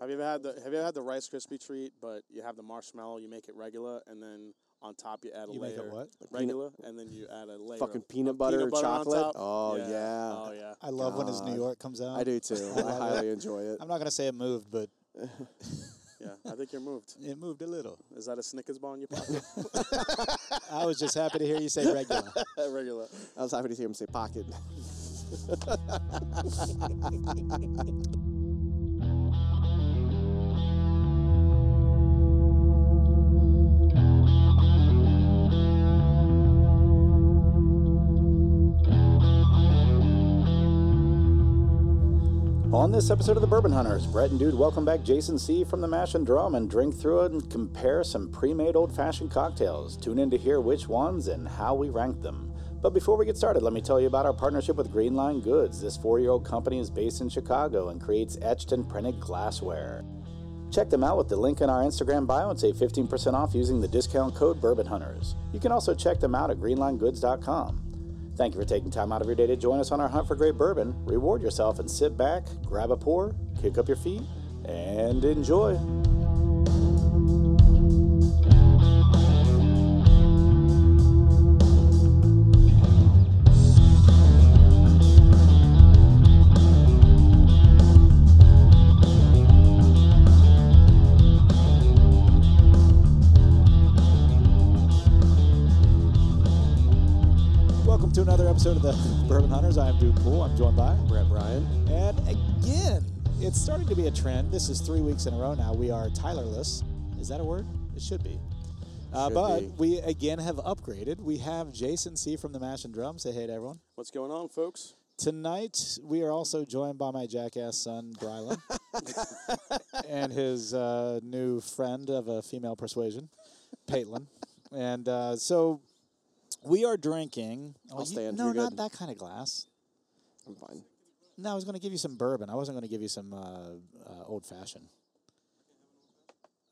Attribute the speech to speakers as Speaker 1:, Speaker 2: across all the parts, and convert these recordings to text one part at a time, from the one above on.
Speaker 1: Have you ever had the Have you ever had the Rice Krispie treat, but you have the marshmallow, you make it regular, and then on top you add a
Speaker 2: You
Speaker 1: layer
Speaker 2: make it what?
Speaker 1: Like regular, and then you add a layer
Speaker 3: Fucking
Speaker 1: of
Speaker 3: peanut butter,
Speaker 1: peanut butter on
Speaker 3: chocolate.
Speaker 1: top?
Speaker 3: Oh yeah.
Speaker 1: oh yeah.
Speaker 2: I love when his New
Speaker 3: God.
Speaker 2: York comes out.
Speaker 3: I do too. I highly enjoy it.
Speaker 2: I'm not gonna say it moved, but
Speaker 1: Yeah, I think you're moved.
Speaker 2: it moved a little.
Speaker 1: Is that a Snickers bar in your pocket?
Speaker 2: I was just happy to hear you say regular.
Speaker 1: regular.
Speaker 3: I was happy to hear him say pocket.
Speaker 4: On this episode of the Bourbon Hunters, Brett and Dude welcome back Jason C. from the Mash and Drum and drink through it and compare some pre made old fashioned cocktails. Tune in to hear which ones and how we rank them. But before we get started, let me tell you about our partnership with Green Line Goods. This four year old company is based in Chicago and creates etched and printed glassware. Check them out with the link in our Instagram bio and save 15% off using the discount code Bourbon Hunters. You can also check them out at greenlinegoods.com. Thank you for taking time out of your day to join us on our hunt for great bourbon. Reward yourself and sit back, grab a pour, kick up your feet, and enjoy.
Speaker 2: Welcome to another episode of the Bourbon Hunters. I am Dude Pool. I'm joined by
Speaker 3: Brett Bryan.
Speaker 2: And again, it's starting to be a trend. This is three weeks in a row now. We are Tylerless. Is that a word? It should be. Uh,
Speaker 3: Should
Speaker 2: but
Speaker 3: be.
Speaker 2: we again have upgraded. We have Jason C from the Mash and Drum. Say hey to everyone.
Speaker 1: What's going on, folks?
Speaker 2: Tonight we are also joined by my jackass son Brylan and his uh, new friend of a female persuasion, Paitlin. And uh, so we are drinking. Oh,
Speaker 3: I'll stand.
Speaker 2: No,
Speaker 3: You're
Speaker 2: not
Speaker 3: good.
Speaker 2: that kind of glass.
Speaker 3: I'm fine.
Speaker 2: No, I was going to give you some bourbon. I wasn't going to give you some uh, uh, old fashioned.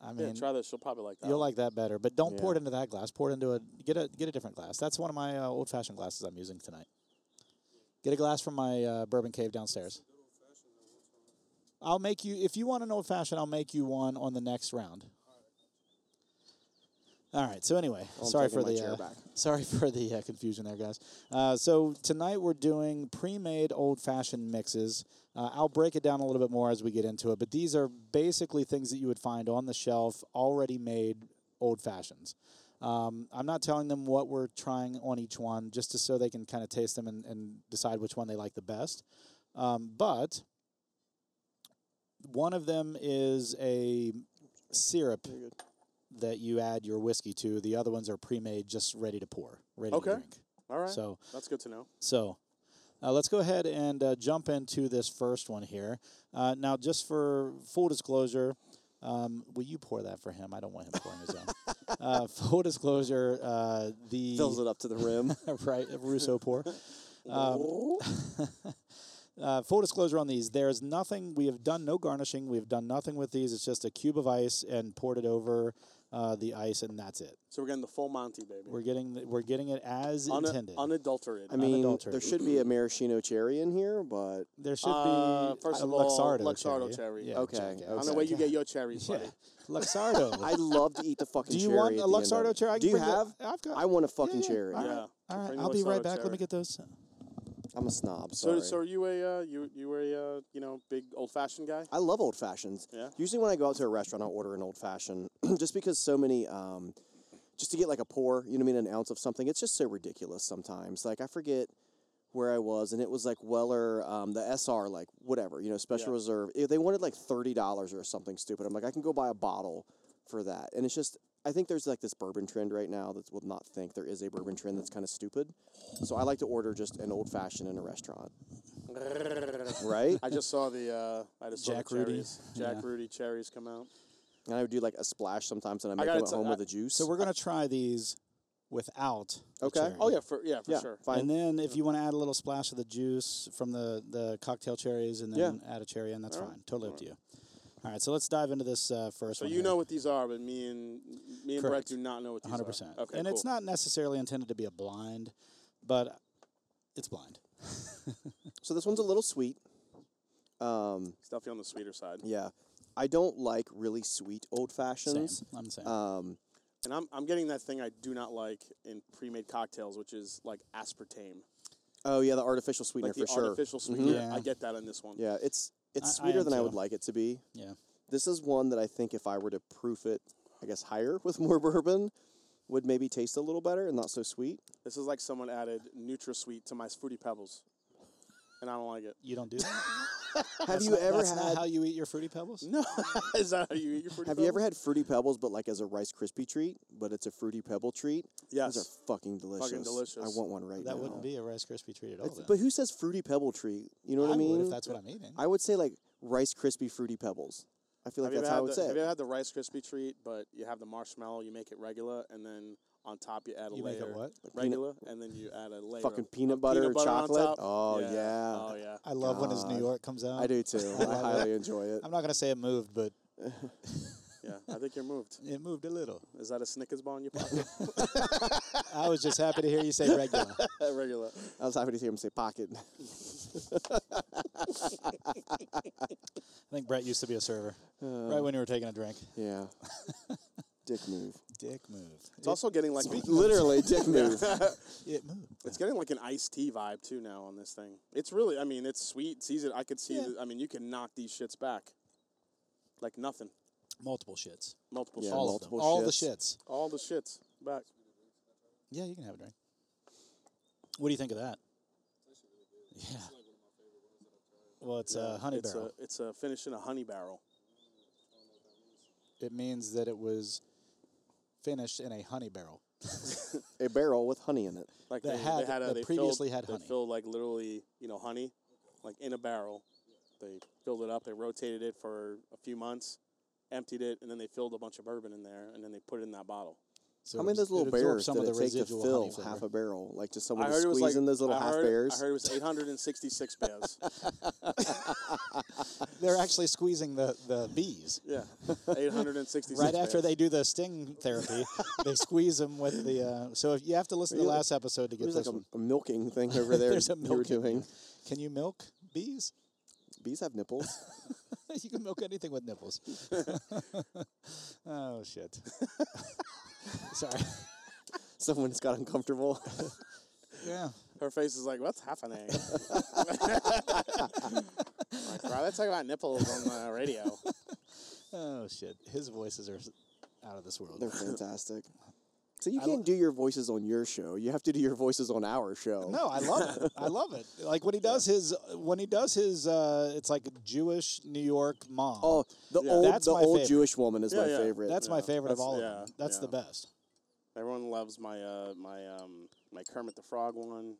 Speaker 2: I
Speaker 1: Yeah,
Speaker 2: mean,
Speaker 1: try this. She'll probably like that.
Speaker 2: you'll
Speaker 1: one.
Speaker 2: like that better. But don't pour it
Speaker 3: Yeah.
Speaker 2: into that glass. Pour it into a get a get a different glass. That's one of my uh, old fashioned glasses I'm using tonight. Get a glass from my uh, bourbon cave downstairs. I'll make you if you want an old fashioned. I'll make you one on the next round. All right. So anyway,
Speaker 3: Oh, I'm
Speaker 2: sorry
Speaker 3: taking
Speaker 2: for
Speaker 3: my
Speaker 2: the
Speaker 3: chair
Speaker 2: uh,
Speaker 3: back.
Speaker 2: sorry for the uh, confusion there, guys. Uh, so tonight we're doing pre-made old-fashioned mixes. Uh, I'll break it down a little bit more as we get into it, but these are basically things that you would find on the shelf, already made old fashions. Um, I'm not telling them what we're trying on each one, just to, so they can kind of taste them and, and decide which one they like the best. Um, but one of them is a syrup that you add your whiskey to. The other ones are pre-made, just ready to pour, ready
Speaker 1: Okay.
Speaker 2: to drink.
Speaker 1: All right.
Speaker 2: So,
Speaker 1: that's good to know.
Speaker 2: so uh, let's go ahead and uh, jump into this first one here. Uh, now, just for full disclosure, um, will you pour that for him? I don't want him pouring his own. Uh, full disclosure, uh, the
Speaker 3: Fills it up to the rim.
Speaker 2: right Russo pour. Um, uh, full disclosure on these: there is nothing. We have done no garnishing. We have done nothing with these. It's just a cube of ice and poured it over uh, the ice, and that's it.
Speaker 1: So we're getting the full Monty, baby.
Speaker 2: We're getting the, we're getting it as
Speaker 1: Una-
Speaker 2: intended.
Speaker 1: unadulterated.
Speaker 3: I mean,
Speaker 2: Unadulterated.
Speaker 3: there should be a maraschino cherry in here, but
Speaker 2: there should
Speaker 1: Uh,
Speaker 2: be
Speaker 1: first
Speaker 2: a
Speaker 1: of all,
Speaker 2: Luxardo,
Speaker 1: Luxardo
Speaker 2: cherry.
Speaker 1: cherry.
Speaker 2: Yeah,
Speaker 3: Okay,
Speaker 2: jackass.
Speaker 1: I don't know
Speaker 3: okay.
Speaker 1: where you get your cherries, buddy.
Speaker 2: Yeah. Luxardo.
Speaker 3: I'd love to eat the fucking
Speaker 2: Do you
Speaker 3: cherry
Speaker 2: want
Speaker 3: at
Speaker 2: a
Speaker 3: the end of
Speaker 2: Luxardo
Speaker 3: it.
Speaker 2: cherry? I can
Speaker 3: Do you
Speaker 2: bring the-
Speaker 3: have?
Speaker 2: I've got-
Speaker 3: I want a fucking
Speaker 2: yeah, yeah.
Speaker 3: cherry.
Speaker 2: All right.
Speaker 1: Yeah.
Speaker 2: All right.
Speaker 1: Bring
Speaker 2: I'll be
Speaker 1: Luxardo
Speaker 2: right back. Let
Speaker 1: cherry.
Speaker 2: me get those.
Speaker 3: I'm a snob.
Speaker 1: So,
Speaker 3: Sorry.
Speaker 1: so are you a uh, you you were a uh, you know big old fashioned guy?
Speaker 3: I love old fashions.
Speaker 1: Yeah?
Speaker 3: Usually when I go out to a restaurant, I'll order an old fashioned, just because so many. Um, just to get like a pour, you know what I mean, an ounce of something. It's just so ridiculous sometimes. Like I forget where I was, and it was like Weller, um, the SR, like whatever, you know, special
Speaker 1: Yeah.
Speaker 3: reserve. If They wanted like thirty dollars or something stupid. I'm like, I can go buy a bottle for that, and it's just. I think there's like this bourbon trend right now that will not think there is a bourbon trend that's kind of stupid. So I like to order just an old fashioned in a restaurant, right?
Speaker 1: I just saw the uh, I just saw
Speaker 2: Jack
Speaker 1: the
Speaker 2: Rudy.
Speaker 1: cherries. Jack Rudy cherries come out.
Speaker 3: And I would do like a splash sometimes, and I
Speaker 1: I
Speaker 3: make
Speaker 1: gotta
Speaker 3: them at
Speaker 1: tell-
Speaker 3: home
Speaker 1: I-
Speaker 3: with a juice.
Speaker 2: So we're gonna try these without. the
Speaker 3: Okay.
Speaker 2: cherry.
Speaker 1: Oh yeah, for yeah for
Speaker 3: yeah,
Speaker 1: sure.
Speaker 3: fine.
Speaker 2: And then if you want to add a little splash of the juice from the, the cocktail cherries and then add a cherry in, that's fine. Totally up to you. All right, so let's dive into this uh, first
Speaker 1: So
Speaker 2: one.
Speaker 1: you
Speaker 2: here.
Speaker 1: know what these are, but me and me and Brett
Speaker 2: Correct.
Speaker 1: do not know what these
Speaker 2: 100%.
Speaker 1: are. Okay,
Speaker 2: and
Speaker 1: cool.
Speaker 2: it's not necessarily intended to be a blind, but it's blind.
Speaker 3: So this one's a little sweet. Um,
Speaker 1: It's definitely on the sweeter side.
Speaker 3: yeah, I don't like really sweet old fashions.
Speaker 2: Same. I'm saying.
Speaker 3: Um,
Speaker 1: And I'm, I'm getting that thing I do not like in pre-made cocktails, which is like aspartame,
Speaker 3: oh yeah, the artificial sweetener
Speaker 1: like the
Speaker 3: for sure. Mm-hmm.
Speaker 1: artificial sweetener.
Speaker 2: Yeah.
Speaker 1: I get that in this one.
Speaker 3: Yeah,
Speaker 2: I-
Speaker 3: it's
Speaker 2: I
Speaker 3: it's sweeter
Speaker 2: am
Speaker 3: than I
Speaker 2: too.
Speaker 3: would like it to be.
Speaker 2: yeah.
Speaker 3: This is one that I think if I were to proof it, I guess higher with more bourbon, would maybe taste a little better and not so sweet.
Speaker 1: This is like someone added NutraSweet to my Fruity Pebbles, and I don't like it.
Speaker 2: You don't do that?
Speaker 3: Have
Speaker 2: That's
Speaker 3: you
Speaker 2: not-
Speaker 3: ever
Speaker 2: that's
Speaker 3: had
Speaker 2: not how you eat your Fruity Pebbles?
Speaker 1: No, is that how you eat your Fruity
Speaker 3: Have
Speaker 1: Pebbles?
Speaker 3: you ever had fruity pebbles, but like as a Rice Krispie treat, but it's a fruity pebble treat?
Speaker 1: Yes.
Speaker 3: those are fucking delicious. I
Speaker 1: delicious.
Speaker 3: want one right now.
Speaker 2: That wouldn't be a Rice Krispie treat at all.
Speaker 3: It's-
Speaker 2: then.
Speaker 3: but who says fruity pebble treat? You know what
Speaker 2: I
Speaker 3: I, mean?
Speaker 2: would if that's what I'm eating.
Speaker 3: I would say like Rice Krispie fruity pebbles. I feel
Speaker 1: Have
Speaker 3: like
Speaker 1: you ever
Speaker 3: that's how I
Speaker 1: had
Speaker 3: would
Speaker 1: the,
Speaker 3: say.
Speaker 1: Have you
Speaker 3: it.
Speaker 1: ever had the Rice Krispie treat, but you have the marshmallow, you make it regular, and then on top you add a
Speaker 2: You
Speaker 1: layer.
Speaker 2: make it what?
Speaker 1: Regular, and then you add a layer.
Speaker 3: Fucking
Speaker 1: of
Speaker 3: peanut butter,
Speaker 1: peanut butter on
Speaker 3: chocolate.
Speaker 1: top.
Speaker 3: Oh yeah.
Speaker 1: Oh yeah.
Speaker 2: I love when his New
Speaker 3: God.
Speaker 2: York comes out.
Speaker 3: I
Speaker 1: um,
Speaker 3: do too. I highly enjoy it.
Speaker 2: I'm not gonna say it moved, but
Speaker 1: Yeah. I think you're moved.
Speaker 2: it moved a little.
Speaker 1: Is that a Snickers bar in your pocket?
Speaker 2: I was just happy to hear you say regular.
Speaker 1: regular.
Speaker 3: I was happy to hear him say pocket.
Speaker 2: I think Brett used to be a server. right when you were taking a drink.
Speaker 3: yeah. Dick move.
Speaker 2: Dick moved.
Speaker 1: It's also getting like
Speaker 3: Literally dick move.
Speaker 2: It moved.
Speaker 1: It's getting like an iced tea vibe too now on this thing. It's really, I mean, it's sweet, seasoned. I could see.
Speaker 2: Yeah.
Speaker 1: that- I mean, you can knock these shits back, like nothing.
Speaker 2: Multiple shits.
Speaker 1: Multiple
Speaker 3: Yeah,
Speaker 1: shits.
Speaker 2: All of them.
Speaker 3: multiple
Speaker 2: All the
Speaker 3: shits.
Speaker 2: shits.
Speaker 1: All the shits back.
Speaker 2: Yeah, you can have a drink. What do you think of that? Yeah. Well, it's a honey
Speaker 1: it's
Speaker 2: barrel.
Speaker 1: A, it's a finish in a honey barrel.
Speaker 3: uh,
Speaker 2: it means that it was finished in a honey barrel.
Speaker 3: A barrel with honey in it.
Speaker 1: Like
Speaker 2: That
Speaker 1: they
Speaker 2: had-
Speaker 1: they had a,
Speaker 2: that
Speaker 1: they
Speaker 2: previously
Speaker 1: filled,
Speaker 2: had
Speaker 1: they
Speaker 2: honey.
Speaker 1: filled like literally, you know, honey, like in a barrel. They filled it up. They rotated it for a few months, emptied it, and then they filled a bunch of bourbon in there, and then they put it in that bottle.
Speaker 2: So
Speaker 3: How
Speaker 2: it
Speaker 3: many of
Speaker 2: abs-
Speaker 3: those little
Speaker 2: it absorbed
Speaker 3: bears did
Speaker 2: some of
Speaker 3: it
Speaker 2: the
Speaker 3: take to
Speaker 2: residual honey
Speaker 3: fill
Speaker 2: flavor.
Speaker 3: half a barrel? Like just
Speaker 1: I
Speaker 3: someone to
Speaker 1: heard it was
Speaker 3: squeeze
Speaker 1: like
Speaker 3: in those little
Speaker 1: I
Speaker 3: half
Speaker 1: heard,
Speaker 3: bears.
Speaker 1: I heard it was 866 bears.
Speaker 2: They're actually squeezing the, the bees.
Speaker 1: Yeah, 866.
Speaker 2: Right after
Speaker 1: bears.
Speaker 2: they do the sting therapy, they squeeze them with the. Uh, so if you have to listen to the
Speaker 3: Really?
Speaker 2: last episode to get
Speaker 3: There's
Speaker 2: this
Speaker 3: like
Speaker 2: one.
Speaker 3: a, a milking thing over there
Speaker 2: There's a
Speaker 3: you were
Speaker 2: milking
Speaker 3: doing.
Speaker 2: Can you milk bees?
Speaker 3: Bees have nipples.
Speaker 2: you can milk anything with nipples. oh shit! Sorry.
Speaker 3: Someone's got uncomfortable.
Speaker 2: Yeah.
Speaker 1: Her face is like, what's happening? like, why are they talking about nipples on the radio?
Speaker 2: Oh shit! His voices are s- out of this world.
Speaker 3: They're fantastic. So you can't do your voices on your show. You have to do your voices on our show.
Speaker 2: No, I love it. I love it. Like when he does his when he does his uh it's like Jewish New York mom.
Speaker 3: Oh, the
Speaker 1: Yeah.
Speaker 3: old
Speaker 2: That's
Speaker 3: the
Speaker 2: my
Speaker 3: old
Speaker 2: favorite.
Speaker 3: Jewish woman is
Speaker 1: Yeah,
Speaker 3: my
Speaker 1: yeah.
Speaker 3: favorite.
Speaker 2: that's my
Speaker 1: yeah,
Speaker 2: favorite of
Speaker 1: that's-
Speaker 2: all
Speaker 1: yeah,
Speaker 2: of them. That's the
Speaker 1: yeah.
Speaker 2: best.
Speaker 1: Everyone loves my uh, my um, my Kermit the Frog one.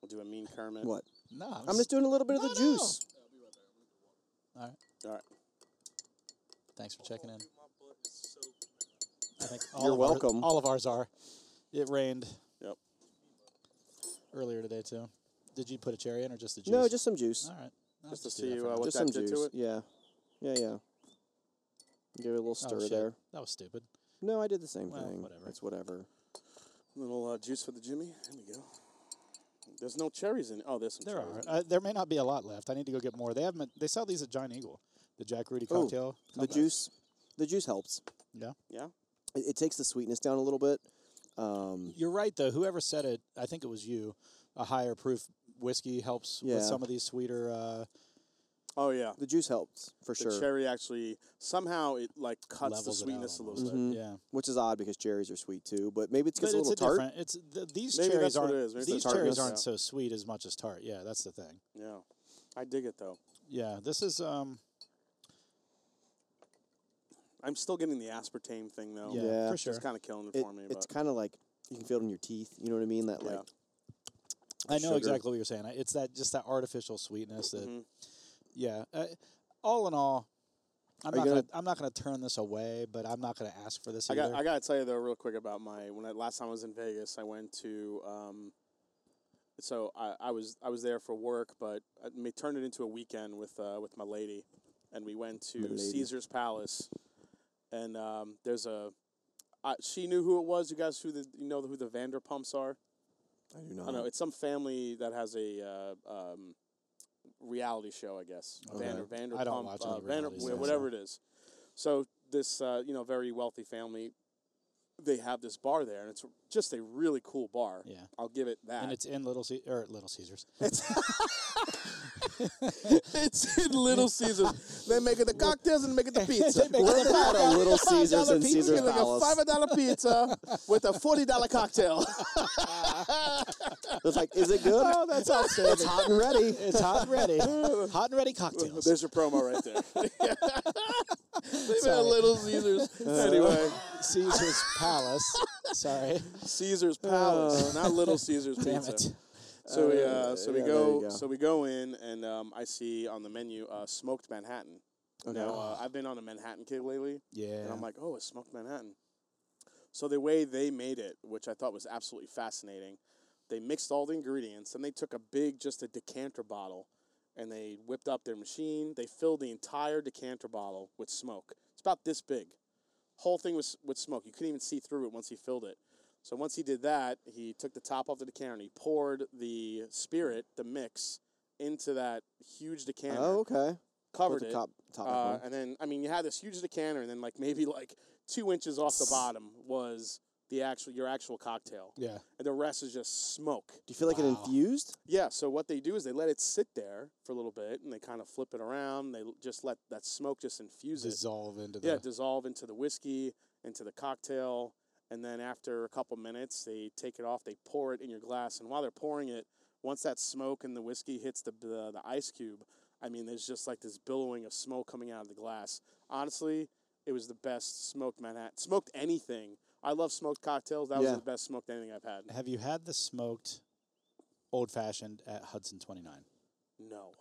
Speaker 1: We'll do a mean Kermit.
Speaker 3: what?
Speaker 2: No,
Speaker 3: I'm just doing a little bit of
Speaker 2: No,
Speaker 3: the
Speaker 2: no.
Speaker 3: juice.
Speaker 2: All right.
Speaker 1: All right.
Speaker 2: Thanks for checking in. I think all
Speaker 3: You're
Speaker 2: of ours-
Speaker 3: welcome.
Speaker 2: all of ours are. It rained
Speaker 1: Yep.
Speaker 2: earlier today too. Did you put a cherry in or just the juice?
Speaker 3: No, just some juice.
Speaker 2: all right. I'll
Speaker 1: Just to
Speaker 2: do that
Speaker 1: see,
Speaker 2: for
Speaker 1: uh,
Speaker 2: now.
Speaker 1: what
Speaker 3: just
Speaker 1: that
Speaker 3: some
Speaker 1: did
Speaker 3: juice.
Speaker 1: to it?
Speaker 3: Yeah, yeah, yeah. Give it a little
Speaker 2: Oh,
Speaker 3: stir
Speaker 2: shit.
Speaker 3: there.
Speaker 2: That was stupid.
Speaker 3: No, I did the same
Speaker 2: Well,
Speaker 3: thing.
Speaker 2: whatever.
Speaker 3: It's whatever.
Speaker 1: little uh, juice for the Jimmy. There we go. There's no cherries in. Oh, there's some
Speaker 2: There
Speaker 1: cherries.
Speaker 2: are.
Speaker 1: in it.
Speaker 2: Uh, there may not be a lot left. I need to go get more. They have. Them at- they sell these at Giant Eagle. The Jack Rudy
Speaker 3: Oh,
Speaker 2: cocktail.
Speaker 3: The juice, the juice helps.
Speaker 2: Yeah.
Speaker 1: Yeah.
Speaker 3: It, it takes the sweetness down a little bit. Um,
Speaker 2: You're right though. Whoever said it, I think it was you. A higher proof whiskey helps
Speaker 3: Yeah.
Speaker 2: with some of these sweeter. Uh,
Speaker 1: Oh yeah.
Speaker 3: the juice helps for
Speaker 1: The
Speaker 3: sure,
Speaker 1: cherry actually somehow it like cuts the
Speaker 2: Levels it out
Speaker 1: sweetness a little
Speaker 2: almost.
Speaker 1: bit.
Speaker 2: Yeah,
Speaker 3: which is odd because cherries are sweet too. But maybe it's
Speaker 2: but
Speaker 3: gets
Speaker 2: it's
Speaker 3: a little
Speaker 2: a
Speaker 3: tart.
Speaker 2: different. It's th- these
Speaker 1: Maybe
Speaker 2: cherries
Speaker 1: that's what it
Speaker 2: aren't.
Speaker 1: is. Maybe it's the
Speaker 2: these cherries
Speaker 1: tartness.
Speaker 2: aren't
Speaker 1: Yeah.
Speaker 2: so sweet as much as tart. Yeah, that's the thing.
Speaker 1: Yeah. I dig it though.
Speaker 2: Yeah, this is. Um,
Speaker 1: I'm still getting the aspartame thing though.
Speaker 2: yeah,
Speaker 3: Yeah.
Speaker 2: for
Speaker 1: It's
Speaker 2: sure.
Speaker 1: kind of killing it,
Speaker 3: It-
Speaker 1: for
Speaker 2: eh,
Speaker 1: me.
Speaker 3: it's
Speaker 1: but
Speaker 3: kind of like you can feel it in your teeth. You know what I mean? That
Speaker 1: Yeah.
Speaker 3: like
Speaker 2: I know
Speaker 3: sugar. Mm-hmm.
Speaker 2: exactly what you're saying. I- It's that just that artificial sweetness that.
Speaker 1: Mhm.
Speaker 2: Yeah. Uh, all in all, I'm
Speaker 3: Are
Speaker 2: not
Speaker 3: you
Speaker 2: gonna,
Speaker 3: gonna-
Speaker 2: I'm not gonna turn this away, but I'm not gonna ask for this
Speaker 1: I
Speaker 2: either.
Speaker 1: got I gotta tell you though, real quick about my when I last time I was in Vegas, I went to um, so I, I was I was there for work, but I ma- turned it into a weekend with uh, with my lady, and we went
Speaker 3: My
Speaker 1: to
Speaker 3: lady.
Speaker 1: Caesar's Palace, and um, there's a. I, she knew who it was. You guys, who the you know who the Vanderpumps are?
Speaker 3: I do not.
Speaker 2: Mm.
Speaker 1: I don't know. It's some family that has a uh, um, reality show, I guess.
Speaker 2: Okay.
Speaker 1: Vander, Vanderpump,
Speaker 2: I don't watch any
Speaker 1: uh, Vander,
Speaker 2: realities,
Speaker 1: wh-
Speaker 2: so-
Speaker 1: whatever it is. So this, uh, you know, very wealthy family, they have this bar there, and it's just a really cool bar.
Speaker 2: Yeah.
Speaker 1: I'll give it that.
Speaker 2: and it's in Little Ce- or Little Caesars.
Speaker 1: it's in Little Caesars. they make it the cocktails and they make it the pizza.
Speaker 3: We're about a Little Caesars
Speaker 1: Dollar
Speaker 3: and
Speaker 1: pizza,
Speaker 3: Caesar
Speaker 1: like a
Speaker 3: Palace.
Speaker 1: five dollar pizza with a forty dollar cocktail.
Speaker 3: It's like, is it good?
Speaker 2: Oh, that's outstanding.
Speaker 3: It's hot and ready.
Speaker 2: it's hot and ready. hot and ready cocktails.
Speaker 1: There's your promo right there. Leave
Speaker 2: Sorry.
Speaker 1: out Little Caesars. Anyway,
Speaker 2: Caesar's Palace. Sorry.
Speaker 1: Caesar's Palace, Uh, not Little Caesar's
Speaker 2: Damn
Speaker 1: Pizza.
Speaker 2: it.
Speaker 1: So we uh, so we
Speaker 3: yeah, there
Speaker 1: go,
Speaker 3: you go.
Speaker 1: so we go in and um, I see on the menu uh, smoked Manhattan. Now
Speaker 3: Oh,
Speaker 1: uh, I've been on a Manhattan kick lately. And
Speaker 2: Yeah.
Speaker 1: I'm like, oh, it's smoked Manhattan. So the way they made it, which I thought was absolutely fascinating, they mixed all the ingredients and they took a big, just a decanter bottle, and they whipped up their machine. They filled the entire decanter bottle with smoke. It's about this big. Whole thing was with smoke. You couldn't even see through it once he filled it. So once he did that, he took the top off the decanter and he poured the spirit, the mix, into that huge decanter,
Speaker 3: Oh, okay. Put
Speaker 1: covered
Speaker 3: the
Speaker 1: it,
Speaker 3: top, top back
Speaker 1: uh,
Speaker 3: on.
Speaker 1: and then, I mean, you had this huge decanter, and then like maybe like two inches off the bottom was the actual your actual cocktail,
Speaker 2: Yeah.
Speaker 1: and the rest is just smoke.
Speaker 3: Do you feel like it
Speaker 2: wow.
Speaker 3: infused?
Speaker 1: Yeah. So what they do is they let it sit there for a little bit, and they kind of flip it around. They l- just let that smoke just infuse it.
Speaker 2: Dissolve into the.
Speaker 1: Yeah, dissolve into the whiskey, into the cocktail, and then after a couple minutes, they take it off. They pour it in your glass, and while they're pouring it, once that smoke and the whiskey hits the the, the ice cube, I mean, there's just like this billowing of smoke coming out of the glass. Honestly, it was the best smoked Manhattan, smoked anything. I love smoked cocktails. That
Speaker 3: Yeah. Eh.
Speaker 1: was the best smoked anything I've had.
Speaker 2: Have you had the smoked old fashioned at Hudson 29?
Speaker 1: No.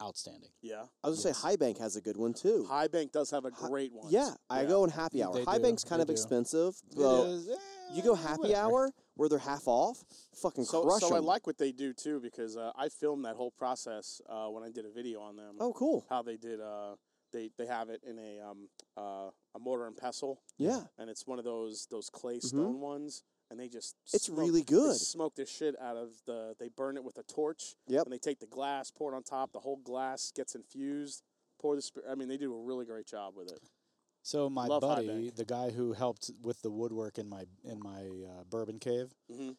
Speaker 2: Outstanding.
Speaker 1: Yeah.
Speaker 3: I was gonna say High Bank has a good one too.
Speaker 1: High Bank does have a great one.
Speaker 3: yeah, I
Speaker 1: Yeah.
Speaker 3: go in happy hour.
Speaker 2: They
Speaker 3: High
Speaker 2: do,
Speaker 3: Bank's kind
Speaker 2: they
Speaker 3: of
Speaker 2: do.
Speaker 3: expensive.
Speaker 2: It
Speaker 3: Though
Speaker 2: is, eh,
Speaker 3: you go happy
Speaker 2: whatever.
Speaker 3: hour where they're half off, fucking
Speaker 1: So,
Speaker 3: crush
Speaker 1: so I
Speaker 3: 'em.
Speaker 1: like what they do too because uh, I filmed that whole process uh, when I did a video on them.
Speaker 3: Oh, cool.
Speaker 1: how they did uh they they have it in a um uh a mortar and pestle
Speaker 3: Yeah,
Speaker 1: and it's one of those those clay stone ones and they just
Speaker 3: It's
Speaker 1: smoke-
Speaker 3: really
Speaker 1: they
Speaker 3: good.
Speaker 1: smoke this shit out of the they burn it with a torch
Speaker 3: Yep.
Speaker 1: and they take the glass pour it on top the whole glass gets infused pour the spirit I mean they do a really great job with it
Speaker 2: So my
Speaker 1: Love High
Speaker 2: buddy,
Speaker 1: Bank.
Speaker 2: the guy who helped with the woodwork in my in my uh, bourbon cave,
Speaker 3: Mm-hmm.
Speaker 1: Mhm.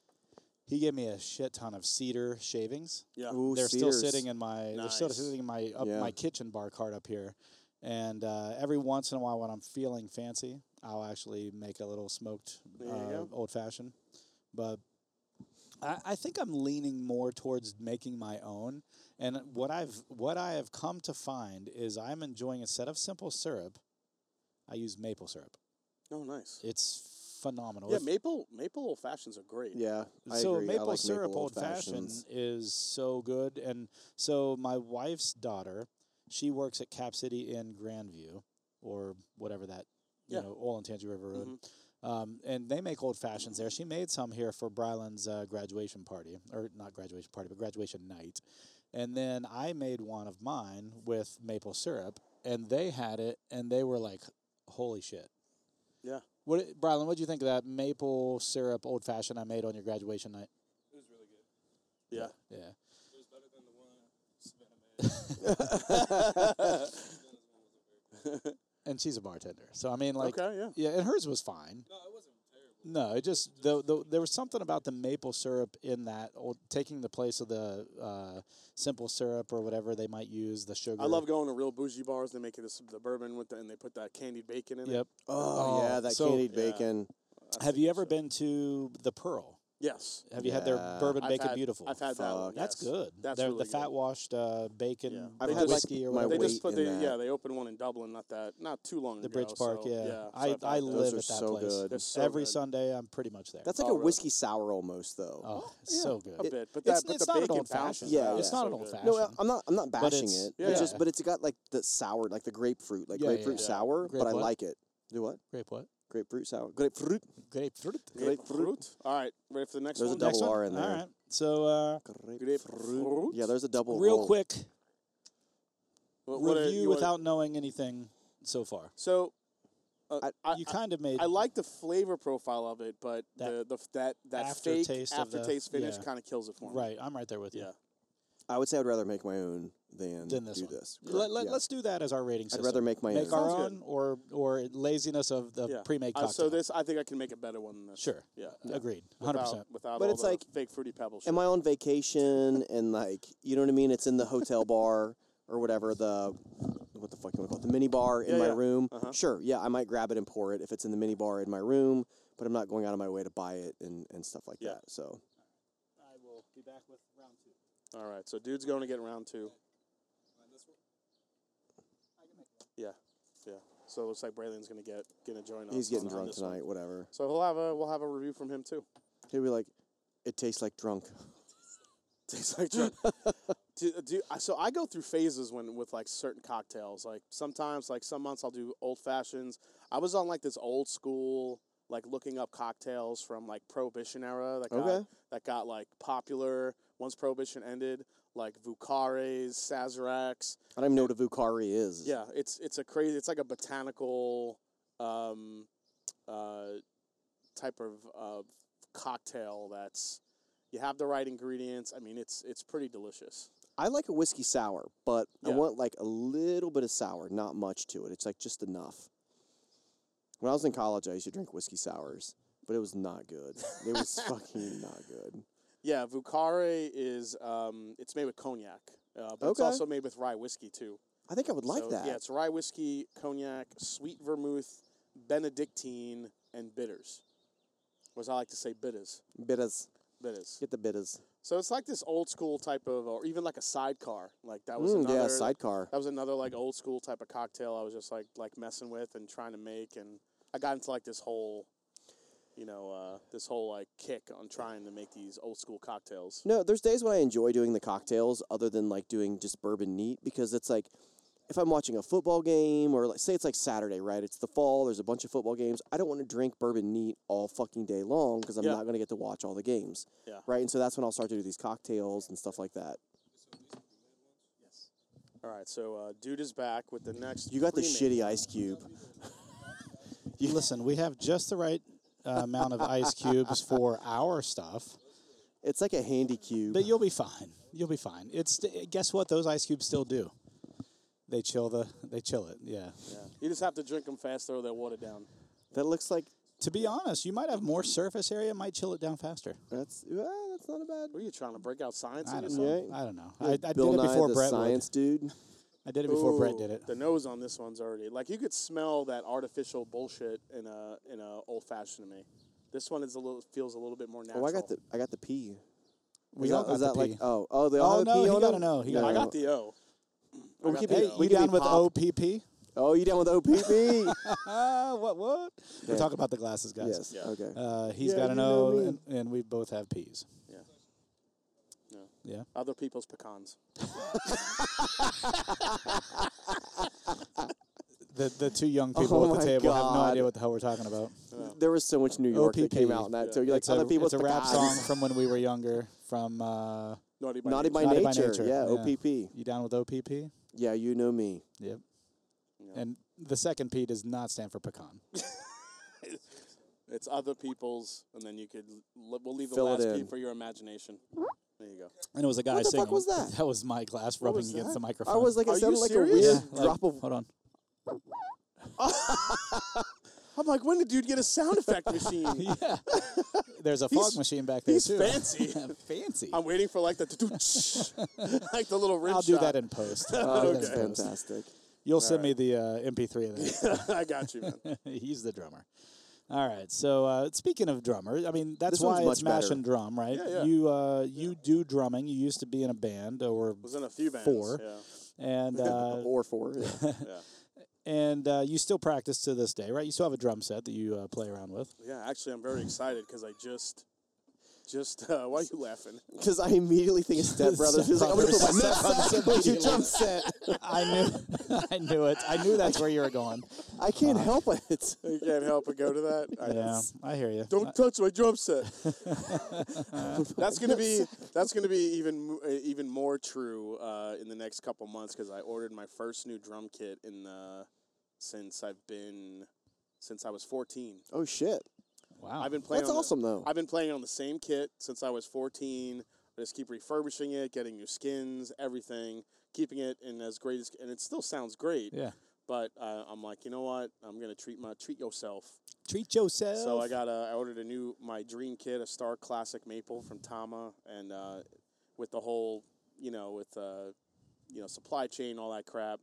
Speaker 2: he gave me a shit ton of cedar shavings.
Speaker 1: yeah
Speaker 3: Ooh,
Speaker 2: they're
Speaker 3: Sears.
Speaker 2: still sitting in my they're still
Speaker 1: Nice.
Speaker 2: sitting in my up
Speaker 3: Yeah.
Speaker 2: my kitchen bar cart up here. And uh, every once in a while, when I'm feeling fancy, I'll actually make a little smoked
Speaker 1: There you
Speaker 2: uh,
Speaker 1: go.
Speaker 2: old fashioned. But I, I think I'm leaning more towards making my own. And what I've what I have come to find is I'm enjoying instead of simple syrup, I use maple syrup.
Speaker 1: oh nice
Speaker 2: It's phenomenal.
Speaker 1: yeah
Speaker 2: If-
Speaker 1: maple maple old fashions are great
Speaker 3: Yeah, I
Speaker 2: so
Speaker 3: agree. I
Speaker 2: maple
Speaker 3: like
Speaker 2: syrup
Speaker 3: maple
Speaker 2: old fashioned
Speaker 3: fashions.
Speaker 2: is so good and so my wife's daughter she works at cap city in grandview or whatever that you
Speaker 1: Yeah.
Speaker 2: know oil and tangy river road um, and they make old fashions there she made some here for brylan's uh, graduation party or not graduation party but graduation night and then i made one of mine with maple syrup and they had it and they were like holy shit
Speaker 1: yeah
Speaker 2: what, Brian? What do you think of that maple syrup old fashioned I made on your graduation night?
Speaker 1: yeah
Speaker 2: Yeah, and she's a bartender, so I mean, like,
Speaker 1: okay yeah
Speaker 2: yeah, and hers was fine. No, it wasn't terrible. No, it just the, the there was something about the maple syrup in that old, taking the place of the uh, simple syrup or whatever they might use the sugar.
Speaker 1: I love going to real bougie bars. They make it this, the bourbon with the, and they put that candied bacon in it.
Speaker 2: Yep.
Speaker 3: Oh, yeah, that
Speaker 2: so-
Speaker 3: candied
Speaker 1: Yeah.
Speaker 3: bacon.
Speaker 2: Have you ever been to the Pearl?
Speaker 1: Yes.
Speaker 2: Have you had their
Speaker 3: Yeah.
Speaker 2: bourbon
Speaker 1: I've
Speaker 2: bacon
Speaker 1: had-
Speaker 4: Oh,
Speaker 2: beautiful?
Speaker 1: I've had that. One,
Speaker 3: Fuck.
Speaker 2: That's
Speaker 1: yes.
Speaker 2: good.
Speaker 1: That's
Speaker 2: They're
Speaker 1: really
Speaker 2: the
Speaker 1: good.
Speaker 2: fat washed uh, bacon
Speaker 1: Yeah.
Speaker 3: I've
Speaker 2: with
Speaker 3: had, like,
Speaker 2: whiskey or
Speaker 3: my
Speaker 2: whatever.
Speaker 1: They
Speaker 3: weight
Speaker 1: just put
Speaker 3: in
Speaker 1: the,
Speaker 3: that.
Speaker 1: yeah, they opened one in Dublin not that not too long
Speaker 2: the
Speaker 1: ago.
Speaker 2: Bridge Park,
Speaker 1: so,
Speaker 2: yeah.
Speaker 1: so
Speaker 2: I,
Speaker 1: I've
Speaker 2: I
Speaker 1: had those.
Speaker 2: live
Speaker 3: are
Speaker 2: at that
Speaker 3: so
Speaker 2: place.
Speaker 3: good.
Speaker 1: They're so
Speaker 2: Every
Speaker 1: good.
Speaker 2: Sunday, I'm pretty much there.
Speaker 3: That's like
Speaker 1: Oh,
Speaker 3: a
Speaker 1: really?
Speaker 3: whiskey sour almost, though.
Speaker 2: oh, it's so good.
Speaker 1: a bit, but
Speaker 2: it's
Speaker 1: that but
Speaker 2: it's
Speaker 1: the
Speaker 2: not an
Speaker 1: bacon
Speaker 2: old fashioned.
Speaker 1: bounces
Speaker 3: Yeah.
Speaker 1: out.
Speaker 2: it's not an
Speaker 1: So
Speaker 2: old
Speaker 1: good.
Speaker 2: fashioned.
Speaker 3: No, I- I'm not. I'm not
Speaker 2: But
Speaker 3: bashing
Speaker 2: it's-
Speaker 3: it. It's
Speaker 1: yeah.
Speaker 3: just, but it's got like the sour, like the grapefruit, like
Speaker 2: Yeah, yeah,
Speaker 3: grapefruit
Speaker 1: yeah.
Speaker 3: sour.
Speaker 2: Grape
Speaker 3: but
Speaker 2: what?
Speaker 3: I like it. Do what?
Speaker 2: grape what?
Speaker 3: Grapefruit sour. Grapefruit.
Speaker 2: Grapefruit.
Speaker 1: Grapefruit. All right, ready for the next
Speaker 3: There's a
Speaker 1: one?
Speaker 3: double
Speaker 2: Next one?
Speaker 3: R in there.
Speaker 2: All right. So uh,
Speaker 1: Grapefruit.
Speaker 3: Yeah, there's a double.
Speaker 2: real
Speaker 3: roll.
Speaker 2: quick
Speaker 1: What- what are-
Speaker 2: review
Speaker 1: you wanna-
Speaker 2: without knowing anything so far.
Speaker 1: So, uh,
Speaker 3: I-
Speaker 1: I,
Speaker 2: You kind of made
Speaker 1: I like the flavor profile of it, but
Speaker 2: That
Speaker 1: the, the f- that that fake
Speaker 2: aftertaste of the-
Speaker 1: aftertaste finish
Speaker 2: yeah.
Speaker 1: kind of kills it for me.
Speaker 2: right. I'm right there with you.
Speaker 1: Yeah.
Speaker 3: I would say I'd rather make my own than
Speaker 2: Than this
Speaker 3: do
Speaker 2: one.
Speaker 3: this.
Speaker 2: Let,
Speaker 3: Correct,
Speaker 2: let,
Speaker 3: yeah.
Speaker 2: Let's do that as our rating
Speaker 3: I'd
Speaker 2: system.
Speaker 3: rather make my
Speaker 2: make
Speaker 3: own.
Speaker 2: our
Speaker 1: Sounds
Speaker 2: own or or laziness of the
Speaker 1: Yeah.
Speaker 2: pre-made
Speaker 1: Uh,
Speaker 2: cocktail.
Speaker 1: so this, I think I can make a better one than this.
Speaker 2: Sure.
Speaker 1: Yeah.
Speaker 2: Agreed. Hundred
Speaker 1: Without-
Speaker 2: percent.
Speaker 1: Without
Speaker 3: But
Speaker 1: all
Speaker 3: it's
Speaker 1: the
Speaker 3: like-
Speaker 1: fake fruity pebbles.
Speaker 3: Am I on vacation and like you know what I mean? It's in the hotel bar or whatever the what the fuck you want to call it the mini bar in
Speaker 1: Yeah,
Speaker 3: my
Speaker 1: yeah.
Speaker 3: room.
Speaker 1: Uh-huh.
Speaker 3: Sure, yeah, I might grab it and pour it if it's in the mini bar in my room, but I'm not going out of my way to buy it and, and stuff like
Speaker 1: Yeah.
Speaker 3: that. So
Speaker 2: I will be back with round two.
Speaker 1: All right. So dude's going to get round two. Yeah. Yeah. So it looks like Braylon's going to get going to join us.
Speaker 3: he's getting
Speaker 1: on- on
Speaker 3: drunk
Speaker 1: this one.
Speaker 3: tonight, whatever.
Speaker 1: So he'll have a we'll have a review from him too.
Speaker 3: He'll be like, it tastes like drunk.
Speaker 1: Tastes like drunk. do, do, I- so I go through phases when with like certain cocktails. Like sometimes, like some months, I'll do old fashions. I was on like this old school, like looking up cocktails from like Prohibition era that got
Speaker 3: Okay.
Speaker 1: that got like popular once Prohibition ended. Like Vucares, Sazeracs.
Speaker 3: I don't even know what a Vucari is.
Speaker 1: Yeah, it's it's a crazy. It's like a botanical um, uh, type of uh, cocktail that's you have the right ingredients. I mean, it's it's pretty delicious.
Speaker 3: I like a whiskey sour, but I
Speaker 1: Yeah.
Speaker 3: want like a little bit of sour, not much to it. It's like just enough. When I was in college, I used to drink whiskey sours, but it was not good. It was fucking not good.
Speaker 1: Yeah, Vucare is um, it's made with cognac, uh, but it's
Speaker 3: Okay.
Speaker 1: also made with rye whiskey too.
Speaker 3: I think I would like
Speaker 1: So,
Speaker 3: that.
Speaker 1: Yeah, it's rye whiskey, cognac, sweet vermouth, Benedictine, and bitters. Or as I like to say, bitters.
Speaker 3: Bitters.
Speaker 1: Bitters.
Speaker 3: Get the bitters.
Speaker 1: So it's like this old school type of, or even like a sidecar. Like that was
Speaker 3: Mm,
Speaker 1: another.
Speaker 3: yeah, sidecar.
Speaker 1: that was another like old school type of cocktail I was just like like messing with and trying to make and I got into like this whole you know uh, this whole like kick on trying to make these old school cocktails.
Speaker 3: No, there's days when I enjoy doing the cocktails other than like doing just bourbon neat because it's like if I'm watching a football game or like say it's like Saturday, right? It's the fall, there's a bunch of football games. I don't want to drink bourbon neat all fucking day long because I'm
Speaker 1: Yeah.
Speaker 3: not going to get to watch all the games.
Speaker 1: Yeah.
Speaker 3: Right? And so that's when I'll start to do these cocktails and stuff like that.
Speaker 1: All right, so uh, dude is back with the next.
Speaker 3: You got the
Speaker 1: pre-made.
Speaker 3: shitty ice cube.
Speaker 2: Listen, we have just the right uh, amount of ice cubes for our stuff,
Speaker 3: It's like a handy cube.
Speaker 2: but you'll be fine. You'll be fine. It's guess what? Those ice cubes still do. They chill the. They chill it. Yeah.
Speaker 1: Yeah. You just have to drink them faster or they're watered down.
Speaker 3: that looks like
Speaker 2: To be honest, you might have more surface area. Might chill it down faster.
Speaker 3: that's well, that's not a bad.
Speaker 1: What are you trying to break out science?
Speaker 2: I
Speaker 1: in
Speaker 2: don't
Speaker 1: yourself?
Speaker 2: know.
Speaker 3: Yeah.
Speaker 2: I don't know. I, I did
Speaker 3: Bill
Speaker 2: it
Speaker 3: Nye,
Speaker 2: before
Speaker 3: the
Speaker 2: Brett. Would.
Speaker 3: science dude.
Speaker 2: I did it before Brett
Speaker 1: Ooh,
Speaker 2: did it.
Speaker 1: The nose on this one's already like you could smell that artificial bullshit in a in a old fashioned to me. This one is a little feels a little bit more natural.
Speaker 3: Oh, I got the I got the P.
Speaker 2: We
Speaker 3: is
Speaker 2: all
Speaker 3: that,
Speaker 2: got
Speaker 3: is
Speaker 2: the
Speaker 3: that like
Speaker 2: P.
Speaker 3: oh oh they
Speaker 2: Oh,
Speaker 3: all have
Speaker 2: no,
Speaker 3: a P
Speaker 2: he
Speaker 3: on
Speaker 2: got
Speaker 3: them?
Speaker 2: an O. He got
Speaker 3: No,
Speaker 2: an
Speaker 1: I
Speaker 3: no,
Speaker 2: O.
Speaker 1: got the O. I
Speaker 3: we
Speaker 1: got
Speaker 3: keep
Speaker 1: the
Speaker 3: it-
Speaker 2: Hey,
Speaker 1: O.
Speaker 3: we
Speaker 2: you
Speaker 3: could be
Speaker 2: down with
Speaker 3: pop.
Speaker 2: OPP?
Speaker 3: Oh, you down with OPP?
Speaker 2: Ah, what? What? We're
Speaker 3: Yeah.
Speaker 2: talking about the glasses, guys.
Speaker 3: yes.
Speaker 1: Yeah.
Speaker 3: Okay.
Speaker 2: Uh, he's
Speaker 3: Yeah,
Speaker 2: got an
Speaker 3: you know
Speaker 2: O,
Speaker 3: me.
Speaker 2: and, and we both have P's.
Speaker 1: Yeah. Yeah.
Speaker 2: Yeah.
Speaker 1: Other people's pecans.
Speaker 2: The the two young people
Speaker 3: Oh
Speaker 2: at the
Speaker 3: my
Speaker 2: table have no
Speaker 3: God.
Speaker 2: idea what the hell we're talking about.
Speaker 3: There was so much New York that came
Speaker 2: OPP.
Speaker 3: out in that. So you're like
Speaker 2: it's
Speaker 3: other
Speaker 2: a,
Speaker 3: people's
Speaker 2: it's a rap
Speaker 3: pecans.
Speaker 2: song from when we were younger. From uh,
Speaker 1: Naughty by
Speaker 3: Naughty
Speaker 1: Nature.
Speaker 3: by,
Speaker 2: Naughty
Speaker 3: nature.
Speaker 2: by Nature,
Speaker 3: Yeah,
Speaker 2: yeah.
Speaker 3: OPP.
Speaker 2: you down with OPP?
Speaker 3: Yeah, you know me.
Speaker 2: Yep. And the second P does not stand for pecan.
Speaker 1: It's other people's, and then you could. l- We'll leave the
Speaker 3: Fill it
Speaker 1: last P
Speaker 3: in.
Speaker 1: for your imagination. There you go.
Speaker 2: And it was a guy
Speaker 3: What the fuck
Speaker 2: singing.
Speaker 3: was that?
Speaker 2: That was my glass rubbing
Speaker 3: was
Speaker 2: against
Speaker 3: that?
Speaker 2: the microphone.
Speaker 3: I was like, it
Speaker 1: Are you
Speaker 3: sounded like a
Speaker 1: serious?
Speaker 3: weird
Speaker 2: yeah, like,
Speaker 3: drop of.
Speaker 2: hold on.
Speaker 1: I'm like, when did dude get a sound effect machine?
Speaker 2: Yeah. There's a fog
Speaker 1: He's-
Speaker 2: machine back there
Speaker 1: he's
Speaker 2: too.
Speaker 1: fancy.
Speaker 2: fancy.
Speaker 1: I'm waiting for like the do- like the little rim
Speaker 2: I'll do
Speaker 1: shot.
Speaker 2: that in post.
Speaker 3: Oh, that's fantastic.
Speaker 2: You'll send me the uh, MP3 of that.
Speaker 1: I got you, man.
Speaker 2: He's the drummer. All right. So uh, speaking of drummer, I mean that's
Speaker 3: This
Speaker 2: why
Speaker 3: one's
Speaker 2: it's
Speaker 3: much
Speaker 2: mash
Speaker 3: better.
Speaker 2: and drum, right?
Speaker 1: Yeah, yeah.
Speaker 2: You uh, you do drumming. You used to be in a band or
Speaker 1: Was in a few bands.
Speaker 2: Four.
Speaker 1: Yeah.
Speaker 2: and uh,
Speaker 3: or four. Yeah.
Speaker 1: Yeah.
Speaker 2: and uh, you still practice to this day, right? You still have a drum set that you uh, play around with.
Speaker 1: yeah. Actually, I'm very excited because I just, just uh, why are you laughing?
Speaker 3: Because I immediately think of Step Brothers. He's like, I'm gonna put my
Speaker 2: Step Brothers
Speaker 3: set with your drum set.
Speaker 2: I knew I knew it. I knew that's where you were going.
Speaker 3: I can't help it.
Speaker 1: You can't help but go to that. I-
Speaker 2: Yeah, I hear you.
Speaker 1: Don't touch my drum set. that's gonna be that's gonna be even mo- uh, even more true uh, in the next couple months because I ordered my first new drum kit in uh, since I've been since I was 14.
Speaker 3: Oh shit.
Speaker 2: Wow.
Speaker 1: I've been playing.
Speaker 3: That's
Speaker 1: on the-
Speaker 3: awesome though.
Speaker 1: I've been playing on the same kit since I was 14. I just keep refurbishing it, getting new skins, everything, keeping it in as great as, and it still sounds great.
Speaker 2: Yeah.
Speaker 1: But uh, I'm like, you know what? I'm gonna treat my treat yourself.
Speaker 2: Treat yourself.
Speaker 1: So I got a, I ordered a new my dream kit, a Star Classic Maple from Tama, and uh, with the whole, you know, with uh, you know, supply chain, all that crap.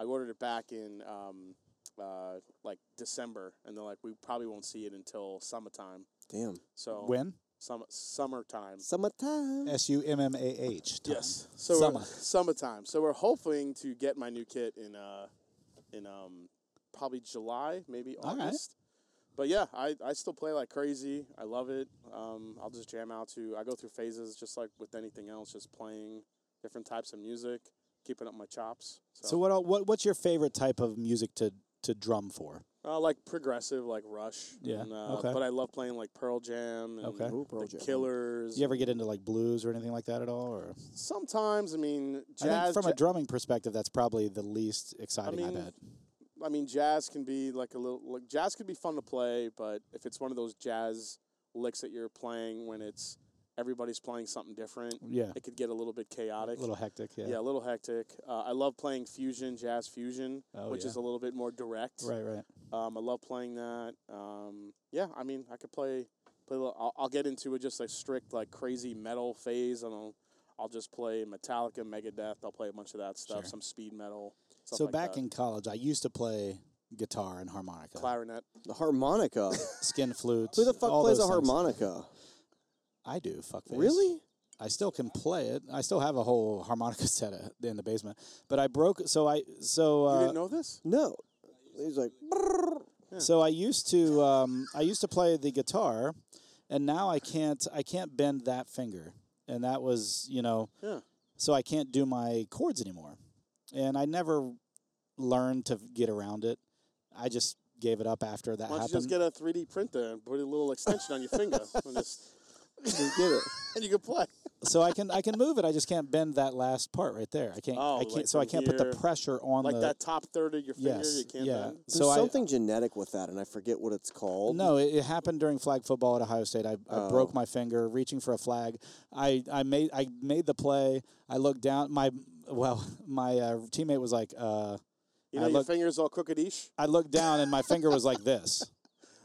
Speaker 1: I ordered it back in um, uh, like December, and they're like, we probably won't see it until summertime.
Speaker 3: Damn.
Speaker 1: So
Speaker 2: when
Speaker 1: sum- summertime.
Speaker 3: Summertime.
Speaker 2: S U M M A H. time.
Speaker 1: Yes. So
Speaker 2: Summer.
Speaker 1: We're, summertime. So we're hoping to get my new kit in uh in um probably July, maybe
Speaker 2: All right.
Speaker 1: August. But yeah, I, I still play like crazy. I love it. Um, I'll just jam out to. I go through phases just like with anything else, just playing different types of music, keeping up my chops. So,
Speaker 2: So what, what what's your favorite type of music to to drum for?
Speaker 1: uh, like progressive, like Rush.
Speaker 2: Yeah,
Speaker 1: And, uh,
Speaker 2: okay.
Speaker 1: But I love playing like Pearl Jam and
Speaker 2: Okay.
Speaker 3: Ooh, Pearl
Speaker 1: the
Speaker 3: Jam.
Speaker 1: Killers.
Speaker 2: You ever get into like blues or anything like that at all? Or
Speaker 1: Sometimes I mean
Speaker 2: I
Speaker 1: jazz.
Speaker 2: think from
Speaker 1: ja-
Speaker 2: a drumming perspective, that's probably the least exciting. I,
Speaker 1: mean,
Speaker 2: bet.
Speaker 1: I mean, jazz can be like a little like jazz could be fun to play, but if it's one of those jazz licks that you're playing when it's everybody's playing something different,
Speaker 2: Yeah,
Speaker 1: it could get a little bit
Speaker 2: a
Speaker 1: chaotic.
Speaker 2: little hectic. Yeah.
Speaker 1: yeah. a little hectic. Uh, I love playing fusion, jazz fusion,
Speaker 2: Oh,
Speaker 1: which
Speaker 2: yeah.
Speaker 1: is a little bit more direct.
Speaker 2: Right. Right.
Speaker 1: Um, I love playing that. Um, yeah, I mean, I could play play. A little, I'll, I'll get into it just like strict like crazy metal phase, and I'll I'll just play Metallica, Megadeth. I'll play a bunch of that stuff,
Speaker 2: Sure.
Speaker 1: some speed metal. Stuff
Speaker 2: so
Speaker 1: like
Speaker 2: back
Speaker 1: that.
Speaker 2: in college, I used to play guitar and harmonica,
Speaker 1: clarinet.
Speaker 3: The harmonica.
Speaker 2: skin flutes.
Speaker 3: Who the fuck
Speaker 2: all
Speaker 3: plays a
Speaker 2: those things.
Speaker 3: harmonica?
Speaker 2: I do. Fuck.
Speaker 3: Really?
Speaker 2: I still can play it. I still have a whole harmonica set uh, in the basement. But I broke. So I. So.
Speaker 1: you
Speaker 2: Uh,
Speaker 1: didn't know this?
Speaker 3: No. He's like, "Brrr."
Speaker 2: So I used to um, I used to play the guitar, and now I can't I can't bend that finger, and that was you know,
Speaker 1: Yeah.
Speaker 2: so I can't do my chords anymore, and I never learned to get around it. I just gave it up after that
Speaker 1: Why don't you just
Speaker 2: happened.
Speaker 1: get a 3D printer and put a little extension on your finger, and, just,
Speaker 3: Just get it.
Speaker 1: and you can play.
Speaker 2: so I can I can move it. I just can't bend that last part right there. I can't
Speaker 1: Oh,
Speaker 2: I can't
Speaker 1: like
Speaker 2: so I
Speaker 1: from
Speaker 2: can't put
Speaker 1: here,
Speaker 2: the pressure on
Speaker 1: Like
Speaker 2: the
Speaker 1: that top third of your finger,
Speaker 2: yes
Speaker 1: you can't.
Speaker 2: yeah.
Speaker 1: bend?
Speaker 2: So I,
Speaker 3: There's something genetic with that, and I forget what it's called.
Speaker 2: No, it, it happened during flag football at Ohio State. I, I
Speaker 1: Oh.
Speaker 2: broke my finger reaching for a flag. I, I made I made the play. I looked down. My well, my uh, teammate was like, uh,
Speaker 1: You
Speaker 2: I
Speaker 1: know, your
Speaker 2: look-
Speaker 1: finger's all crooked ish.
Speaker 2: I looked down and my finger was like this,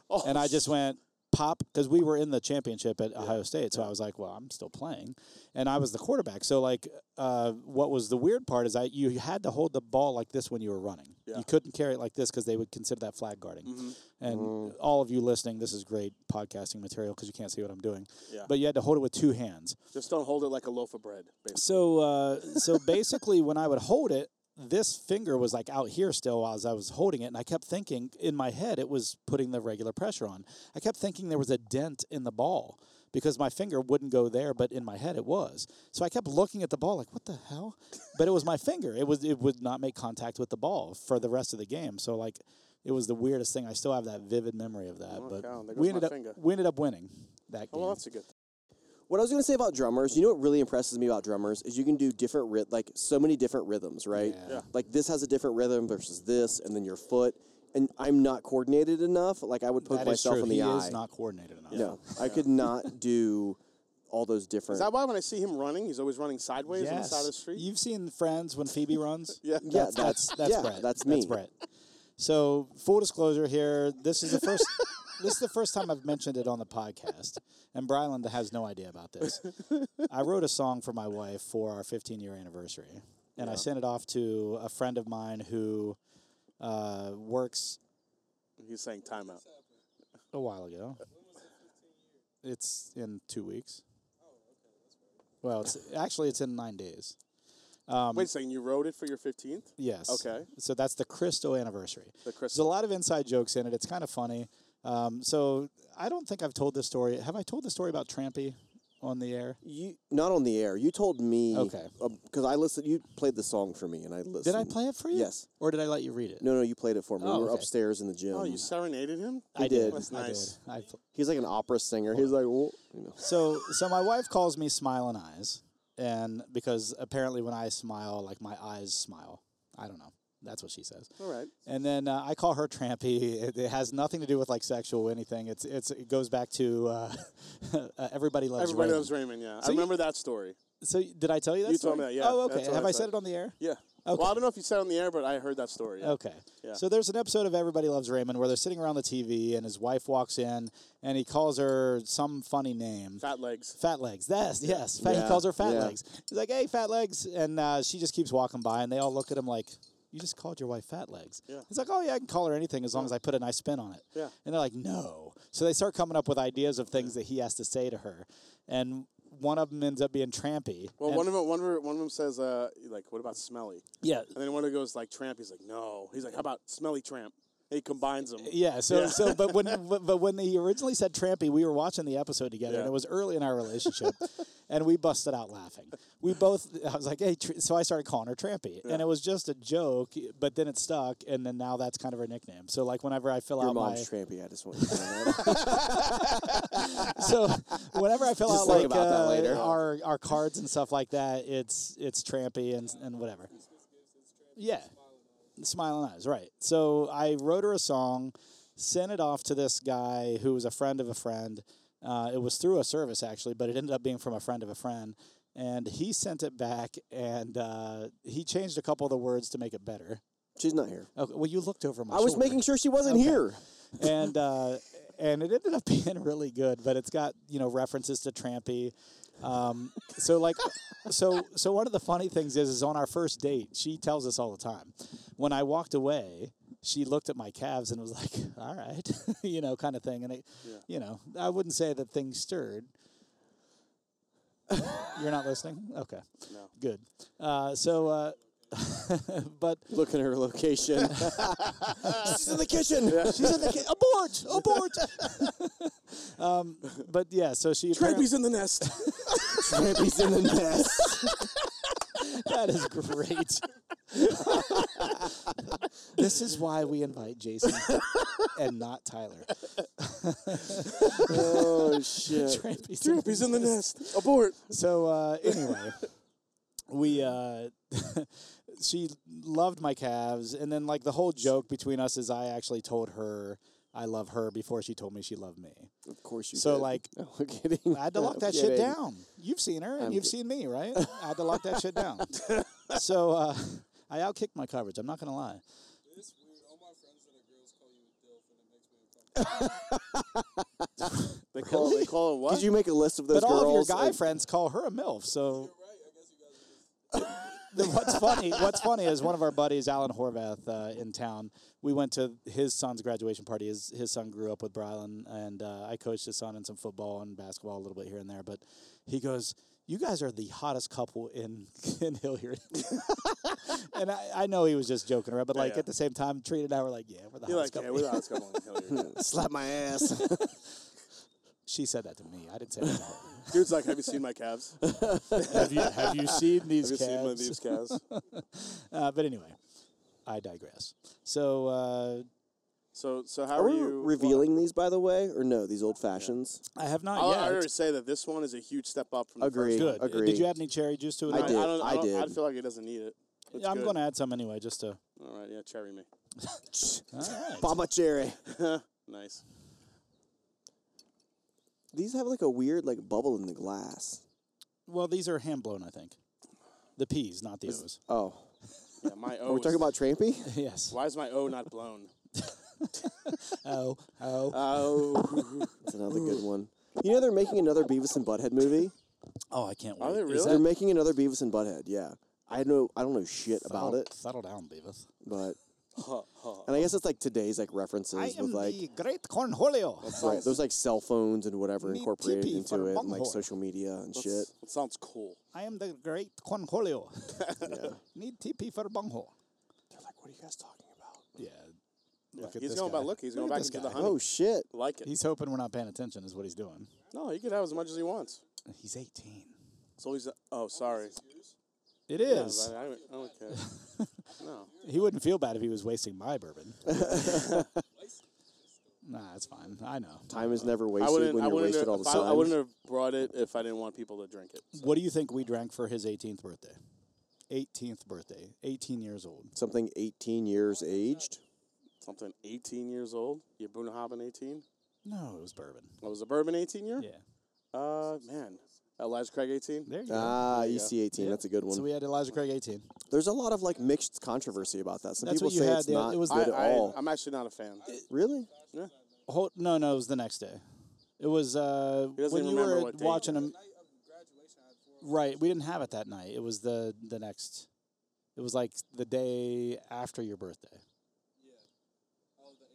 Speaker 1: Oh,
Speaker 2: and I just went pop because we were in the championship at Ohio State. So I was like, well, I'm still playing, and I was the quarterback. So like, uh, what was the weird part is I you had to hold the ball like this when you were running.
Speaker 1: Yeah. Mm-hmm.
Speaker 2: You couldn't carry it like this because they would consider that flag guarding. And
Speaker 1: Mm.
Speaker 2: all of you listening, this is great podcasting material because you can't see what I'm doing.
Speaker 1: Yeah.
Speaker 2: But you had to hold it with two hands.
Speaker 1: just don't hold it like a loaf of bread. Basically.
Speaker 2: So uh, so basically, when I would hold it, this finger was like out here still as I was holding it, and I kept thinking in my head it was putting the regular pressure on. I kept thinking there was a dent in the ball because my finger wouldn't go there, but in my head it was. So I kept looking at the ball like, what the hell? But it was my finger. It was it would not make contact with the ball for the rest of the game. So like. It was the weirdest thing. I still have that vivid memory of that.
Speaker 1: Oh,
Speaker 2: but
Speaker 1: cow, there goes
Speaker 2: we ended
Speaker 1: my
Speaker 2: up
Speaker 1: finger.
Speaker 2: we ended up winning
Speaker 1: oh,
Speaker 2: that game.
Speaker 1: well, that's a good thing.
Speaker 3: What I was gonna say about drummers, you know what really impresses me about drummers is you can do different rit like so many different rhythms, right?
Speaker 2: Yeah.
Speaker 1: Yeah.
Speaker 3: Like this has a different rhythm versus this, and then your foot. And I'm not coordinated enough. Like I would poke
Speaker 2: That is
Speaker 3: myself
Speaker 2: true.
Speaker 3: in the
Speaker 2: he
Speaker 3: eye.
Speaker 2: is not coordinated enough.
Speaker 3: no, I could not do all those different.
Speaker 1: Is that why when I see him running, he's always running sideways on the
Speaker 2: Yes.
Speaker 1: side of the street?
Speaker 2: You've seen Friends when Phoebe runs.
Speaker 1: yeah.
Speaker 3: yeah,
Speaker 2: that's that's that's
Speaker 3: yeah,
Speaker 2: Brett.
Speaker 3: that's
Speaker 2: That's
Speaker 3: me.
Speaker 2: Brett. So full disclosure here, this is the first this is the first time I've mentioned it on the podcast, and Bryland has no idea about this. I wrote a song for my wife for our 15 year anniversary, and I sent it off to a friend of mine who uh, works
Speaker 1: He's saying timeout.
Speaker 2: a while ago. It's in two weeks. Well, it's actually it's in nine days. Um,
Speaker 1: Wait a second, you wrote it for your 15th?
Speaker 2: Yes.
Speaker 1: Okay.
Speaker 2: So that's the Crystal anniversary.
Speaker 1: The
Speaker 2: There's a
Speaker 1: crystal.
Speaker 2: lot of inside jokes in it. It's kind of funny. Um, so I don't think I've told this story. Have I told the story about Trampy on the air?
Speaker 3: you not on the air. You told me
Speaker 2: Okay.
Speaker 3: because I listened. You played the song for me, and I listened.
Speaker 2: Did I play it for you?
Speaker 3: Yes.
Speaker 2: Or did I let you read it?
Speaker 3: No, no, you played it for me.
Speaker 2: Oh,
Speaker 3: we were
Speaker 2: okay.
Speaker 3: upstairs in the gym.
Speaker 1: Oh, you serenaded him?
Speaker 2: I did.
Speaker 1: That's
Speaker 2: I
Speaker 1: nice.
Speaker 2: did. I pl-
Speaker 3: He's like an opera singer. He's like, well, you know.
Speaker 2: so so my wife calls me smiling eyes, and because apparently when I smile, like my eyes smile. I don't know. That's what she says.
Speaker 1: All right.
Speaker 2: And then uh, I call her trampy. It, it has nothing to do with like sexual anything. It's it's it goes back to uh, uh, everybody loves.
Speaker 1: Everybody
Speaker 2: Raymond.
Speaker 1: loves Raymond. Yeah,
Speaker 2: you-
Speaker 1: I remember that story.
Speaker 2: So did I tell you that?
Speaker 1: You told
Speaker 2: story?
Speaker 1: me that, yeah.
Speaker 2: Oh, okay.
Speaker 1: That's what
Speaker 2: Have
Speaker 1: I
Speaker 2: I said
Speaker 1: said.
Speaker 2: it on the air?
Speaker 1: Yeah. Well, I don't know if you said it on the air, but I heard that story. yeah.
Speaker 2: Okay. So there's an episode of Everybody Loves Raymond where they're sitting around the TV and his wife walks in and he calls her some funny name.
Speaker 1: Fat legs.
Speaker 2: Fat legs. That's yes. Fat, He
Speaker 3: Yeah,
Speaker 2: calls her fat
Speaker 3: yeah.
Speaker 2: legs. He's like, "Hey, fat legs," and uh, she just keeps walking by, and they all look at him like, "You just called your wife fat legs."
Speaker 1: Yeah.
Speaker 2: He's like, "Oh yeah, I can call her anything as long as I put a nice spin on it."
Speaker 1: Yeah.
Speaker 2: And they're like, "No." So they start coming up with ideas of things that he has to say to her, and one of them ends up being trampy.
Speaker 1: Well,
Speaker 2: and-
Speaker 1: one of them, one of them, one of them says, uh, like, what about smelly?
Speaker 2: yeah.
Speaker 1: And then one of them goes like tramp. He's like, no. He's like, how about smelly tramp? And he combines them.
Speaker 2: Yeah. So so but when but, but when they originally said trampy, we were watching the episode together, and
Speaker 1: Yeah.
Speaker 2: it was early in our relationship, and we busted out laughing. We both. I was like, hey, tr-, so I started calling her trampy, and it was just a joke, but then it stuck, and then now that's kind of her nickname. So like whenever I fill
Speaker 3: Your
Speaker 2: out my
Speaker 3: mom's trampy. I just want you to know that.
Speaker 2: so whenever I fill
Speaker 3: Just
Speaker 2: out
Speaker 3: think
Speaker 2: like
Speaker 3: about that
Speaker 2: uh,
Speaker 3: later.
Speaker 2: our our cards and stuff like that, it's it's trampy and and whatever. Yeah, smiling eyes, right? So I wrote her a song, sent it off to this guy who was a friend of a friend. Uh, it was through a service actually, but it ended up being from a friend of a friend. And he sent it back, and uh, he changed a couple of the words to make it better.
Speaker 3: She's not here.
Speaker 2: Okay, well, you looked over my.
Speaker 3: I was
Speaker 2: shoulder
Speaker 3: making sure she wasn't here.
Speaker 2: and uh, and it ended up being really good. But it's got you know references to Trampy. Um, so like, so so one of the funny things is is on our first date, she tells us all the time. When I walked away, she looked at my calves and was like, "All right," you know, kind of thing. And it, you know, I wouldn't say that things stirred. You're not listening. Okay.
Speaker 1: No.
Speaker 2: Good. Uh, so, uh, but
Speaker 3: Look at her location. She's in the kitchen.
Speaker 2: she's in the ca- abort, abort. um, but yeah, so she apparently-
Speaker 1: Trampy's in the nest.
Speaker 3: Trampy's in the nest.
Speaker 2: that is great. this is why we invite Jason and not Tyler.
Speaker 3: Oh shit.
Speaker 2: Trampy's in the
Speaker 1: Trampy's in the nest. Abort.
Speaker 2: So uh, anyway, we uh, she loved my calves, and then like the whole joke between us is I actually told her I love her before she told me she loved me.
Speaker 3: Of course you.
Speaker 2: So,
Speaker 3: did.
Speaker 2: like,
Speaker 3: no, I'm kidding.
Speaker 2: I had to lock
Speaker 3: I'm
Speaker 2: that shit
Speaker 3: kidding.
Speaker 2: down. You've seen her and you've seen me, right? I had to lock that shit down. so uh, I outkicked my coverage. I'm not gonna lie.
Speaker 1: They call. They call him what?
Speaker 3: Did you make a list of those
Speaker 2: But all of your
Speaker 3: girls?
Speaker 2: guy
Speaker 3: and-
Speaker 2: friends call her a milf. So. Then what's funny? What's funny is one of our buddies, Alan Horvath, uh, in town. We went to his son's graduation party. His his son grew up with Brylan, and uh, I coached his son in some football and basketball a little bit here and there. But he goes, "You guys are the hottest couple in in Hilliard," and I, I know he was just joking around, but like
Speaker 1: yeah.
Speaker 2: at the same time, Trina and I were like, "Yeah, we're the
Speaker 1: You're like,
Speaker 2: hottest
Speaker 1: yeah,
Speaker 2: couple."
Speaker 1: we're the hottest couple on Hilliard.
Speaker 3: Slap my ass.
Speaker 2: she said that to me. I didn't say that. To her.
Speaker 1: Dude's like, have you seen my calves? Have
Speaker 2: have you have you seen these
Speaker 1: you seen my
Speaker 2: calves?"
Speaker 1: these calves?
Speaker 2: Uh, but anyway, I digress. So. Uh,
Speaker 1: So, so how
Speaker 3: Are
Speaker 1: are,
Speaker 3: we
Speaker 1: you
Speaker 3: revealing these, by the way, or no? These old fashions.
Speaker 2: I have not
Speaker 3: Oh,
Speaker 1: Well,
Speaker 2: yet.
Speaker 1: I already say that this one is a huge step up from the
Speaker 3: Agree.
Speaker 1: first one.
Speaker 2: Good. Uh, Did
Speaker 3: Agreed.
Speaker 2: you add any cherry juice to it?
Speaker 3: I
Speaker 1: I,
Speaker 3: did.
Speaker 1: don't, I,
Speaker 3: I
Speaker 1: don't, I
Speaker 3: did.
Speaker 1: feel like it doesn't need it. It's
Speaker 2: Yeah, I'm
Speaker 1: good.
Speaker 2: going to add some anyway, just to.
Speaker 1: All right, yeah, cherry me.
Speaker 2: All right.
Speaker 3: Baba Cherry.
Speaker 1: Nice.
Speaker 3: These have like a weird like bubble in the glass.
Speaker 2: Well, these are hand blown, I think. The P's, not the O's.
Speaker 3: Oh,
Speaker 1: Yeah, my O.
Speaker 3: we're
Speaker 1: is-
Speaker 3: talking about Trampy.
Speaker 2: yes.
Speaker 1: Why is my O not blown?
Speaker 2: Oh, oh.
Speaker 3: Uh,
Speaker 1: Oh,
Speaker 3: That's another good one. You know they're making another Beavis and Butthead movie.
Speaker 2: oh, I can't wait.
Speaker 1: are they
Speaker 2: Is
Speaker 1: really?
Speaker 3: They're making another Beavis and Butthead. Yeah, I know. I don't know shit
Speaker 2: that-
Speaker 3: about
Speaker 2: settle-
Speaker 3: it,
Speaker 2: Settle down, Beavis.
Speaker 3: but
Speaker 1: Huh, huh.
Speaker 3: and I guess it's like today's like references
Speaker 2: I am
Speaker 3: with like
Speaker 2: the great Cornholio.
Speaker 3: right, there's like cell phones and whatever
Speaker 2: Me
Speaker 3: incorporated
Speaker 2: teepee for
Speaker 3: into it, and like
Speaker 2: bunghole.
Speaker 3: social media and shit.
Speaker 1: That sounds cool.
Speaker 2: I am the great Cornholio. Need TP for bunghole.
Speaker 3: They're like, what are you guys talking about?
Speaker 2: Yeah. Look at
Speaker 1: he's
Speaker 2: this
Speaker 1: going
Speaker 2: guy.
Speaker 1: back. Look, he's
Speaker 2: Look
Speaker 1: going
Speaker 2: at
Speaker 1: back
Speaker 2: this
Speaker 1: into the
Speaker 2: guy.
Speaker 1: honey.
Speaker 3: Oh shit!
Speaker 1: like it.
Speaker 2: He's hoping we're not paying attention, is what he's doing.
Speaker 1: no, he could have as much as he wants.
Speaker 2: He's 18.
Speaker 1: So he's. Oh, sorry.
Speaker 2: It
Speaker 1: Yeah,
Speaker 2: is.
Speaker 1: but I, don't- I don't care. no.
Speaker 2: He wouldn't feel bad if he was wasting my bourbon. nah, that's fine. Uh, I know.
Speaker 3: Time is never
Speaker 1: I
Speaker 3: wasted
Speaker 1: wouldn't.
Speaker 3: when
Speaker 1: I
Speaker 3: you're
Speaker 1: wouldn't,
Speaker 3: wasted all
Speaker 1: have,
Speaker 3: the
Speaker 1: if I,
Speaker 3: time.
Speaker 1: I wouldn't have brought it if I didn't want people to drink it.
Speaker 2: What do you think we drank for his 18th birthday? 18th birthday, 18 years old.
Speaker 3: Something 18 years aged.
Speaker 1: Something 18 years old. You Boone Hobbin 18.
Speaker 2: No, it was bourbon.
Speaker 1: What was a bourbon 18 year?
Speaker 2: Yeah.
Speaker 1: Uh, man. Elijah Craig 18.
Speaker 2: There you go.
Speaker 3: Ah, EC18.
Speaker 2: Yeah.
Speaker 3: That's a good one.
Speaker 2: so we had Elijah Craig 18.
Speaker 3: There's a lot of like mixed controversy about that. Some
Speaker 2: That's
Speaker 3: people
Speaker 2: what you
Speaker 3: say
Speaker 2: had,
Speaker 3: it's
Speaker 2: yeah.
Speaker 3: not
Speaker 2: It was
Speaker 1: I,
Speaker 3: good at all.
Speaker 1: I, am actually not a fan.
Speaker 3: really?
Speaker 1: Yeah.
Speaker 2: Hold, no, no, it was the next day. It was uh,
Speaker 1: doesn't
Speaker 2: when
Speaker 1: even
Speaker 2: you were
Speaker 1: remember what date.
Speaker 2: watching him. Right, we didn't have it that night. It was the the next. It was like the day after your birthday.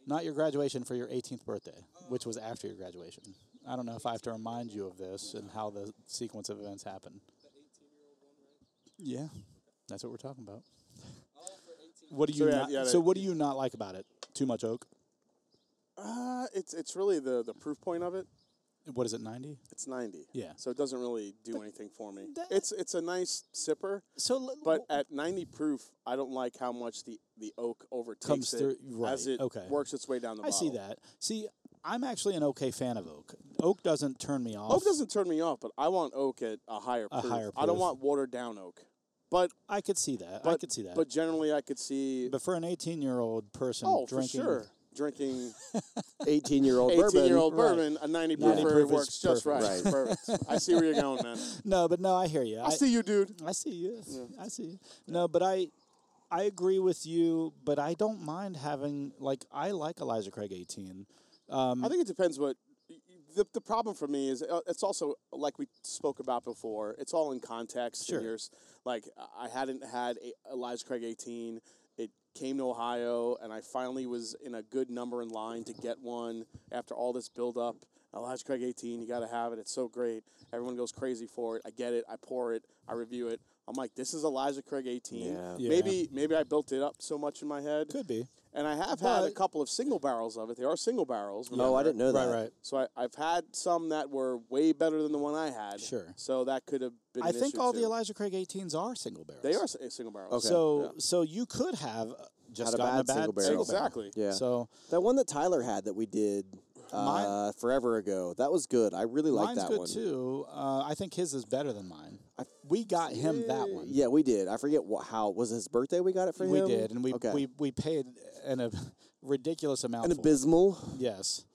Speaker 2: Not your graduation for your 18th birthday, which was after your graduation. I don't know if I have to remind you of this and how the sequence of events happened. Yeah, that's what we're talking about. What do you
Speaker 1: So, yeah,
Speaker 2: not,
Speaker 1: yeah,
Speaker 2: so
Speaker 1: that-
Speaker 2: what do you not like about it? Too much oak.
Speaker 1: Uh, it's it's really the, the proof point of it.
Speaker 2: What is it? 90?
Speaker 1: It's 90.
Speaker 2: Yeah.
Speaker 1: So it doesn't really do anything for me.
Speaker 2: that-
Speaker 1: it's it's a nice sipper,
Speaker 2: So l-
Speaker 1: but at 90 proof, I don't like how much the, the oak overtakes
Speaker 2: Comes
Speaker 1: it
Speaker 2: through-
Speaker 1: as
Speaker 2: right,
Speaker 1: it
Speaker 2: okay.
Speaker 1: works its way down the
Speaker 2: I see
Speaker 1: bottle.
Speaker 2: that. See, I'm actually an okay fan of oak. Oak doesn't turn me off.
Speaker 1: Oak doesn't turn me off, but I want oak at a higher
Speaker 2: A
Speaker 1: proof.
Speaker 2: higher
Speaker 1: I don't
Speaker 2: proof.
Speaker 1: want watered down oak. But
Speaker 2: I could see that.
Speaker 1: but
Speaker 2: I could see that.
Speaker 1: But generally, I could see.
Speaker 2: But for an 18 year old person
Speaker 1: oh,
Speaker 2: drinking,
Speaker 1: for sure. Drinking
Speaker 3: 18 year old bourbon.
Speaker 1: 18 year old
Speaker 2: Right.
Speaker 1: bourbon, a 90 proof,
Speaker 2: 90 proof is
Speaker 1: works just right.
Speaker 2: perfect.
Speaker 1: Perfect. I see where you're going, man.
Speaker 2: no, but no, I hear you.
Speaker 1: I, see you, dude.
Speaker 2: I see you. I see you. No, but I, I agree with you. But I don't mind having like I like Elijah Craig 18.
Speaker 1: I think it depends what. The, the problem for me is uh, it's also like we spoke about before. It's all in context.
Speaker 2: Sure.
Speaker 1: And yours, like I hadn't had a, Elijah Craig eighteen. It came to Ohio, and I finally was in a good number in line to get one after all this build up. Elijah Craig eighteen, you got to have it. It's so great. Everyone goes crazy for it. I get it. I pour it. I review it. I'm like, this is Elijah Craig eighteen.
Speaker 3: Yeah.
Speaker 2: Yeah.
Speaker 1: Maybe maybe I built it up so much in my head.
Speaker 2: Could be.
Speaker 1: And I have had a
Speaker 2: But-
Speaker 1: couple of single barrels of it. They are single barrels.
Speaker 3: No, Oh,
Speaker 1: remember.
Speaker 3: I didn't know that.
Speaker 2: Right, right.
Speaker 1: So I, I've had some that were way better than the one I had.
Speaker 2: Sure.
Speaker 1: So that could have been.
Speaker 2: I
Speaker 1: an
Speaker 2: think
Speaker 1: issue,
Speaker 2: all
Speaker 1: too.
Speaker 2: the Elijah Craig 18s are single barrels.
Speaker 1: They are s- single barrels.
Speaker 3: Okay.
Speaker 2: So
Speaker 1: Yeah.
Speaker 2: so you could have uh, just
Speaker 3: Had a
Speaker 2: gotten
Speaker 3: bad single barrel.
Speaker 2: single barrel.
Speaker 1: exactly.
Speaker 3: Yeah.
Speaker 2: So
Speaker 3: That one that Tyler had that we did uh,
Speaker 2: Mine-
Speaker 3: forever ago. That was good. I really like
Speaker 2: Mine's
Speaker 3: that
Speaker 2: good
Speaker 3: one.
Speaker 2: too. Uh, I think his is better than mine. we got him that one.
Speaker 3: Yeah, we did. I forget what, how was it his birthday. We got it for
Speaker 2: we
Speaker 3: him.
Speaker 2: did, and we
Speaker 3: okay.
Speaker 2: we, we paid an ab- ridiculous amount.
Speaker 3: an
Speaker 2: for it.
Speaker 3: abysmal.
Speaker 2: Yes,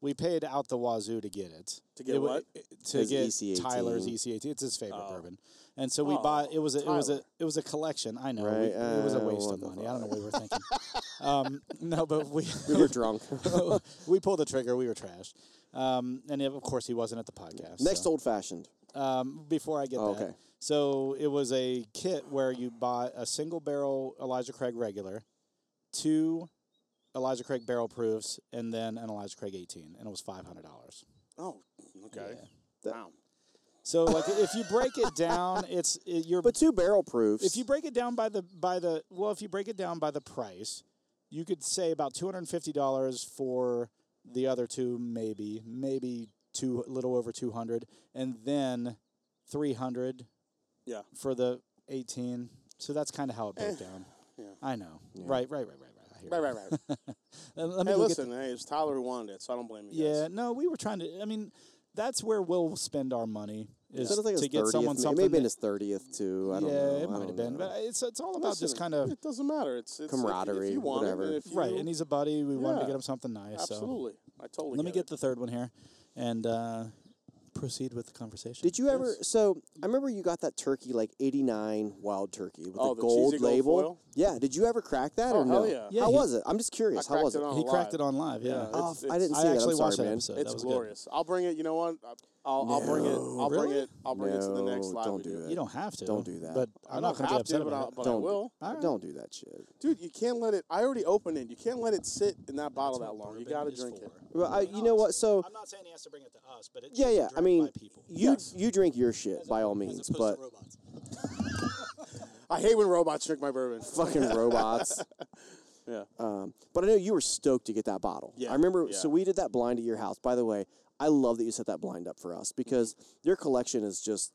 Speaker 2: we paid out the wazoo to get it.
Speaker 1: To get
Speaker 2: It wa-
Speaker 1: what?
Speaker 2: it- to
Speaker 3: His E
Speaker 2: get
Speaker 3: EC18.
Speaker 2: Tyler's E EC18. It's his favorite
Speaker 3: Oh.
Speaker 2: bourbon, and so we
Speaker 1: Oh,
Speaker 2: bought. It was a, it was a
Speaker 1: Tyler.
Speaker 2: it was a collection. I know
Speaker 3: Right,
Speaker 2: we, it was a
Speaker 3: uh,
Speaker 2: waste
Speaker 3: what
Speaker 2: of
Speaker 3: the
Speaker 2: money. I don't know what we were thinking. um, no, but we
Speaker 3: We were drunk.
Speaker 2: we pulled the trigger. We were trashed. Um, and of course, he wasn't at the podcast.
Speaker 3: Next
Speaker 2: so.
Speaker 3: old fashioned.
Speaker 2: um, before I get
Speaker 3: Oh,
Speaker 2: that.
Speaker 3: okay.
Speaker 2: So it was a kit where you bought a single barrel Elijah Craig regular, two Elijah Craig barrel proofs, and then an Elijah Craig 18, and it was $500.
Speaker 1: Oh. Okay. Wow.
Speaker 2: So like if you break it down, it's it, you're
Speaker 3: But two barrel proofs.
Speaker 2: if you break it down by the by the well, if you break it down by the price, you could say about two hundred and fifty dollars for the other two, maybe maybe two a little over two hundred, and then three hundred.
Speaker 1: Yeah.
Speaker 2: For the eighteen, so that's kind of how it broke
Speaker 3: Eh.
Speaker 2: down.
Speaker 1: yeah.
Speaker 2: I know. Right. Right. Right. Right. Right. I hear
Speaker 1: Right,
Speaker 2: you.
Speaker 1: right, right.
Speaker 2: Uh, Let me
Speaker 1: hey,
Speaker 2: go get
Speaker 1: listen. Hey, it's Tyler who wanted it, so I don't blame you.
Speaker 2: yeah,
Speaker 1: Guys.
Speaker 2: no, we were trying to. I mean, that's where we'll spend our money is
Speaker 3: So I don't think
Speaker 2: to
Speaker 3: it's
Speaker 2: get
Speaker 3: 30th.
Speaker 2: someone
Speaker 3: It may-
Speaker 2: something.
Speaker 3: It may have been
Speaker 2: that-
Speaker 3: his thirtieth too. I don't
Speaker 2: yeah,
Speaker 3: know. I
Speaker 2: it might have
Speaker 3: don't
Speaker 2: been,
Speaker 3: know.
Speaker 2: but it's it's all about just
Speaker 1: Listen,
Speaker 2: kind of
Speaker 1: It doesn't matter. It's, it's if you- If
Speaker 3: Camaraderie,
Speaker 1: you want
Speaker 3: whatever.
Speaker 1: it, and if you,
Speaker 2: right. And he's a buddy. We wanted to
Speaker 1: Yeah.
Speaker 2: get him something nice. So
Speaker 1: absolutely. I totally.
Speaker 2: let me
Speaker 1: get
Speaker 2: get the third one here, and uh, proceed with the conversation.
Speaker 3: Did you ever? So I remember you got that turkey like '89 wild turkey with
Speaker 1: Oh,
Speaker 3: the
Speaker 1: the
Speaker 3: gold
Speaker 1: cheesy gold
Speaker 3: label.
Speaker 1: foil?
Speaker 3: Yeah. Did you ever crack that
Speaker 1: Oh,
Speaker 3: or
Speaker 1: hell
Speaker 3: no?
Speaker 1: yeah.
Speaker 2: Yeah,
Speaker 3: How
Speaker 2: he-
Speaker 3: was it? I'm just
Speaker 1: I
Speaker 3: curious. How
Speaker 1: cracked
Speaker 3: was
Speaker 1: it
Speaker 3: it?
Speaker 1: on
Speaker 2: He
Speaker 1: live.
Speaker 2: cracked it on live. Yeah.
Speaker 1: Yeah,
Speaker 2: I-
Speaker 3: Oh,
Speaker 1: It's-
Speaker 3: I
Speaker 1: it's-
Speaker 3: didn't see
Speaker 2: I
Speaker 3: it.
Speaker 2: actually
Speaker 3: I'm
Speaker 2: watched
Speaker 3: sorry,
Speaker 2: that
Speaker 3: man.
Speaker 2: episode.
Speaker 1: It's
Speaker 2: that was good.
Speaker 1: glorious. I'll bring it. You know what? I'll I'll, I'll bring it. I'll bring
Speaker 2: Really?
Speaker 1: it. I'll bring it to the next
Speaker 3: No,
Speaker 1: live.
Speaker 3: don't
Speaker 1: we
Speaker 3: do that.
Speaker 2: You don't have to.
Speaker 3: Don't do that.
Speaker 2: But
Speaker 1: I don't
Speaker 2: I'm not going to be
Speaker 1: have
Speaker 2: upset
Speaker 1: to, but
Speaker 2: about
Speaker 1: I'll-
Speaker 2: it.
Speaker 1: but I
Speaker 3: Don't
Speaker 1: will.
Speaker 3: Don't do that shit.
Speaker 1: Dude, you can't let it. I already opened it. You can't let it sit in that bottle that long. You got to drink it.
Speaker 3: Well, I, you know what? So
Speaker 2: not saying he has to bring it to us, but it
Speaker 3: yeah, yeah. I mean, you you drink your shit by all means, but
Speaker 2: robots.
Speaker 3: uh,
Speaker 1: I hate when robots drink my bourbon.
Speaker 3: fucking robots.
Speaker 1: Yeah.
Speaker 3: Um, but I know you were stoked to get that bottle.
Speaker 1: Yeah,
Speaker 3: I remember.
Speaker 1: yeah.
Speaker 3: So we did that blind at your house. By the way, I love that you set that blind up for us
Speaker 1: Mm-hmm.
Speaker 3: because your collection is just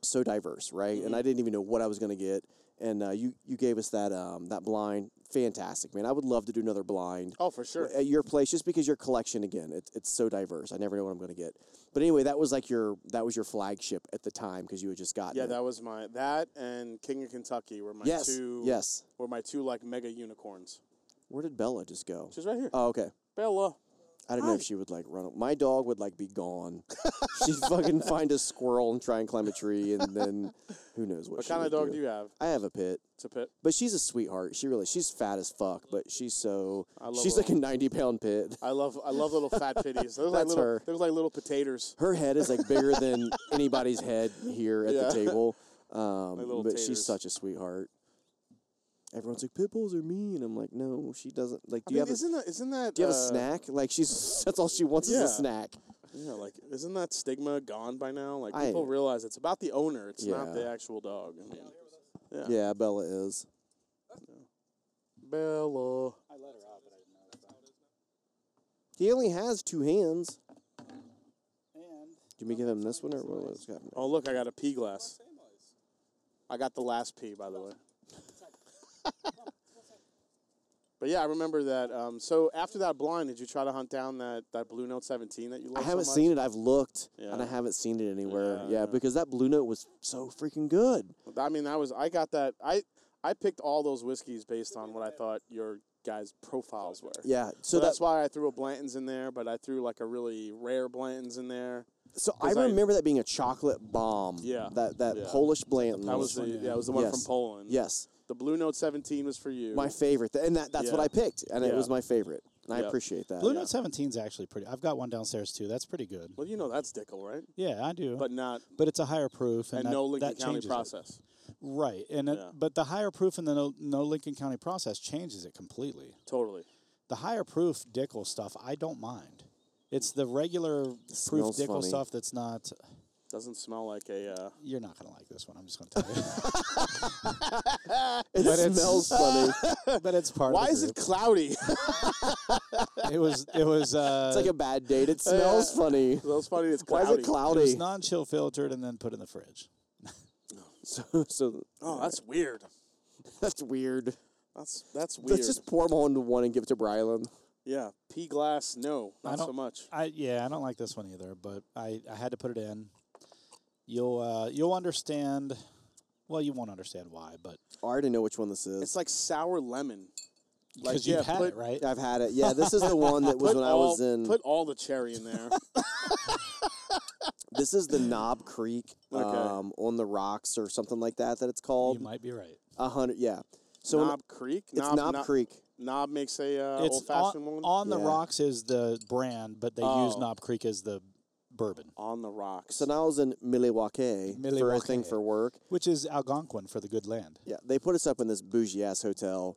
Speaker 3: so diverse, right? And I didn't even know what I was going to get. and uh, you you gave us that um, that blind. Fantastic, man! I would love to do another blind
Speaker 1: Oh, for sure.
Speaker 3: at your place just because your collection again it, it's so diverse i never know what i'm going to get but anyway that was like your that was your flagship at the time because you had just gotten
Speaker 1: Yeah,
Speaker 3: it.
Speaker 1: that was my that and King of Kentucky were my
Speaker 3: yes
Speaker 1: two
Speaker 3: yes
Speaker 1: were my two like mega unicorns.
Speaker 3: where did bella just go
Speaker 1: She's right here.
Speaker 3: oh okay
Speaker 1: Bella.
Speaker 3: i don't know if she would like run my dog would like be gone she'd fucking find a squirrel and try and climb a tree and then who knows what,
Speaker 1: What
Speaker 3: she
Speaker 1: kind of
Speaker 3: would
Speaker 1: dog do you have?
Speaker 3: i have a pit
Speaker 1: It's a pit.
Speaker 3: but she's a sweetheart she really she's fat as fuck but she's so
Speaker 1: love
Speaker 3: she's
Speaker 1: her.
Speaker 3: like a 90 pound pit
Speaker 1: I love I love little fat pitties. They're like
Speaker 3: That's
Speaker 1: little
Speaker 3: her.
Speaker 1: they're like little potatoes.
Speaker 3: her head is like bigger than anybody's head here at the
Speaker 1: Yeah.
Speaker 3: table. Um,
Speaker 1: little
Speaker 3: but she's
Speaker 1: taters.
Speaker 3: such a sweetheart. Everyone's like, pit bulls are mean. I'm like, no, she doesn't. Like, do
Speaker 1: I mean,
Speaker 3: you have a,
Speaker 1: isn't that isn't that
Speaker 3: do you have
Speaker 1: uh,
Speaker 3: a snack? Like, she's that's all she wants is
Speaker 1: yeah.
Speaker 3: a snack.
Speaker 1: Yeah, like isn't that stigma gone by now? Like
Speaker 3: I-
Speaker 1: people realize it's about the owner, it's
Speaker 3: Yeah.
Speaker 1: not the actual dog. I mean, yeah.
Speaker 3: Yeah, Bella is.
Speaker 1: Bella.
Speaker 3: He only has two hands. Do you want me to give him this one or what? What's happening?
Speaker 1: Oh look, I got a pea glass. I got the last pea, by the way. but yeah, I remember that. Um, so after that blind, did you try to hunt down that, that Blue Note 17 that you
Speaker 3: I
Speaker 1: loved
Speaker 3: haven't
Speaker 1: "Oh, so much?
Speaker 3: seen it. I've looked, and I
Speaker 1: Yeah.
Speaker 3: haven't seen it anywhere.
Speaker 1: Yeah.
Speaker 3: yeah, because that blue note was so freaking good.
Speaker 1: I mean, that was I got that. I I picked all those whiskeys based on what I thought your guys' profiles were.
Speaker 3: Yeah, so
Speaker 1: So that's
Speaker 3: that's
Speaker 1: why I threw a Blanton's in there, but I threw like a really rare Blanton's in there.
Speaker 3: so I
Speaker 1: 'cause I-
Speaker 3: remember that being a chocolate bomb.
Speaker 1: Yeah,
Speaker 3: that that
Speaker 1: yeah.
Speaker 3: Polish Blanton.
Speaker 1: That was the yeah, it was the one from
Speaker 3: Yes.
Speaker 1: Poland.
Speaker 3: Yes,
Speaker 1: The Blue Note 17 was for you.
Speaker 3: my favorite, and that, that's what
Speaker 1: Yeah.
Speaker 3: I picked, and it
Speaker 1: Yeah.
Speaker 3: was my favorite, and I
Speaker 1: Yep.
Speaker 3: appreciate that.
Speaker 2: Blue Note 17 is actually pretty. I've got one downstairs too. That's pretty good.
Speaker 1: well, you know that's Dickel, right?
Speaker 2: Yeah, I do.
Speaker 1: But not
Speaker 2: but it's a higher proof, and,
Speaker 1: and
Speaker 2: that,
Speaker 1: no Lincoln
Speaker 2: that
Speaker 1: County
Speaker 2: changes it.
Speaker 1: process.
Speaker 2: Right, and it,
Speaker 1: Yeah.
Speaker 2: but the higher proof and the no, no Lincoln County process changes it completely.
Speaker 1: Totally.
Speaker 2: The higher proof Dickel stuff, I don't mind. It's the regular proof
Speaker 3: smells
Speaker 2: Dickel
Speaker 3: funny.
Speaker 2: stuff that's not.
Speaker 1: Doesn't smell like a. Uh,
Speaker 2: You're not gonna like this one. I'm just gonna tell you.
Speaker 3: It smells funny.
Speaker 2: but it's part.
Speaker 1: why
Speaker 2: of
Speaker 1: is
Speaker 2: the
Speaker 1: it cloudy?
Speaker 2: group. It was. It was. Uh,
Speaker 3: It's like a bad date. It smells funny.
Speaker 1: That's funny. It's
Speaker 3: Why
Speaker 1: cloudy.
Speaker 3: is it
Speaker 2: it was
Speaker 3: cloudy?
Speaker 2: non-chill filtered and then put in the fridge.
Speaker 3: So, so
Speaker 1: Oh, that's weird.
Speaker 3: that's weird.
Speaker 1: That's that's weird.
Speaker 3: Let's just pour them all into one and give it to Brylan.
Speaker 1: yeah, pea glass. No,
Speaker 2: I
Speaker 1: not so
Speaker 2: don't-
Speaker 1: much.
Speaker 2: I yeah, I don't like this one either, but I, I had to put it in. You'll uh, you'll understand. Well, you won't understand why, but
Speaker 3: I already know which one this is.
Speaker 1: It's like sour lemon. Like,
Speaker 2: because you've
Speaker 1: yeah,
Speaker 2: had
Speaker 1: put-
Speaker 2: it, right?
Speaker 3: I've had it. Yeah, this is the one that was
Speaker 1: Put
Speaker 3: when I
Speaker 1: all,
Speaker 3: was in.
Speaker 1: Put all the cherry in there.
Speaker 3: This is the Knob Creek
Speaker 1: Okay.
Speaker 3: um, on the rocks or something like that. That it's
Speaker 2: You
Speaker 3: called
Speaker 2: might be right.
Speaker 3: a hundred. Yeah. So when-
Speaker 1: Knob Creek.
Speaker 3: it's Knob, Creek.
Speaker 1: Knob makes a uh,
Speaker 2: it's
Speaker 1: old fashioned
Speaker 2: on,
Speaker 1: one.
Speaker 2: on the
Speaker 3: Yeah.
Speaker 2: rocks is the brand, but they use
Speaker 1: Oh.
Speaker 2: Knob Creek as the bourbon,
Speaker 1: On the rocks.
Speaker 3: So now I was in Milwaukee, for a thing
Speaker 2: Milwaukee.
Speaker 3: for work.
Speaker 2: which is Algonquin for the good land.
Speaker 3: Yeah, they put us up in this bougie ass hotel.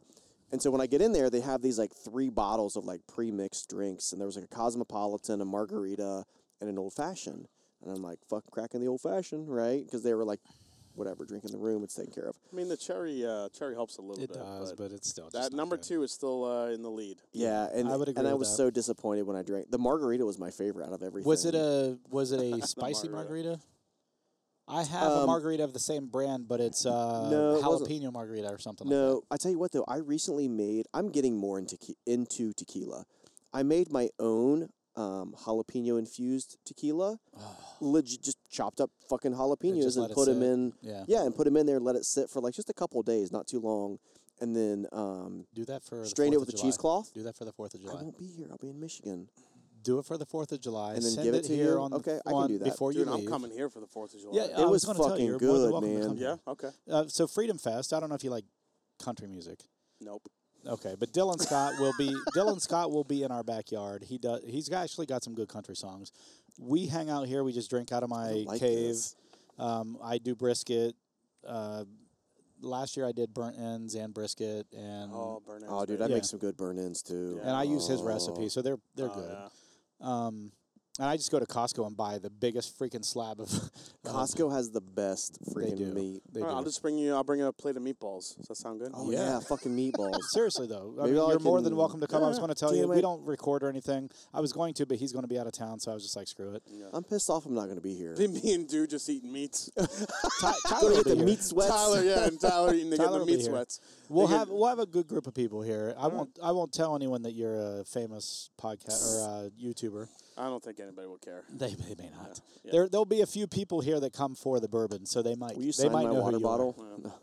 Speaker 3: And so when I get in there, they have these like three bottles of like pre mixed drinks. And there was like a cosmopolitan, a margarita, and an old fashioned. And I'm like, fuck, cracking the old fashioned, right? Because they were like, whatever, drink in the room, it's taken care of.
Speaker 1: I mean, the cherry uh, cherry helps a little
Speaker 2: It
Speaker 1: bit.
Speaker 2: does,
Speaker 1: but
Speaker 2: but, it's still just
Speaker 1: that
Speaker 2: not
Speaker 1: number
Speaker 2: good.
Speaker 1: two is still uh, in the lead.
Speaker 3: Yeah, and
Speaker 2: I would agree
Speaker 3: and I
Speaker 2: with
Speaker 3: was
Speaker 2: that.
Speaker 3: so disappointed when I drank. The margarita was my favorite out of everything.
Speaker 2: Was it a was it a spicy
Speaker 1: margarita.
Speaker 2: margarita? I have a
Speaker 3: Um,
Speaker 2: margarita of the same brand, but it's uh,
Speaker 3: No, it wasn't.
Speaker 2: jalapeno margarita or something. like
Speaker 3: No, I tell you what though, I recently made. I'm getting more into tequi- into tequila. I made my own um, jalapeno infused tequila. Legit, just chopped up fucking jalapenos
Speaker 2: Ah. just let
Speaker 3: and
Speaker 2: it
Speaker 3: put them
Speaker 2: sit.
Speaker 3: in.
Speaker 2: Yeah.
Speaker 3: and put them in there. Let it sit for like just a couple days, not too long, and then um,
Speaker 2: Do that for the
Speaker 3: Strain it
Speaker 2: 4th
Speaker 3: with
Speaker 2: of
Speaker 3: a
Speaker 2: July.
Speaker 3: cheesecloth?
Speaker 2: Do that for the Fourth of
Speaker 3: I
Speaker 2: July.
Speaker 3: won't be here. I'll be in Michigan.
Speaker 2: Do it for the Fourth of July,
Speaker 3: then
Speaker 2: Send
Speaker 3: give it to
Speaker 2: here
Speaker 3: you?
Speaker 2: on the-
Speaker 3: Okay, I can
Speaker 2: on-
Speaker 3: do that.
Speaker 2: before
Speaker 1: Dude,
Speaker 2: you
Speaker 1: I'm
Speaker 2: leave.
Speaker 1: coming here for the Fourth of July.
Speaker 2: Yeah, I
Speaker 3: It Oh. was
Speaker 2: was, gonna tell
Speaker 3: fucking
Speaker 2: you, you're more than
Speaker 3: good,
Speaker 2: welcome to
Speaker 3: man.
Speaker 2: come
Speaker 1: Yeah. Okay.
Speaker 2: Uh, so Freedom Fest. I don't know if you like country music.
Speaker 1: Nope.
Speaker 2: Okay, but Dylan Scott will be Dylan Scott will be in our backyard. He does. He's got- actually got some good country songs. We hang out here. We just drink out of my
Speaker 3: like
Speaker 2: cave.
Speaker 3: this.
Speaker 2: Um, I do brisket. Uh, last year I did burnt ends and brisket, and
Speaker 1: Oh, burnout.
Speaker 3: Oh, dude, I
Speaker 2: Yeah.
Speaker 3: make some good burn ins too.
Speaker 2: and I use his
Speaker 3: Oh.
Speaker 2: recipe, so they're they're good. Um, And I just go to Costco and buy the biggest freaking slab of.
Speaker 3: Costco has the best
Speaker 2: they do.
Speaker 3: freaking meat.
Speaker 2: They
Speaker 1: All right,
Speaker 2: do.
Speaker 1: I'll just bring you. I'll bring you a plate of meatballs. Does that sound good?
Speaker 3: Oh
Speaker 2: Yeah.
Speaker 3: yeah, fucking meatballs.
Speaker 2: Seriously though, I
Speaker 3: Maybe
Speaker 2: mean,
Speaker 3: I
Speaker 2: you're more than
Speaker 3: can-
Speaker 2: welcome to come. I was
Speaker 3: Yeah,
Speaker 2: going to tell you
Speaker 3: damn
Speaker 2: we
Speaker 3: it.
Speaker 2: don't record or anything. I was going to, but he's going to be out of town, so I was just like, screw it.
Speaker 3: I'm pissed off. I'm not gonna be here.
Speaker 1: They me and dude just eating meats.
Speaker 2: Ty- Tyler will
Speaker 3: Get
Speaker 2: be
Speaker 3: the
Speaker 2: here.
Speaker 3: meat sweats.
Speaker 1: Tyler, yeah, and Tyler eating. They
Speaker 2: Tyler
Speaker 1: get
Speaker 2: will
Speaker 1: the
Speaker 2: be
Speaker 1: meat
Speaker 2: here.
Speaker 1: sweats.
Speaker 2: We'll
Speaker 1: They
Speaker 2: have we'll have a good group of people here. I won't I won't tell anyone that you're a famous podcast or uh YouTuber.
Speaker 1: I don't think anybody will care.
Speaker 2: They, they may not. There there'll be a few people here that come for the bourbon, so they might
Speaker 3: Will you
Speaker 2: they
Speaker 3: sign
Speaker 2: might
Speaker 3: my
Speaker 2: know
Speaker 3: water
Speaker 2: who you are.
Speaker 3: bottle?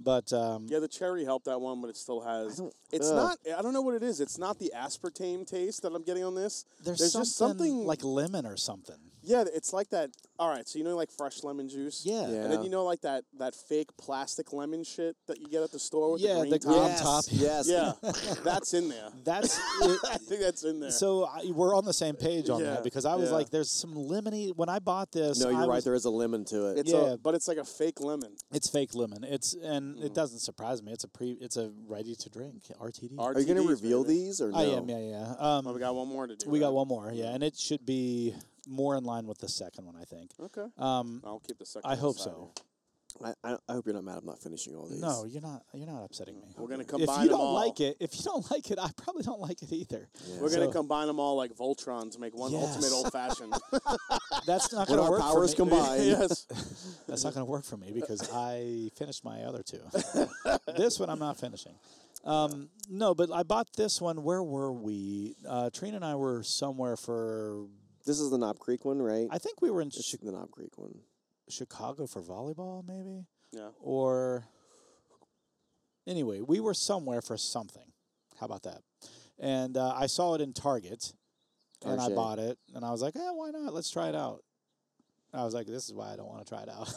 Speaker 2: But um,
Speaker 1: Yeah, the cherry helped that one, but it still has.
Speaker 3: don't-
Speaker 1: It's
Speaker 3: ugh.
Speaker 1: not. I don't know what it is. It's not the aspartame taste that I'm getting on this.
Speaker 2: there's, something
Speaker 1: just something
Speaker 2: like lemon or something.
Speaker 1: Yeah, it's like that. All right, so you know like fresh lemon juice.
Speaker 2: Yeah.
Speaker 1: And then
Speaker 3: Yeah.
Speaker 1: you know like that that fake plastic lemon shit that you get at the store with
Speaker 2: Yeah,
Speaker 1: the green
Speaker 2: the green-
Speaker 1: top.
Speaker 3: Yes,
Speaker 2: top.
Speaker 3: Yes.
Speaker 1: Yeah, that's in there.
Speaker 2: That's
Speaker 1: I think that's in there.
Speaker 2: so I, we're on the same page on
Speaker 1: Yeah,
Speaker 2: that because I was
Speaker 1: yeah.
Speaker 2: like, there's some lemony. When I bought this,
Speaker 3: No,
Speaker 2: I
Speaker 3: you're right.
Speaker 2: was-
Speaker 3: There is a lemon to it.
Speaker 1: it's
Speaker 2: yeah.
Speaker 1: a, but it's like a fake lemon.
Speaker 2: It's fake lemon. It's and it doesn't surprise me. It's a pre. It's a ready to drink RTD.
Speaker 3: Are you gonna
Speaker 1: RTDs,
Speaker 3: reveal
Speaker 1: baby.
Speaker 3: these or no?
Speaker 2: I am. Yeah, yeah. Um,
Speaker 1: Oh, we got one more to do.
Speaker 2: we got
Speaker 1: right?
Speaker 2: one more. Yeah, and it should be more in line with the second one. I think.
Speaker 1: Okay.
Speaker 2: Um,
Speaker 1: I'll keep the second.
Speaker 2: I
Speaker 1: one
Speaker 2: hope
Speaker 1: aside
Speaker 2: so.
Speaker 1: here.
Speaker 3: I, I, I hope you're not mad. I'm not finishing all these.
Speaker 2: No, you're not. You're not upsetting me.
Speaker 1: We're gonna
Speaker 2: If
Speaker 1: combine
Speaker 2: you
Speaker 1: them
Speaker 2: don't
Speaker 1: all.
Speaker 2: like it, if you don't like it, I probably don't like it either.
Speaker 1: We're gonna
Speaker 2: So-
Speaker 1: combine them all like Voltron to make one
Speaker 2: Yes.
Speaker 1: ultimate old fashioned.
Speaker 2: That's not
Speaker 3: When
Speaker 2: gonna
Speaker 3: our
Speaker 2: work
Speaker 3: powers
Speaker 2: for me.
Speaker 3: combine,
Speaker 1: yes.
Speaker 2: That's not gonna work for me because I finished my other two. this one I'm not finishing. Um, no, but I bought this one. Where were we? Uh, Trina and I were somewhere for.
Speaker 3: this is the Knob Creek one, right?
Speaker 2: I think we were in
Speaker 3: It's
Speaker 2: Chi-
Speaker 3: the Knob Creek one.
Speaker 2: Chicago for volleyball, maybe.
Speaker 1: Yeah.
Speaker 2: or anyway, we were somewhere for something. How about that? And uh, I saw it in Target, and I
Speaker 3: Target.
Speaker 2: bought it, and I was like, "Yeah, why not? Let's try it out." I was like, "This is why I don't want to try it out."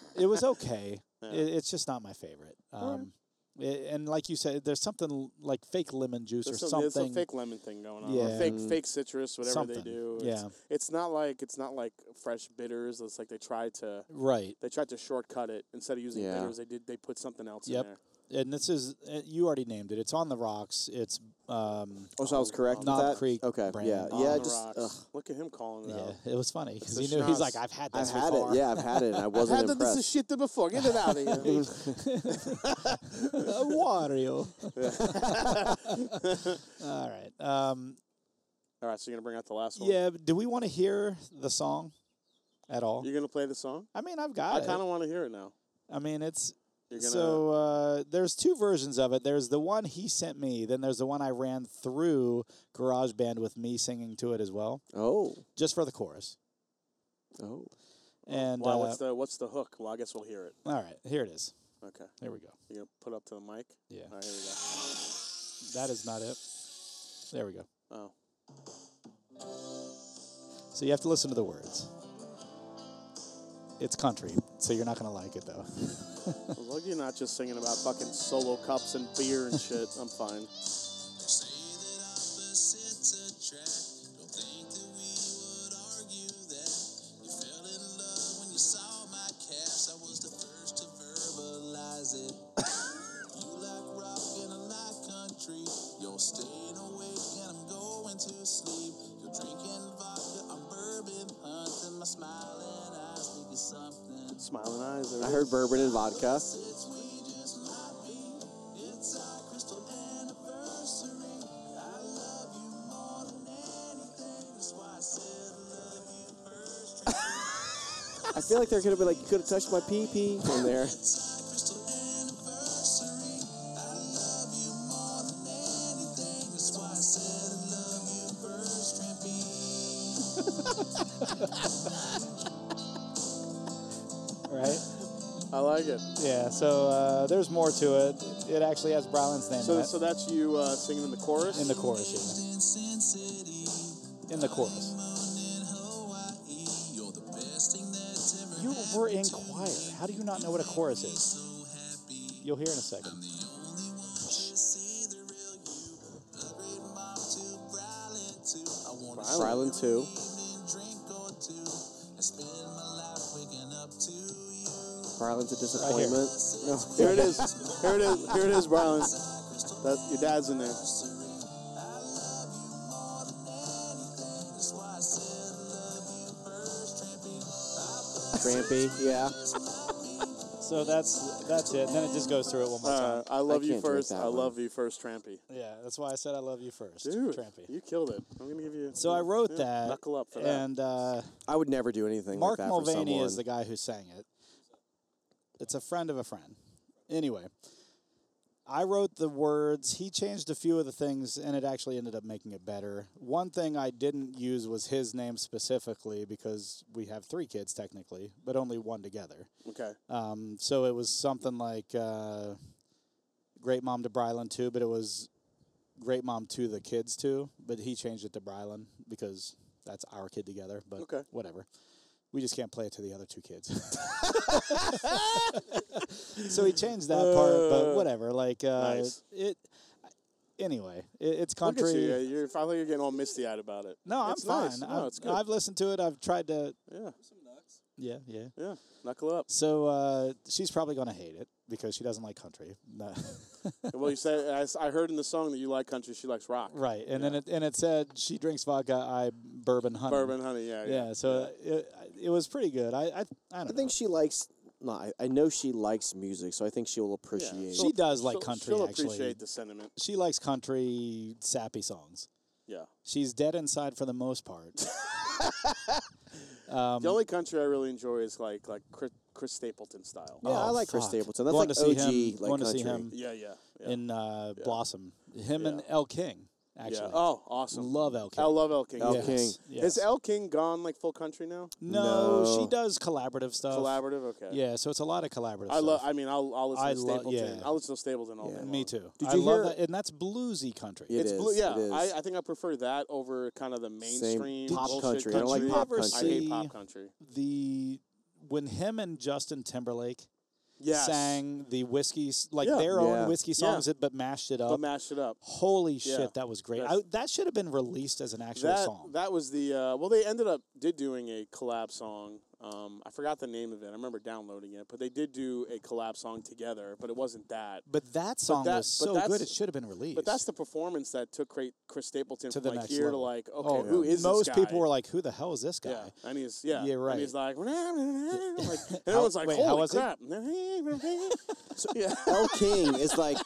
Speaker 2: it was okay.
Speaker 1: Yeah.
Speaker 2: It, it's just not my favorite.
Speaker 1: right.
Speaker 2: Um, a- and like you said, there's something l- like fake lemon juice
Speaker 1: There's
Speaker 2: or
Speaker 1: some, there's some
Speaker 2: something.
Speaker 1: fake lemon thing going on. Or
Speaker 2: Yeah.
Speaker 1: fake
Speaker 3: Mm.
Speaker 1: fake citrus, whatever
Speaker 2: something.
Speaker 1: they do. It's,
Speaker 2: Yeah,
Speaker 1: it's not like it's not like fresh bitters. It's like they tried to
Speaker 2: right.
Speaker 1: they tried to shortcut it instead of using
Speaker 3: Yeah.
Speaker 1: bitters. They did they put something else
Speaker 2: Yep.
Speaker 1: in there.
Speaker 2: And this is uh, you already named it. It's on the rocks. It's um,
Speaker 3: Oh, so I was correct. with
Speaker 2: Knob
Speaker 3: that?
Speaker 2: Creek
Speaker 3: Okay.
Speaker 2: brand.
Speaker 3: Yeah.
Speaker 1: On
Speaker 3: yeah.
Speaker 1: the
Speaker 3: Just
Speaker 1: rocks.
Speaker 3: ugh,
Speaker 1: Look at him calling it out.
Speaker 2: yeah, it was funny because
Speaker 1: a
Speaker 2: he knew he's
Speaker 1: schnoz.
Speaker 2: like, "I've had
Speaker 3: I've
Speaker 2: this
Speaker 3: had
Speaker 2: before."
Speaker 3: it. Yeah, I've had it. and I wasn't impressed.
Speaker 1: shit before. Get it out of here.
Speaker 2: Uh, Wario. All right. Um,
Speaker 1: All right, so you're gonna bring out the last one.
Speaker 2: yeah. but Do we want to hear the song at all?
Speaker 1: You're gonna play the song.
Speaker 2: I mean, I've
Speaker 1: I
Speaker 2: got
Speaker 1: kind of
Speaker 2: it.
Speaker 1: want to hear it now.
Speaker 2: I mean, it's
Speaker 1: You're gonna.
Speaker 2: so uh, there's two versions of it. There's the one he sent me. Then there's the one I ran through GarageBand with me singing to it as well,
Speaker 3: oh.
Speaker 2: just for the chorus.
Speaker 3: Oh.
Speaker 2: And
Speaker 1: well,
Speaker 2: uh,
Speaker 1: what's the what's the hook? Well, I guess we'll hear it.
Speaker 2: all right, here it is.
Speaker 1: Okay.
Speaker 2: Here we go.
Speaker 1: You're gonna put up to the mic.
Speaker 2: Yeah,
Speaker 1: All right, here we
Speaker 2: that is not it. There we go.
Speaker 1: go. Oh,
Speaker 2: So you have to listen to the words. It's country, so you're not gonna like it though.
Speaker 1: I was lucky you're not just singing about fucking solo cups and beer and shit. I'm fine.
Speaker 5: You're staying awake and I'm going to sleep. You're drinking vodka, I'm bourbon hunting. My smiling eyes think it's something.
Speaker 1: Smiling eyes. there
Speaker 3: I
Speaker 1: it
Speaker 3: heard
Speaker 1: is.
Speaker 3: bourbon and vodka.
Speaker 5: It's we just might be. It's our crystal anniversary. I love you more than anything. That's why I said I love you first.
Speaker 3: I feel like they're gonna be like, you could have touched my pee pee in there.
Speaker 5: It's our crystal anniversary. I love you more than anything. That's why I said I love you first, Trampy.
Speaker 2: Right?
Speaker 1: I like it.
Speaker 2: Yeah. So uh, there's more to it. It actually has Brylan's name in
Speaker 1: So
Speaker 2: it.
Speaker 1: so that's you uh, singing in the chorus.
Speaker 2: in the chorus,
Speaker 5: Sin City,
Speaker 2: yeah. In the chorus.
Speaker 5: Hawaii. You're the best thing that's ever
Speaker 2: You were in choir. How do you not know what a chorus is? You'll hear in a second.
Speaker 5: see the real you. A great mom to Brylan too. I wanna
Speaker 3: Ryland too.
Speaker 5: evening drink or two and spend my life waking up to you.
Speaker 3: Ryland's a disappointment. No.
Speaker 1: Here it is. Here it is. Here it is, Brian. That your dad's in there.
Speaker 5: I love you more than anything. That's why I said
Speaker 3: Grampy, yeah.
Speaker 2: So that's that's it. And then it just goes through it one more time.
Speaker 1: Uh, I love you
Speaker 3: can't drink
Speaker 1: first.
Speaker 3: that
Speaker 1: I
Speaker 3: one.
Speaker 1: love you first, Trampy.
Speaker 2: Yeah, that's why I said I love you first,
Speaker 1: Dude,
Speaker 2: Trampy.
Speaker 1: you killed it. I'm gonna give you.
Speaker 2: So I wrote
Speaker 1: yeah,
Speaker 2: that.
Speaker 1: Knuckle up for that.
Speaker 2: and uh,
Speaker 3: I would never do anything
Speaker 2: Mark
Speaker 3: like that for
Speaker 2: Mulvaney
Speaker 3: someone.
Speaker 2: is the guy who sang it. It's a friend of a friend. Anyway, I wrote the words. He changed a few of the things, and it actually ended up making it better. One thing I didn't use was his name specifically because we have three kids technically, but only one together.
Speaker 1: Okay.
Speaker 2: Um, so it was something like uh, Great Mom to Brylan too, but it was Great Mom to the kids too. But he changed it to Brylan because that's our kid together. But
Speaker 1: Okay.
Speaker 2: whatever. We just can't play it to the other two kids. so he changed that part, but whatever. Like uh,
Speaker 1: Nice.
Speaker 2: it. Anyway, it, it's
Speaker 1: Look at
Speaker 2: country.
Speaker 1: you. You're, I think you're getting all misty-eyed about it.
Speaker 2: No,
Speaker 1: It's
Speaker 2: I'm fine.
Speaker 1: Nice.
Speaker 2: I've,
Speaker 1: No, it's good.
Speaker 2: I've listened to it. I've tried to.
Speaker 1: yeah,
Speaker 2: Yeah, yeah.
Speaker 1: yeah. Knuckle up.
Speaker 2: So uh, she's probably gonna hate it because she doesn't like country. No.
Speaker 1: well, you said I s- I heard in the song that you like country. She likes rock.
Speaker 2: right, and then it and it said she drinks vodka, I bourbon honey.
Speaker 1: Bourbon, honey. Yeah.
Speaker 2: Yeah, so it, it was pretty good. I I, I don't
Speaker 3: I think
Speaker 2: know.
Speaker 3: she likes. No, I, I know she likes music, so I think she will
Speaker 1: Yeah.
Speaker 3: appreciate.
Speaker 2: She does like
Speaker 1: she'll-
Speaker 2: country,
Speaker 1: She'll
Speaker 2: actually.
Speaker 1: appreciate the sentiment.
Speaker 2: she likes country sappy songs.
Speaker 1: Yeah.
Speaker 2: She's dead inside for the most part. Um,
Speaker 1: the only country I really enjoy is like like Chris, Chris Stapleton style.
Speaker 3: Yeah, I
Speaker 2: Oh,
Speaker 3: like Chris
Speaker 2: fuck.
Speaker 3: Stapleton. That's
Speaker 2: Going
Speaker 3: like
Speaker 2: to see
Speaker 3: OG
Speaker 2: him-
Speaker 3: like
Speaker 2: going to
Speaker 3: country.
Speaker 2: see him.
Speaker 1: Yeah. Yeah. Yeah.
Speaker 2: in uh, Blossom, him and
Speaker 1: Yeah.
Speaker 2: El King
Speaker 1: yeah.
Speaker 2: actually.
Speaker 1: Oh, awesome.
Speaker 2: Love El King.
Speaker 1: I love El King.
Speaker 3: El
Speaker 1: yeah.
Speaker 3: King.
Speaker 2: Yes, yes.
Speaker 1: Is El King gone like full country now?
Speaker 2: no, she
Speaker 3: No.
Speaker 2: does collaborative stuff.
Speaker 1: Collaborative. Okay.
Speaker 2: Yeah, so it's a lot of collaborative.
Speaker 1: I love.
Speaker 2: stuff.
Speaker 1: I mean, I'll, I'll listen
Speaker 2: I
Speaker 1: to
Speaker 2: lo-
Speaker 1: Stapleton.
Speaker 2: yeah.
Speaker 1: I'll listen to Stapleton all day.
Speaker 2: Me
Speaker 1: long.
Speaker 2: too.
Speaker 3: Did
Speaker 2: I
Speaker 3: you
Speaker 2: love
Speaker 3: hear-
Speaker 2: that, and that's bluesy country.
Speaker 3: It
Speaker 1: It's
Speaker 3: is,
Speaker 1: blue. Yeah,
Speaker 3: it is.
Speaker 1: I, I think I prefer that over kind of the mainstream
Speaker 3: Pop
Speaker 1: bullshit
Speaker 3: country. I don't like
Speaker 1: country.
Speaker 3: pop
Speaker 2: Did you ever
Speaker 1: I
Speaker 3: country.
Speaker 1: hate
Speaker 2: see-
Speaker 1: pop country.
Speaker 2: the when him and Justin Timberlake
Speaker 1: Yes.
Speaker 2: sang the whiskey s- like
Speaker 1: Yeah.
Speaker 2: their
Speaker 3: Yeah.
Speaker 2: own whiskey songs, it but mashed it
Speaker 1: But
Speaker 2: up.
Speaker 1: mash it up.
Speaker 2: Holy shit,
Speaker 1: Yeah.
Speaker 2: that was great! I,
Speaker 1: That's-
Speaker 2: that should have been released as an actual
Speaker 1: That
Speaker 2: song.
Speaker 1: that was the uh, well. They ended up did doing a collab song. Um, I forgot the name of it. I remember downloading it, but they did do a collab song together. But it wasn't that.
Speaker 2: but that song
Speaker 1: that-
Speaker 2: was
Speaker 1: but
Speaker 2: so
Speaker 1: that's-
Speaker 2: good; it should have been released.
Speaker 1: But that's the performance that took Cra- Chris Stapleton
Speaker 2: To
Speaker 1: from
Speaker 2: the
Speaker 1: like
Speaker 2: next
Speaker 1: here to
Speaker 2: level.
Speaker 1: like okay,
Speaker 2: oh,
Speaker 1: who is
Speaker 2: most
Speaker 1: this guy?
Speaker 2: people were like, "Who the hell is this guy?"
Speaker 1: Yeah, and he's yeah,
Speaker 2: Yeah, right.
Speaker 1: And he's like, like and everyone's like,
Speaker 2: wait, how
Speaker 1: holy
Speaker 2: was he?"
Speaker 1: crap! so, yeah,
Speaker 3: El King is like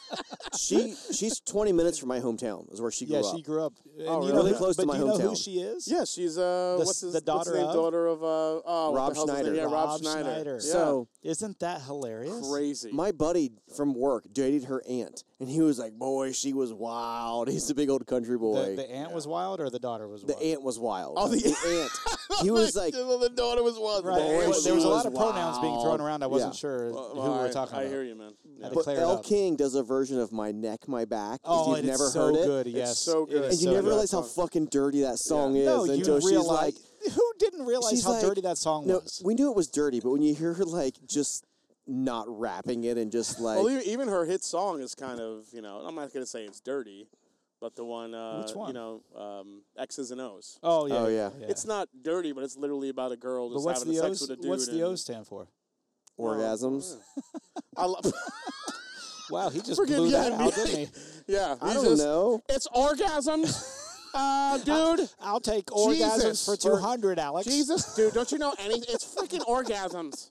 Speaker 3: she. She's 20 minutes from my hometown. Is where she grew
Speaker 2: Yeah,
Speaker 3: up.
Speaker 2: she grew up. And
Speaker 1: Oh, really?
Speaker 2: you know
Speaker 1: Really
Speaker 2: who-
Speaker 3: close to
Speaker 2: but
Speaker 3: my
Speaker 2: do you know who
Speaker 3: hometown.
Speaker 2: she is?
Speaker 1: yeah, she's uh,
Speaker 2: The
Speaker 1: what's his,
Speaker 2: s- the
Speaker 1: what's his
Speaker 2: daughter
Speaker 1: name?
Speaker 2: of-
Speaker 1: daughter of uh, oh, what
Speaker 3: Rob
Speaker 1: the hell's his name?
Speaker 3: Schneider.
Speaker 1: Yeah, Rob,
Speaker 2: Rob
Speaker 1: Schneider.
Speaker 2: Schneider.
Speaker 1: Yeah.
Speaker 3: so
Speaker 2: Isn't that hilarious?
Speaker 1: crazy.
Speaker 3: my buddy from work dated her aunt, and he was like, "Boy, she was wild. He's a big old country
Speaker 2: The,
Speaker 3: boy.
Speaker 2: the aunt was wild, or the daughter was
Speaker 3: The
Speaker 2: wild.
Speaker 3: aunt was wild.
Speaker 1: Oh, the-
Speaker 3: aunt. He was like,
Speaker 1: the daughter was one.
Speaker 2: Right.
Speaker 3: Boy,
Speaker 2: there was- there
Speaker 3: she
Speaker 2: was a lot
Speaker 3: was
Speaker 2: of pronouns being
Speaker 3: wild.
Speaker 2: thrown around. I wasn't
Speaker 3: Yeah.
Speaker 2: sure
Speaker 1: Well,
Speaker 2: who
Speaker 1: well,
Speaker 2: we
Speaker 1: I,
Speaker 2: were talking
Speaker 1: I
Speaker 2: about.
Speaker 1: hear you, man.
Speaker 2: I
Speaker 1: Yeah.
Speaker 3: but
Speaker 2: declare it
Speaker 3: El
Speaker 2: up.
Speaker 3: King does a version of my neck, my back.
Speaker 2: Oh, and
Speaker 3: if you've never
Speaker 2: it's so
Speaker 3: heard it,
Speaker 2: good. Yes,
Speaker 1: so good.
Speaker 2: It
Speaker 3: and
Speaker 2: is
Speaker 3: you
Speaker 2: so
Speaker 3: never
Speaker 2: good.
Speaker 3: realize how fucking dirty that song is
Speaker 2: No, you
Speaker 3: until she's
Speaker 2: realize
Speaker 3: like,
Speaker 2: who didn't realize
Speaker 3: she's
Speaker 2: how
Speaker 3: like-
Speaker 2: dirty that song
Speaker 3: No,
Speaker 2: was.
Speaker 3: we knew it was dirty, but when you hear her like just not rapping it and just like
Speaker 1: Well, e- even her hit song is kind of you know. I'm not gonna say it's dirty, but the one uh,
Speaker 2: Which one?
Speaker 1: you know um, X's and O's.
Speaker 2: oh yeah,
Speaker 3: Oh, yeah.
Speaker 1: It's not dirty, but it's literally about a girl
Speaker 2: but
Speaker 1: just
Speaker 2: what's
Speaker 1: having
Speaker 2: the
Speaker 1: sex
Speaker 2: O's?
Speaker 1: with a dude.
Speaker 2: What's the
Speaker 1: and-
Speaker 2: O stand for?
Speaker 3: orgasms.
Speaker 1: I lo-
Speaker 2: Wow, he just
Speaker 1: Forget-
Speaker 2: blew
Speaker 1: yeah,
Speaker 2: that
Speaker 1: me-
Speaker 2: out, didn't he?
Speaker 1: yeah,
Speaker 3: I
Speaker 1: he's
Speaker 3: don't
Speaker 1: just-
Speaker 3: know.
Speaker 1: It's orgasms, uh, dude.
Speaker 2: I'll take orgasms
Speaker 1: Jesus.
Speaker 2: for two hundred, Alex.
Speaker 1: Jesus, dude, don't you know anything? It's freaking orgasms.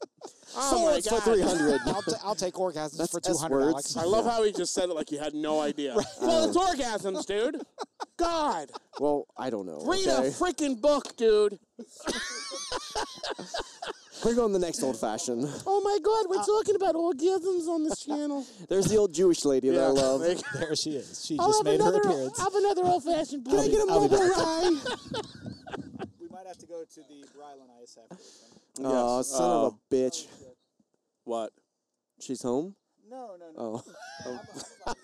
Speaker 1: Oh my
Speaker 3: Someone's
Speaker 1: god.
Speaker 3: for 300.
Speaker 2: I'll, t- I'll take orgasms
Speaker 3: That's
Speaker 2: for
Speaker 3: S
Speaker 2: two hundred,
Speaker 3: words.
Speaker 2: Alex.
Speaker 1: I love how he just said it like he had no idea. Well, it's orgasms, dude. God,
Speaker 3: well, I don't know.
Speaker 1: read
Speaker 3: okay?
Speaker 1: a freaking book, dude.
Speaker 3: Bring on the next old fashioned.
Speaker 1: Oh my god, we're talking about orgasms on this channel.
Speaker 3: There's the old Jewish lady that I love.
Speaker 1: like,
Speaker 2: There she is. She
Speaker 1: I'll
Speaker 2: just
Speaker 1: have
Speaker 2: made her
Speaker 1: another.
Speaker 2: appearance.
Speaker 1: I'll have another old-fashioned. Can
Speaker 2: I get a I'll be mobile We might have to go to the Brylan ISF.
Speaker 3: Oh, son of a bitch.
Speaker 1: What?
Speaker 3: She's home?
Speaker 2: No, no, no.
Speaker 3: Oh.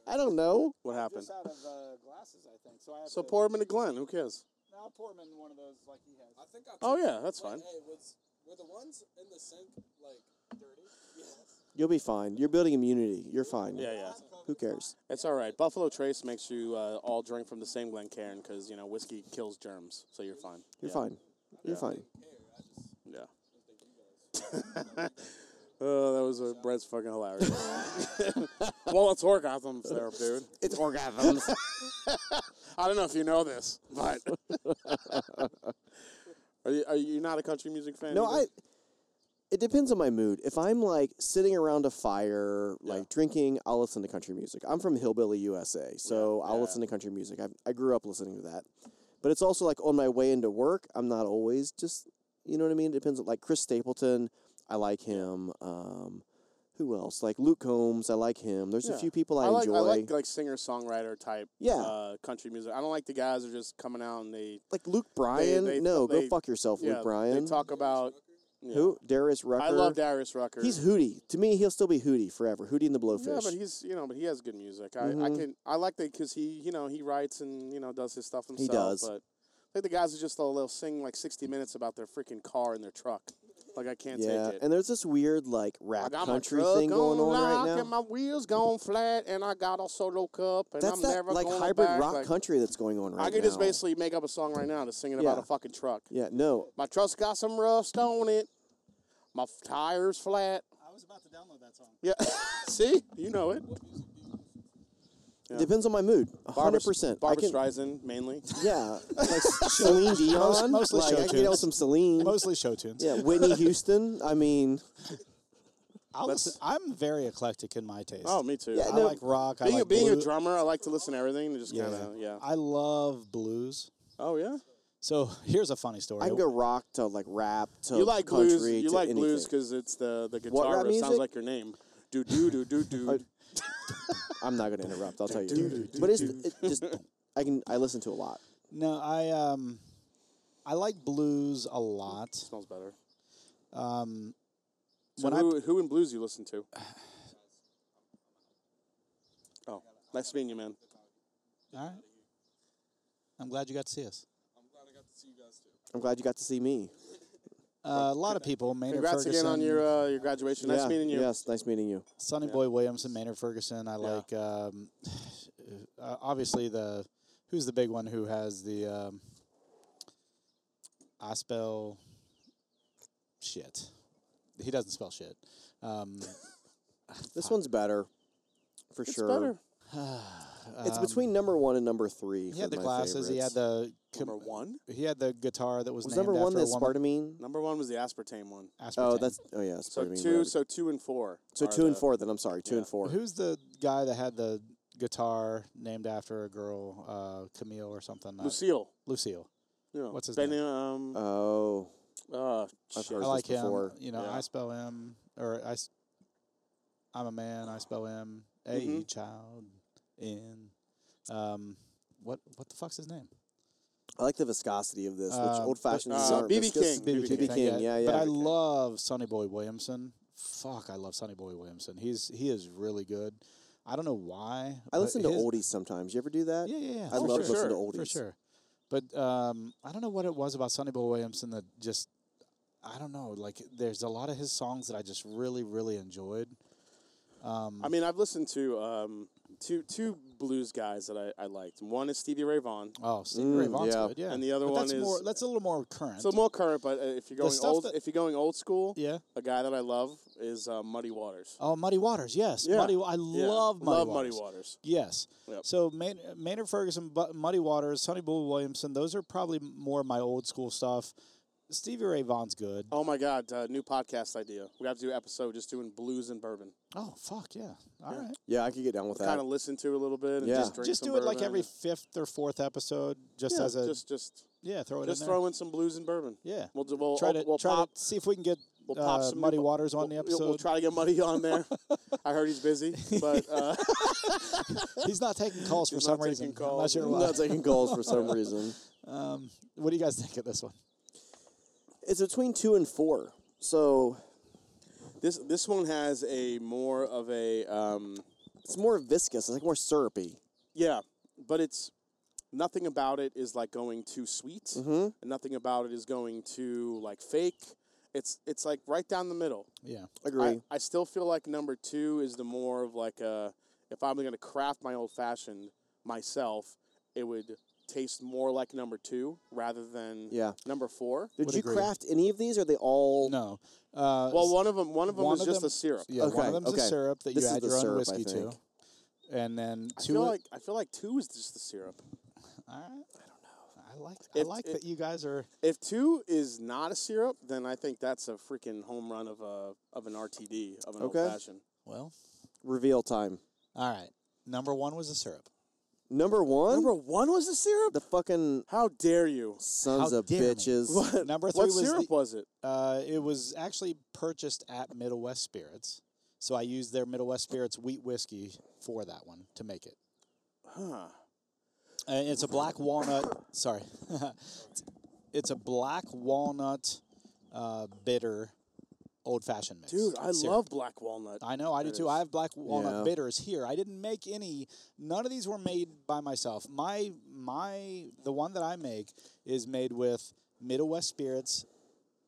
Speaker 3: I don't know.
Speaker 1: What happened?
Speaker 2: out of uh, glasses, I think. So I have
Speaker 1: So pour him into Glenn. Who cares?
Speaker 2: I'll pour him in one of those like he has.
Speaker 6: think I
Speaker 1: Oh yeah, that's fine.
Speaker 6: Hey, was were the ones in the sink like dirty?
Speaker 3: You'll be fine. You're building immunity. You're fine.
Speaker 1: Yeah, yeah.
Speaker 3: Who cares?
Speaker 1: It's all right. Buffalo Trace makes you uh, all drink from the same Glencairn because you know whiskey kills germs, so you're fine.
Speaker 3: You're
Speaker 1: yeah.
Speaker 3: fine. You're fine.
Speaker 1: Yeah. oh, that was uh, Brett's fucking hilarious. well, it's orgasms there, dude.
Speaker 3: It's orgasms.
Speaker 1: I don't know if you know this, but are you are you not a country music fan?
Speaker 3: No,
Speaker 1: either?
Speaker 3: I. It depends on my mood. If I'm like sitting around a fire, like drinking, I'll listen to country music. I'm from hillbilly USA, so I'll listen to country music. I've, I grew up listening to that. But it's also like on my way into work. I'm not always just, you know what I mean. It depends. on Like Chris Stapleton, I like him. Um, who else? Like Luke Combs, I like him. There's a
Speaker 1: Yeah.
Speaker 3: few people I,
Speaker 1: like
Speaker 3: enjoy.
Speaker 1: I like like singer songwriter type
Speaker 3: Yeah.
Speaker 1: uh, country music. I don't like the guys that are just coming out and they
Speaker 3: Like Luke Bryan.
Speaker 1: they-
Speaker 3: no,
Speaker 1: they-
Speaker 3: go fuck yourself,
Speaker 1: yeah,
Speaker 3: Luke Bryan.
Speaker 1: They talk about yeah.
Speaker 3: Who? Darius Rucker.
Speaker 1: I love Darius Rucker.
Speaker 3: He's Hootie. To me, he'll still be Hootie forever. Hootie and the Blowfish.
Speaker 1: yeah, but he's you know, but he has good music. I, I
Speaker 3: Mhm.
Speaker 1: can I like that because he you know he writes and you know does his stuff himself.
Speaker 3: does.
Speaker 1: But I think the guys who just all they'll sing like sixty minutes about their freaking car and their truck. Like I can't
Speaker 3: yeah,
Speaker 1: take it.
Speaker 3: and there's this weird like
Speaker 1: I
Speaker 3: rap
Speaker 1: got
Speaker 3: country
Speaker 1: my truck
Speaker 3: thing going on
Speaker 1: lock
Speaker 3: right
Speaker 1: and my
Speaker 3: now.
Speaker 1: wheels gone flat, and I got all solo cup, and
Speaker 3: That's
Speaker 1: I'm
Speaker 3: that
Speaker 1: never
Speaker 3: like
Speaker 1: going
Speaker 3: hybrid
Speaker 1: back.
Speaker 3: rock
Speaker 1: like,
Speaker 3: country that's going on right
Speaker 1: I could
Speaker 3: now.
Speaker 1: just basically make up a song right now that's singing about
Speaker 3: Yeah.
Speaker 1: a fucking truck.
Speaker 3: yeah, no,
Speaker 1: My truck's got some rust on it. My f- tire's flat.
Speaker 2: I was about to download that song.
Speaker 1: Yeah, see, you know it.
Speaker 3: it depends on my mood.
Speaker 1: Barbra-
Speaker 3: hundred percent. I
Speaker 1: Barbra
Speaker 3: can,
Speaker 1: Streisand mainly.
Speaker 3: yeah, like Celine Dion.
Speaker 2: mostly
Speaker 3: like,
Speaker 2: show
Speaker 3: I can get out
Speaker 2: tunes.
Speaker 3: some Celine.
Speaker 2: Mostly show tunes.
Speaker 3: yeah, Whitney Houston. I mean,
Speaker 2: I'll listen, I'm very eclectic in my taste.
Speaker 1: Oh, me too.
Speaker 3: Yeah,
Speaker 1: I
Speaker 2: I
Speaker 3: no,
Speaker 1: like-
Speaker 2: like rock. I
Speaker 1: being
Speaker 2: like
Speaker 1: a, being
Speaker 2: blue-
Speaker 1: a drummer, I like to listen to everything and just
Speaker 2: Yeah.
Speaker 1: kind of yeah.
Speaker 2: I love blues.
Speaker 1: Oh yeah.
Speaker 2: So here's a funny story.
Speaker 3: I can go rock to like rap to
Speaker 1: You like
Speaker 3: country
Speaker 1: blues. You
Speaker 3: to
Speaker 1: like
Speaker 3: anything.
Speaker 1: blues because it's the the
Speaker 3: What
Speaker 1: guitar
Speaker 3: rap
Speaker 1: riff sounds
Speaker 3: music?
Speaker 1: like your name. Do do do do do.
Speaker 3: I'm not gonna interrupt. I'll tell you. but it's it just I can I listen to a lot.
Speaker 2: No, I um, I like blues a lot.
Speaker 1: Smells better.
Speaker 2: Um,
Speaker 1: So
Speaker 2: when I
Speaker 1: who, who in blues you listen to? Oh, nice meeting you, man.
Speaker 2: all right. I'm glad you got to see us.
Speaker 3: I'm glad you got to see me.
Speaker 2: Uh, a lot of people, Maynard
Speaker 1: Congrats again
Speaker 2: Ferguson,
Speaker 1: on your uh, your graduation. Nice
Speaker 3: Yeah,
Speaker 1: meeting you.
Speaker 3: Yes, nice meeting you.
Speaker 2: Sonny Boy Williamson, Maynard Ferguson. I
Speaker 1: Yeah.
Speaker 2: like um, uh, obviously the who's the big one who has the um, I spell shit. He doesn't spell shit. Um,
Speaker 3: This one's better, for
Speaker 1: It's
Speaker 3: sure.
Speaker 1: better.
Speaker 3: It's between number one and number three.
Speaker 2: he
Speaker 3: for
Speaker 2: had Um, the
Speaker 3: my
Speaker 2: glasses. He had
Speaker 3: favorites.
Speaker 2: the com-
Speaker 1: Number one.
Speaker 2: he had the guitar that was,
Speaker 3: Was
Speaker 2: named
Speaker 3: number one
Speaker 2: after
Speaker 3: the
Speaker 2: a woman.
Speaker 3: Spartamine?
Speaker 1: Number one was the aspartame one.
Speaker 3: Oh,
Speaker 2: Aspartame.
Speaker 3: that's oh yeah, Spartamine.
Speaker 1: So two,
Speaker 3: whatever.
Speaker 1: so two and four.
Speaker 3: So
Speaker 1: are
Speaker 3: two and
Speaker 1: the-
Speaker 3: four. Then I'm sorry, two and
Speaker 1: Yeah.
Speaker 3: four.
Speaker 2: who's the guy that had the guitar named after a girl, uh, Camille or something? Uh,
Speaker 1: Lucille.
Speaker 2: Lucille.
Speaker 1: You know,
Speaker 2: What's his
Speaker 1: Benny,
Speaker 2: name? Uh,
Speaker 1: Um,
Speaker 3: Oh,
Speaker 1: oh,
Speaker 3: I've
Speaker 1: shit.
Speaker 3: heard
Speaker 2: I
Speaker 3: versus
Speaker 2: like him.
Speaker 3: before.
Speaker 2: You know,
Speaker 1: Yeah.
Speaker 2: I spell him, or I. s- I'm a man. I spell him. A
Speaker 3: Mm-hmm.
Speaker 2: E,
Speaker 1: Mhm.
Speaker 2: child in. Um, what what the fuck's his name?
Speaker 3: I like the viscosity of this, which
Speaker 2: Uh,
Speaker 3: old fashioned
Speaker 1: uh, BB King.
Speaker 2: BB King.
Speaker 3: BB King, yeah,
Speaker 2: But
Speaker 3: yeah.
Speaker 2: I love Sonny Boy Williamson. Fuck, I love Sonny Boy Williamson. He's he is really good. I don't know why.
Speaker 3: I
Speaker 2: but
Speaker 3: listen to
Speaker 2: his-
Speaker 3: oldies sometimes. You ever do that?
Speaker 2: Yeah, yeah, yeah.
Speaker 3: I
Speaker 2: for
Speaker 3: love
Speaker 2: sure.
Speaker 3: listening to
Speaker 1: sure,
Speaker 3: oldies.
Speaker 2: for sure. But um, I don't know what it was about Sonny Boy Williamson that just I don't know. Like, there's a lot of his songs that I just really, really enjoyed. Um,
Speaker 1: I mean, I've listened to um, two two blues guys that I, I liked. One is Stevie Ray Vaughan,
Speaker 2: oh, Stevie Ray
Speaker 3: Mm,
Speaker 2: Vaughan's
Speaker 3: yeah.
Speaker 2: good, yeah.
Speaker 1: and the other
Speaker 2: But
Speaker 1: one
Speaker 2: that's
Speaker 1: is
Speaker 2: more. That's a little more current.
Speaker 1: so more current. But uh, if you're going
Speaker 2: stuff
Speaker 1: old,
Speaker 2: that-
Speaker 1: if you're going old school,
Speaker 2: yeah.
Speaker 1: a guy that I love is uh, Muddy Waters.
Speaker 2: Oh, Muddy Waters. Yes,
Speaker 1: Yeah.
Speaker 2: Muddy. I
Speaker 1: Yeah,
Speaker 2: love Muddy
Speaker 1: love
Speaker 2: Waters.
Speaker 1: Muddy Waters.
Speaker 2: Yes.
Speaker 1: Yep.
Speaker 2: So Mayn- Maynard Ferguson, Bu- Muddy Waters, Sonny Boy Williamson. Those are probably more my old school stuff. Stevie Ray Vaughan's good.
Speaker 1: Oh my God! Uh, new podcast idea. We have to do an episode just doing blues and bourbon.
Speaker 2: Oh fuck yeah! All right.
Speaker 3: Yeah, I could get down with that.
Speaker 1: Kind of listen to a little bit. And
Speaker 3: Yeah.
Speaker 1: just drink
Speaker 2: just
Speaker 1: some
Speaker 2: do it like
Speaker 1: bourbon.
Speaker 2: every fifth or fourth episode, just
Speaker 1: Yeah,
Speaker 2: as a
Speaker 1: just just
Speaker 2: yeah, throw it
Speaker 1: just
Speaker 2: in there.
Speaker 1: throw in some blues and bourbon.
Speaker 2: Yeah,
Speaker 1: We'll do, we'll,
Speaker 2: try to
Speaker 1: we'll
Speaker 2: try
Speaker 1: pop
Speaker 2: to see if we can get
Speaker 1: we'll pop
Speaker 2: uh,
Speaker 1: some
Speaker 2: muddy
Speaker 1: new-
Speaker 2: waters on the
Speaker 1: we'll-
Speaker 2: episode.
Speaker 1: We'll try to get Muddy on there. I heard he's busy, but uh,
Speaker 2: He's not taking calls for
Speaker 1: He's
Speaker 2: some
Speaker 1: not
Speaker 2: reason.
Speaker 1: taking
Speaker 2: I'm not sure
Speaker 1: calls.
Speaker 2: why.
Speaker 3: not taking calls for some reason.
Speaker 2: Um, what do you guys think of this one?
Speaker 3: It's between two and four. So
Speaker 1: this this one has a more of a um,
Speaker 3: it's more viscous. It's like more syrupy.
Speaker 1: yeah, but it's nothing about it is like going too sweet,
Speaker 2: Mm-hmm.
Speaker 1: and nothing about it is going too like fake. It's it's like right down the middle.
Speaker 2: Yeah,
Speaker 3: Agree.
Speaker 1: I, I still feel like number two is the more of like a if I'm gonna craft my old fashioned myself, it would taste more like number two rather than
Speaker 3: Yeah.
Speaker 1: number four.
Speaker 3: Did
Speaker 2: would
Speaker 3: you
Speaker 2: agree.
Speaker 3: craft any of these? Or are they all?
Speaker 2: no. Uh,
Speaker 1: Well, one of them, one of them
Speaker 2: one
Speaker 1: is
Speaker 2: of
Speaker 1: just
Speaker 2: them-
Speaker 1: a syrup.
Speaker 2: yeah, one
Speaker 3: Okay,
Speaker 2: of them's a
Speaker 3: okay.
Speaker 2: syrup that
Speaker 3: This
Speaker 2: you
Speaker 3: is
Speaker 2: add
Speaker 3: the
Speaker 2: your own
Speaker 3: syrup, I
Speaker 2: whiskey to,
Speaker 3: think.
Speaker 2: and then
Speaker 1: I
Speaker 2: two.
Speaker 1: feel
Speaker 2: of-
Speaker 1: like I feel like two is just the syrup.
Speaker 2: All right. I don't know. I I like I
Speaker 1: If-
Speaker 2: like
Speaker 1: if-
Speaker 2: that you guys are
Speaker 1: If two is not a syrup, then I think that's a freaking home run of a of an RTD of an
Speaker 3: Okay.
Speaker 1: old fashioned.
Speaker 2: well.
Speaker 3: Reveal time.
Speaker 2: All right. Number one was the syrup.
Speaker 3: Number one.
Speaker 1: Number one was the syrup.
Speaker 3: the fucking
Speaker 1: How dare you?
Speaker 3: sons
Speaker 2: How
Speaker 3: of
Speaker 2: dare me.
Speaker 3: bitches.
Speaker 2: Number three
Speaker 1: What
Speaker 2: was
Speaker 1: syrup
Speaker 2: the-
Speaker 1: was it?
Speaker 2: Uh, it was actually purchased at Middle West Spirits, so I used their Middle West Spirits wheat whiskey for that one to make it.
Speaker 1: Huh.
Speaker 2: Uh, it's a black walnut. Sorry, it's a black walnut uh, bitter old fashioned mix.
Speaker 1: Dude, I
Speaker 2: syrup.
Speaker 1: love black walnut.
Speaker 2: I know, I do too. I have black walnut
Speaker 3: Yeah.
Speaker 2: bitters here. I didn't make any. None of these were made by myself. My my the one that I make is made with Middle West Spirits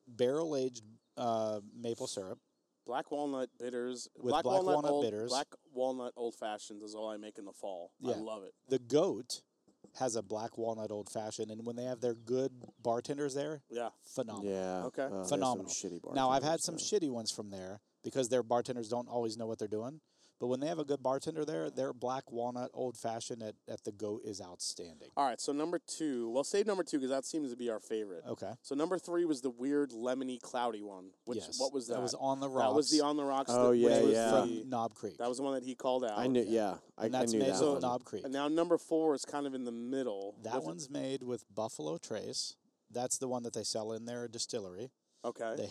Speaker 2: barrel aged uh, maple syrup.
Speaker 1: Black walnut bitters.
Speaker 2: With black walnut
Speaker 1: old,
Speaker 2: bitters.
Speaker 1: Black walnut old fashions is all I make in the fall.
Speaker 2: Yeah.
Speaker 1: I love it.
Speaker 2: The goat has a black walnut old fashioned, and when they have their good bartenders there,
Speaker 1: Yeah.
Speaker 2: phenomenal.
Speaker 3: yeah.
Speaker 1: Okay.
Speaker 3: uh, there's some
Speaker 2: Phenomenal.
Speaker 3: shitty
Speaker 2: Now I've
Speaker 3: bartenders,
Speaker 2: had some
Speaker 3: yeah.
Speaker 2: shitty ones from there because their bartenders don't always know what they're doing. But when they have a good bartender there, their black walnut old fashioned at, at the goat is outstanding.
Speaker 1: All right. So number two. Well, save number two because that seems to be our favorite.
Speaker 2: Okay.
Speaker 1: So number three was the weird lemony cloudy one. Which
Speaker 2: yes.
Speaker 1: what was that?
Speaker 2: That was on the rocks.
Speaker 1: That was the on the rocks.
Speaker 3: Oh,
Speaker 1: that- which
Speaker 3: yeah,
Speaker 1: was
Speaker 3: yeah.
Speaker 1: the-
Speaker 2: from Knob Creek.
Speaker 1: that was the one that he called out.
Speaker 3: I knew. Yeah. I,
Speaker 2: and
Speaker 3: I
Speaker 2: that's
Speaker 3: knew
Speaker 2: made
Speaker 3: that
Speaker 2: with
Speaker 3: one.
Speaker 2: Knob Creek.
Speaker 1: And now number four is kind of in the middle.
Speaker 2: that
Speaker 1: Wasn't-
Speaker 2: one's made with Buffalo Trace. That's the one that they sell in their distillery.
Speaker 1: Okay.
Speaker 2: They,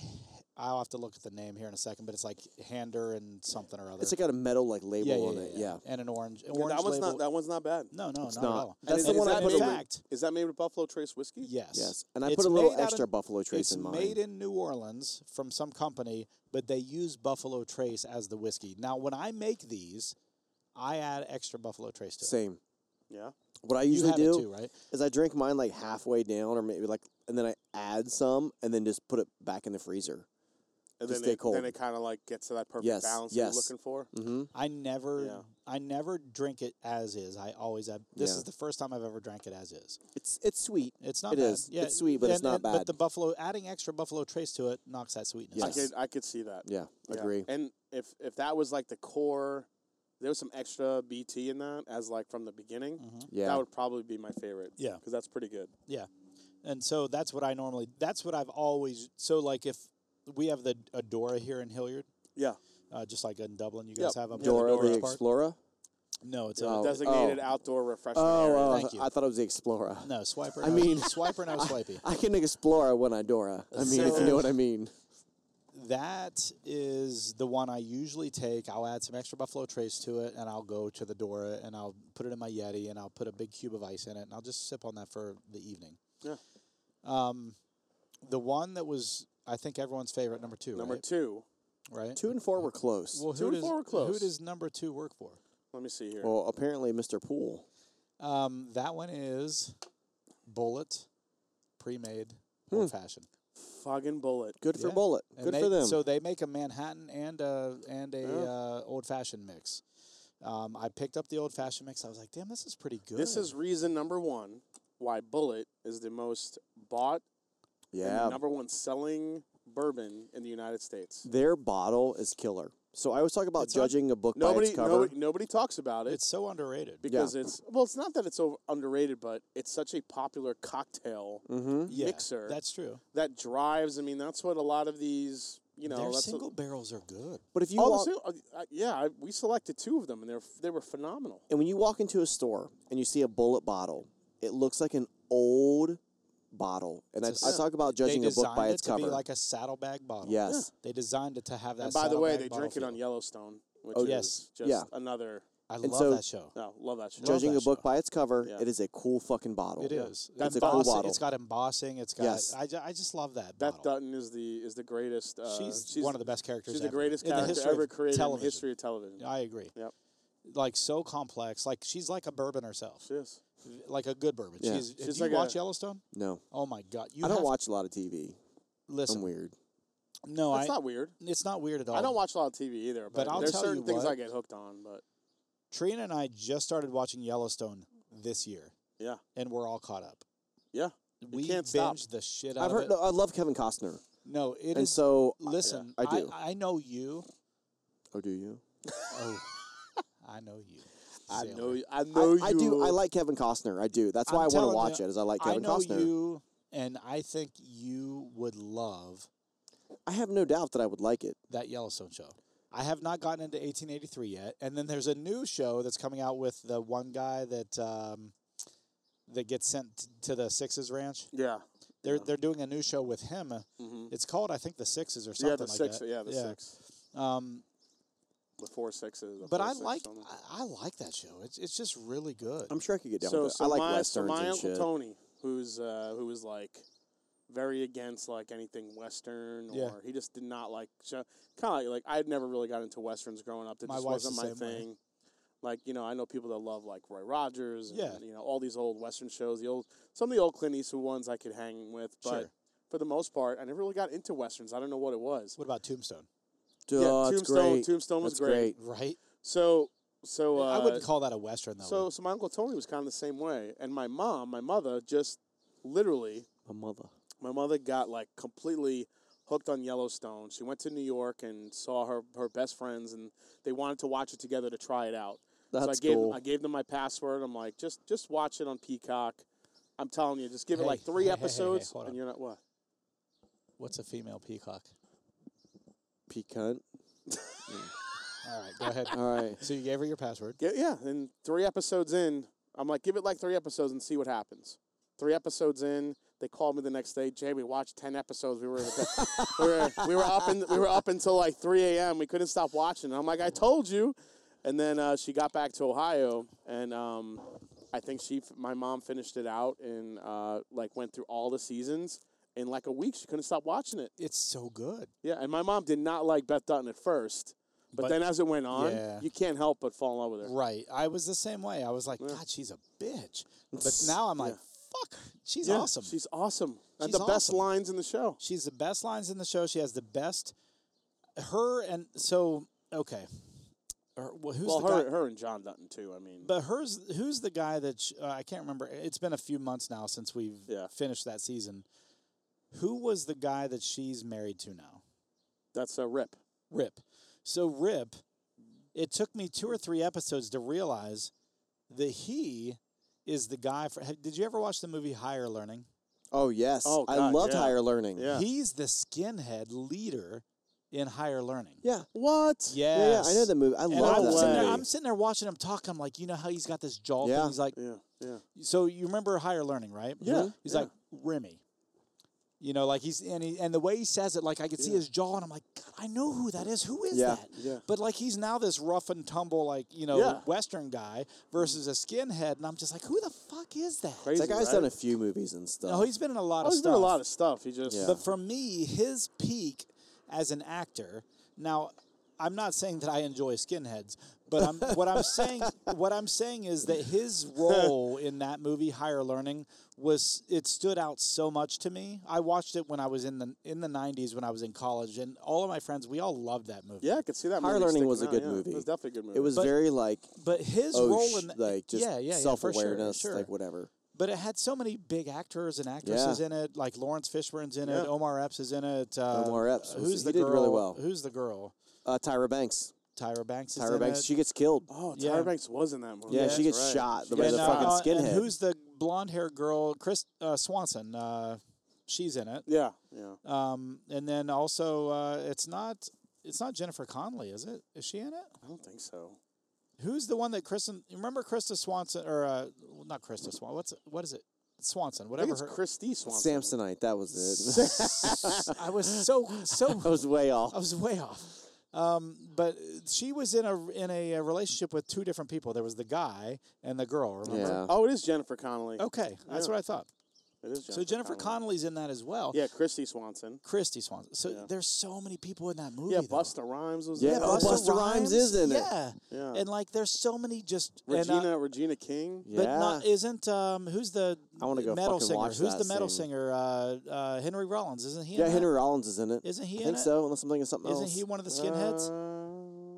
Speaker 2: I'll have to look at the name here in a second, but it's like Hander and something or other.
Speaker 3: It's like got a metal like label
Speaker 2: yeah, yeah,
Speaker 3: on
Speaker 2: yeah,
Speaker 3: it.
Speaker 2: yeah. and an orange.
Speaker 1: Yeah,
Speaker 2: orange
Speaker 1: that one's
Speaker 2: label.
Speaker 1: not. That one's not bad.
Speaker 2: No, no,
Speaker 3: It's
Speaker 2: not,
Speaker 3: not.
Speaker 2: at all.
Speaker 3: That's
Speaker 1: And
Speaker 3: the
Speaker 1: is
Speaker 3: one I
Speaker 1: that
Speaker 3: put
Speaker 1: made
Speaker 3: in-
Speaker 1: with-
Speaker 2: fact.
Speaker 1: Is that made with Buffalo Trace whiskey?
Speaker 2: Yes.
Speaker 3: Yes. And I
Speaker 2: It's
Speaker 3: put a little
Speaker 2: made out of-
Speaker 3: extra Buffalo Trace
Speaker 2: it's
Speaker 3: in mine.
Speaker 2: made in New Orleans from some company, but they use Buffalo Trace as the whiskey. Now, when I make these, I add extra Buffalo Trace to it.
Speaker 3: Same.
Speaker 1: Yeah.
Speaker 3: What I
Speaker 2: You
Speaker 3: usually
Speaker 2: have
Speaker 3: do
Speaker 2: it too, right?
Speaker 3: is I drink mine like halfway down, or maybe like, and then I add some, and then just put it back in the freezer.
Speaker 1: And
Speaker 3: To
Speaker 1: then
Speaker 3: stay
Speaker 1: it,
Speaker 3: cold.
Speaker 1: Then it kind of like gets to that perfect
Speaker 3: Yes,
Speaker 1: balance
Speaker 3: yes.
Speaker 1: you're looking for.
Speaker 3: Mm-hmm.
Speaker 2: I never,
Speaker 1: Yeah.
Speaker 2: I never drink it as is. I always add. This
Speaker 3: Yeah.
Speaker 2: is the first time I've ever drank it as is.
Speaker 3: It's it's sweet.
Speaker 2: It's not.
Speaker 3: It
Speaker 2: bad.
Speaker 3: is. It's sweet, but it's not
Speaker 2: But
Speaker 3: bad.
Speaker 2: the buffalo, adding extra buffalo trace to it, knocks that sweetness.
Speaker 1: I
Speaker 2: out.
Speaker 3: Yes.
Speaker 1: could. I could see that.
Speaker 3: Yeah,
Speaker 1: Yeah.
Speaker 3: agree.
Speaker 1: And if if that was like the core, there was some extra BT in that as like from the beginning.
Speaker 3: Yeah,
Speaker 1: That would probably be my favorite.
Speaker 2: Mm-hmm. Yeah.
Speaker 1: Because that's pretty good.
Speaker 2: And so that's what I normally. That's what I've always. So like if we have the Adora here in Hilliard,
Speaker 1: Yeah.
Speaker 2: uh, just like in Dublin, you guys
Speaker 1: Yep.
Speaker 2: have up
Speaker 1: Yeah,
Speaker 2: there at
Speaker 3: Dora
Speaker 2: Forest
Speaker 3: the
Speaker 2: Park.
Speaker 3: Explorer.
Speaker 2: No, it's
Speaker 3: Oh,
Speaker 2: a
Speaker 1: Designated
Speaker 3: oh.
Speaker 1: outdoor refreshment area.
Speaker 3: Oh,
Speaker 2: Thank
Speaker 3: oh
Speaker 2: you.
Speaker 3: I thought it was the Explorer.
Speaker 2: no swiper.
Speaker 3: I
Speaker 2: no-
Speaker 3: mean-
Speaker 2: swiper, no swipey.
Speaker 3: I can explore when I Dora. I mean, if you know what I mean.
Speaker 2: That is the one I usually take. I'll add some extra Buffalo Trace to it, and I'll go to the Dora, and I'll put it in my Yeti, and I'll put a big cube of ice in it, and I'll just sip on that for the evening.
Speaker 1: Yeah.
Speaker 2: Um, the one that was, I think, everyone's favorite, number two.
Speaker 1: Number
Speaker 2: right?
Speaker 1: two.
Speaker 2: right?
Speaker 3: Two and four were close. Well,
Speaker 2: Well,
Speaker 1: two
Speaker 2: who
Speaker 1: and
Speaker 2: does
Speaker 1: four were
Speaker 2: who
Speaker 1: close.
Speaker 2: does number two work for?
Speaker 1: Let me see here.
Speaker 3: apparently Mr. Poole.
Speaker 2: Um, that one is Bullet, pre-made,
Speaker 1: Hmm.
Speaker 2: old fashioned.
Speaker 1: Fucking bullet.
Speaker 3: Good for
Speaker 2: Yeah.
Speaker 3: Bullet.
Speaker 2: And
Speaker 3: Good
Speaker 2: they,
Speaker 3: for them.
Speaker 2: So they make a Manhattan and a and a uh, old fashioned mix. Um, I picked up the old fashioned mix. I was like, damn, this is pretty good.
Speaker 1: This is reason number one why bullet is the most bought and
Speaker 3: yeah,
Speaker 1: the number one selling bourbon in the United States.
Speaker 3: their bottle is killer. So I always talk about
Speaker 2: un-
Speaker 3: judging a book by
Speaker 1: Nobody,
Speaker 3: its cover.
Speaker 1: nobody, nobody talks about it
Speaker 2: it's so underrated.
Speaker 1: because it's well, it's not that it's over, underrated, but it's such a popular cocktail
Speaker 3: mm-hmm.
Speaker 2: Yeah,
Speaker 1: mixer.
Speaker 2: That's true.
Speaker 1: that drives. I mean, that's what a lot of these, you know,
Speaker 2: Their
Speaker 1: Oh, that's
Speaker 2: single barrels are good.
Speaker 3: But if you
Speaker 1: What, all the
Speaker 3: walk,
Speaker 1: sing- uh, uh, yeah, I, we selected two of them, and they're f- they were phenomenal.
Speaker 3: and when you walk into a store and you see a Bullet bottle, it looks like an old bottle. And I,
Speaker 2: It's a
Speaker 3: I
Speaker 2: s-
Speaker 3: talk about
Speaker 2: They
Speaker 3: judging a book
Speaker 2: designed
Speaker 3: by
Speaker 2: it
Speaker 3: its
Speaker 2: to
Speaker 3: cover.
Speaker 2: be like a saddlebag bottle.
Speaker 3: yes.
Speaker 2: They designed it to have that.
Speaker 1: And by the way, they
Speaker 2: saddlebag
Speaker 1: drink it
Speaker 2: bottle
Speaker 1: on
Speaker 2: feel.
Speaker 1: Yellowstone, which
Speaker 2: Oh,
Speaker 1: is
Speaker 2: yes.
Speaker 1: just
Speaker 3: Yeah.
Speaker 1: another.
Speaker 2: I
Speaker 3: And
Speaker 2: love
Speaker 3: so-
Speaker 2: that show.
Speaker 1: No, love that show.
Speaker 2: Love
Speaker 3: Judging
Speaker 2: that
Speaker 3: a book
Speaker 2: show.
Speaker 3: by its cover,
Speaker 1: Yeah.
Speaker 3: it is a cool fucking bottle.
Speaker 2: It is.
Speaker 3: Oh, That's a cool
Speaker 2: embossing,
Speaker 3: bottle.
Speaker 2: It's got embossing. It's got.
Speaker 3: Yes.
Speaker 2: I, ju- I just love that.
Speaker 1: Beth
Speaker 2: bottle.
Speaker 1: Dutton is the is the greatest. Uh,
Speaker 2: she's, one of the best characters.
Speaker 1: She's the
Speaker 2: ever.
Speaker 1: greatest
Speaker 2: in the
Speaker 1: character
Speaker 2: history of
Speaker 1: ever created in
Speaker 2: television.
Speaker 1: the history of television.
Speaker 2: I agree.
Speaker 1: Yep.
Speaker 2: Like so complex. Like she's like a bourbon herself.
Speaker 1: She is.
Speaker 2: Like a good bourbon.
Speaker 3: Yeah.
Speaker 2: She's. Did
Speaker 1: She's
Speaker 2: you
Speaker 1: like
Speaker 2: watch
Speaker 1: a-
Speaker 2: Yellowstone?
Speaker 3: No,
Speaker 2: Oh my god! You
Speaker 3: I don't
Speaker 2: have-
Speaker 3: watch a lot of TV.
Speaker 2: Listen,
Speaker 3: I'm weird.
Speaker 2: no, I.
Speaker 1: That's not weird.
Speaker 2: it's not weird at all.
Speaker 1: I don't watch a lot of TV either, but,
Speaker 2: But I'll
Speaker 1: there's
Speaker 2: tell
Speaker 1: certain
Speaker 2: you
Speaker 1: things
Speaker 2: what.
Speaker 1: I get hooked on. But
Speaker 2: Trina and I just started watching Yellowstone this year.
Speaker 1: Yeah.
Speaker 2: And we're all caught up.
Speaker 1: Yeah.
Speaker 2: We
Speaker 1: can't
Speaker 2: binged
Speaker 1: stop.
Speaker 2: the shit out
Speaker 3: I've
Speaker 2: of
Speaker 3: heard.
Speaker 2: it.
Speaker 3: No, I love Kevin Costner,
Speaker 2: No, it
Speaker 3: and
Speaker 2: is.
Speaker 3: so.
Speaker 2: Listen,
Speaker 3: I do.
Speaker 2: I, I know you.
Speaker 3: Oh, do you?
Speaker 2: Oh, I know you.
Speaker 1: I
Speaker 2: sailor.
Speaker 1: know. y- I
Speaker 3: I,
Speaker 1: know you.
Speaker 3: I do. I like Kevin Costner. I do. That's
Speaker 2: I'm
Speaker 3: why i want
Speaker 2: telling
Speaker 3: to watch
Speaker 2: you,
Speaker 3: it. Is I like
Speaker 2: I
Speaker 3: Kevin
Speaker 2: know
Speaker 3: Costner.
Speaker 2: you, and I think you would love
Speaker 3: I have no doubt that I would like it.
Speaker 2: that Yellowstone show. I have not gotten into 1883 yet, and then there's a new show that's coming out with the one guy that um, that gets sent t- to the Sixes Ranch.
Speaker 1: Yeah.
Speaker 2: They're they're doing a new show with him.
Speaker 1: Mhm.
Speaker 2: It's called I think the Sixes or something
Speaker 1: Yeah, the
Speaker 2: like
Speaker 1: six.
Speaker 2: that.
Speaker 1: Yeah, the six.
Speaker 2: Um,
Speaker 1: The four sixes. the
Speaker 2: but
Speaker 1: four
Speaker 2: I
Speaker 1: six
Speaker 2: like
Speaker 1: something.
Speaker 2: I, I like that show. It's it's just really good.
Speaker 3: I'm sure I could get down
Speaker 1: so,
Speaker 3: with it.
Speaker 1: so
Speaker 3: I like
Speaker 1: my, so
Speaker 3: westerns
Speaker 1: my
Speaker 3: and
Speaker 1: uncle
Speaker 3: shit.
Speaker 1: Tony, who's uh, who was like very against like anything western, or
Speaker 2: Yeah.
Speaker 1: he just did not like show. Kind of like, like I'd never really got into westerns growing up. That
Speaker 2: My
Speaker 1: just
Speaker 2: wife's the
Speaker 1: wasn't my
Speaker 2: same way.
Speaker 1: thing. Like you know, I know people that love like Roy Rogers. And,
Speaker 2: Yeah.
Speaker 1: You know all these old western shows. The old some of the old Clint Eastwood ones I could hang with, but
Speaker 2: Sure.
Speaker 1: for the most part, I never really got into westerns. I don't know what it was.
Speaker 2: What about Tombstone?
Speaker 3: Duh,
Speaker 1: yeah,
Speaker 3: it's
Speaker 1: Tombstone.
Speaker 3: great.
Speaker 1: Tombstone was
Speaker 3: That's
Speaker 1: great.
Speaker 3: great.
Speaker 2: Right?
Speaker 1: So so uh,
Speaker 2: I wouldn't call that a western though.
Speaker 1: so, so my uncle Tony was kind of the same way, and my mom, my mother, just literally,
Speaker 3: My mother.
Speaker 1: my mother got like completely hooked on Yellowstone. She went to New York and saw her her best friends, and they wanted to watch it together to try it out. so I
Speaker 3: That's
Speaker 1: gave
Speaker 3: cool.
Speaker 1: I gave them my password. I'm like, just just watch it on Peacock. I'm telling you, just give it
Speaker 2: Hey,
Speaker 1: like three
Speaker 2: hey, hey, hey, hey,
Speaker 1: episodes,
Speaker 2: hold on.
Speaker 1: and you're not what.
Speaker 2: What's a female peacock?
Speaker 3: Pecan.
Speaker 2: All right, go ahead.
Speaker 1: Uh,
Speaker 3: All right.
Speaker 2: so you gave her your password.
Speaker 1: Get, yeah, and three episodes in, I'm like, give it like three episodes and see what happens. Three episodes in, they called me the next day. Jay, we watched ten episodes. We were, in the bed. we were we were up in, we were up until like three a.m. We couldn't stop watching. I'm like, I told you. And then uh, she got back to Ohio, and um, I think she, f- my mom, finished it out and uh, like went through all the seasons in like a week. She couldn't stop watching it.
Speaker 2: It's so good.
Speaker 1: Yeah, and my mom did not like Beth Dutton at first, but,
Speaker 2: But-
Speaker 1: then as it went on,
Speaker 2: Yeah.
Speaker 1: you can't help but fall in love with her.
Speaker 2: Right. I was the same way. I was like, God, she's a bitch. But now I'm like, fuck, she's
Speaker 1: Yeah,
Speaker 2: awesome. She's,
Speaker 1: She's awesome. And the
Speaker 2: She's
Speaker 1: best
Speaker 2: awesome.
Speaker 1: lines in the show.
Speaker 2: the best lines in the show. She has the best. Her and so okay. Or, well, who's
Speaker 1: well,
Speaker 2: the
Speaker 1: her,
Speaker 2: guy?
Speaker 1: her and John Dutton too. I mean,
Speaker 2: But hers, who's the guy that sh- uh, I can't remember? It's been a few months now since we've
Speaker 1: Yeah.
Speaker 2: finished that season. Who was the guy that she's married to now?
Speaker 1: that's a rip.
Speaker 2: Rip. So Rip, it took me two or three episodes to realize that he is the guy for. have- Did you ever watch the movie Higher Learning?
Speaker 3: Oh yes.
Speaker 1: Oh,
Speaker 3: I
Speaker 1: God,
Speaker 3: loved
Speaker 1: yeah.
Speaker 3: higher learning.
Speaker 1: Yeah.
Speaker 2: He's the skinhead leader in Higher Learning.
Speaker 3: Yeah.
Speaker 1: What?
Speaker 3: Yeah, yeah, I know
Speaker 2: Yes.
Speaker 3: the movie. I
Speaker 2: And
Speaker 3: love
Speaker 2: I'm
Speaker 3: that
Speaker 2: sitting,
Speaker 1: way.
Speaker 2: there,
Speaker 3: movie.
Speaker 2: I'm sitting there watching him talk. I'm like, you know how he's got this jaw
Speaker 3: Yeah.
Speaker 2: thing. He's like,
Speaker 1: Yeah, yeah.
Speaker 2: so you remember Higher Learning, right? Mm-hmm.
Speaker 1: Yeah,
Speaker 2: He's
Speaker 1: yeah.
Speaker 2: like Remy. You know, like he's and he, and the way he says it, like I could see his jaw, and I'm like, God, I know who that is. Who is
Speaker 3: Yeah,
Speaker 2: that?
Speaker 1: yeah.
Speaker 2: But like he's now this rough and tumble, like you know,
Speaker 1: Yeah.
Speaker 2: Western guy versus a skinhead, and I'm just like, who the fuck is that?
Speaker 1: Crazy,
Speaker 3: that guy's
Speaker 1: right?
Speaker 3: done a few movies and stuff.
Speaker 2: No, he's been in a lot
Speaker 1: Oh,
Speaker 2: of
Speaker 1: he's
Speaker 2: stuff.
Speaker 1: done a lot of stuff. He just
Speaker 3: Yeah.
Speaker 2: But for me, his peak as an actor. Now, I'm not saying that I enjoy skinheads, but I'm, what I'm saying what I'm saying is that his role in that movie Higher Learning was it stood out so much to me. I watched it when I was in the in the 90s when I was in college, and all of my friends we all loved that movie.
Speaker 1: yeah, I could see that.
Speaker 3: Higher
Speaker 1: movie
Speaker 3: Learning
Speaker 1: sticking
Speaker 3: was a
Speaker 1: out,
Speaker 3: good
Speaker 1: yeah.
Speaker 3: movie.
Speaker 1: It was definitely a good movie.
Speaker 3: it was very like
Speaker 2: But his
Speaker 3: oh,
Speaker 2: role
Speaker 3: sh-
Speaker 2: in that,
Speaker 3: like just
Speaker 2: yeah, yeah, yeah, for sure,
Speaker 3: self-awareness,
Speaker 2: sure.
Speaker 3: like whatever.
Speaker 2: But it had so many big actors and actresses
Speaker 3: Yeah.
Speaker 2: in it, like Lawrence Fishburne's in
Speaker 1: Yeah.
Speaker 2: it, Omar Epps is in it. Uh,
Speaker 3: Omar Epps was-
Speaker 2: who's
Speaker 3: he
Speaker 2: the
Speaker 3: did
Speaker 2: girl?
Speaker 3: really well.
Speaker 2: Who's the girl?
Speaker 3: Uh, Tyra Banks.
Speaker 2: Tyra Banks is
Speaker 3: Tyra
Speaker 2: in
Speaker 3: Banks.
Speaker 2: it.
Speaker 3: She gets killed.
Speaker 1: Oh, Tyra
Speaker 2: Yeah.
Speaker 1: Banks was in that movie.
Speaker 3: yeah,
Speaker 1: That's
Speaker 3: she gets
Speaker 1: right.
Speaker 3: shot the
Speaker 1: She
Speaker 3: way
Speaker 1: gets
Speaker 3: the
Speaker 2: uh,
Speaker 1: shot.
Speaker 3: fucking
Speaker 2: uh, and
Speaker 3: skinhead.
Speaker 2: who's the blonde-haired girl? Chris uh, Swanson. Uh, she's in it.
Speaker 1: Yeah, yeah.
Speaker 2: Um, and then also, uh, it's not it's not Jennifer Connelly, is it? Is she in it?
Speaker 1: I don't think so.
Speaker 2: Who's the one that Kristen? you Remember Krista Swanson or uh, not Krista Swanson? What's what is it? Swanson.
Speaker 1: I think
Speaker 2: Whatever.
Speaker 1: it's Christy Swanson.
Speaker 3: Samsonite. That was it.
Speaker 2: her, I was so so
Speaker 3: that was way
Speaker 2: I
Speaker 3: off.
Speaker 2: was way off. Um, but she was in a in a uh, relationship with two different people. There was the guy and the girl. Remember?
Speaker 3: Yeah.
Speaker 1: Oh, it is Jennifer Connelly.
Speaker 2: Okay, that's
Speaker 1: Yeah.
Speaker 2: what I thought.
Speaker 1: It is Jennifer
Speaker 2: so Jennifer
Speaker 1: Connelly.
Speaker 2: Connelly's in that as well.
Speaker 1: Yeah, Christy Swanson.
Speaker 2: Christy Swanson. So
Speaker 1: Yeah.
Speaker 2: there's so many people in that movie.
Speaker 1: Yeah,
Speaker 2: though.
Speaker 1: Busta Rhymes was.
Speaker 3: Yeah,
Speaker 1: in
Speaker 2: Yeah,
Speaker 1: it.
Speaker 3: oh,
Speaker 2: Busta
Speaker 3: Busta Rhymes is in it.
Speaker 2: yeah.
Speaker 1: Yeah.
Speaker 2: And like, there's so many just and, uh,
Speaker 1: Regina Regina King.
Speaker 2: but
Speaker 3: Yeah.
Speaker 2: not, isn't um who's the
Speaker 3: I wanna go
Speaker 2: metal
Speaker 3: fucking
Speaker 2: singer?
Speaker 3: watch
Speaker 2: who's
Speaker 3: that
Speaker 2: the metal
Speaker 3: scene.
Speaker 2: singer? Uh, uh, Henry Rollins, isn't he? in
Speaker 3: yeah,
Speaker 2: that?
Speaker 3: Henry Rollins is in it.
Speaker 2: Isn't he
Speaker 3: I
Speaker 2: in
Speaker 3: think
Speaker 2: it?
Speaker 3: so, unless I'm thinking of something
Speaker 2: Isn't
Speaker 3: else.
Speaker 2: he one of the skinheads?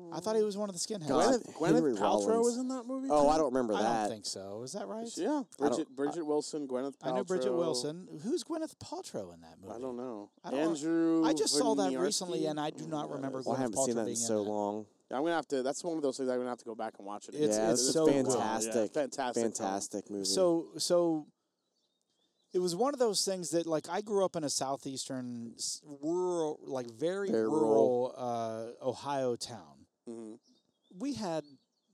Speaker 2: I thought he was one of the skinheads.
Speaker 3: God,
Speaker 1: Gwyneth, Uh, Gwyneth
Speaker 3: Henry
Speaker 1: Paltrow
Speaker 3: Rollins.
Speaker 1: was in that movie.
Speaker 3: Oh,
Speaker 1: too?
Speaker 3: I don't remember
Speaker 2: I
Speaker 3: that.
Speaker 2: don't think so. Is that right?
Speaker 1: Yeah,
Speaker 3: I don't-
Speaker 1: Bridget, Bridget Wilson, Gwyneth Paltrow.
Speaker 2: I know Bridget Wilson. Who's Gwyneth Paltrow in that movie?
Speaker 1: I don't know.
Speaker 2: I don't-
Speaker 1: Andrew.
Speaker 2: I just saw that recently,
Speaker 1: Winiarski?
Speaker 2: and I do not remember
Speaker 3: Well, uh, I
Speaker 2: Gwyneth
Speaker 3: haven't
Speaker 2: Paltrow
Speaker 3: seen that in
Speaker 2: being
Speaker 3: so
Speaker 2: in that.
Speaker 3: long.
Speaker 1: Yeah, I'm gonna have to. That's one of those things I'm gonna have to go back and watch it.
Speaker 2: It's-
Speaker 1: again.
Speaker 3: yeah,
Speaker 2: it's
Speaker 3: it's,
Speaker 2: so good. Yeah,
Speaker 3: fantastic,
Speaker 1: fantastic, film.
Speaker 3: fantastic movie.
Speaker 2: So so it was one of those things that like I grew up in a southeastern s- rural like very,
Speaker 3: Very Mm-hmm.
Speaker 2: rural, uh, Ohio town.
Speaker 1: Mhm.
Speaker 2: We had,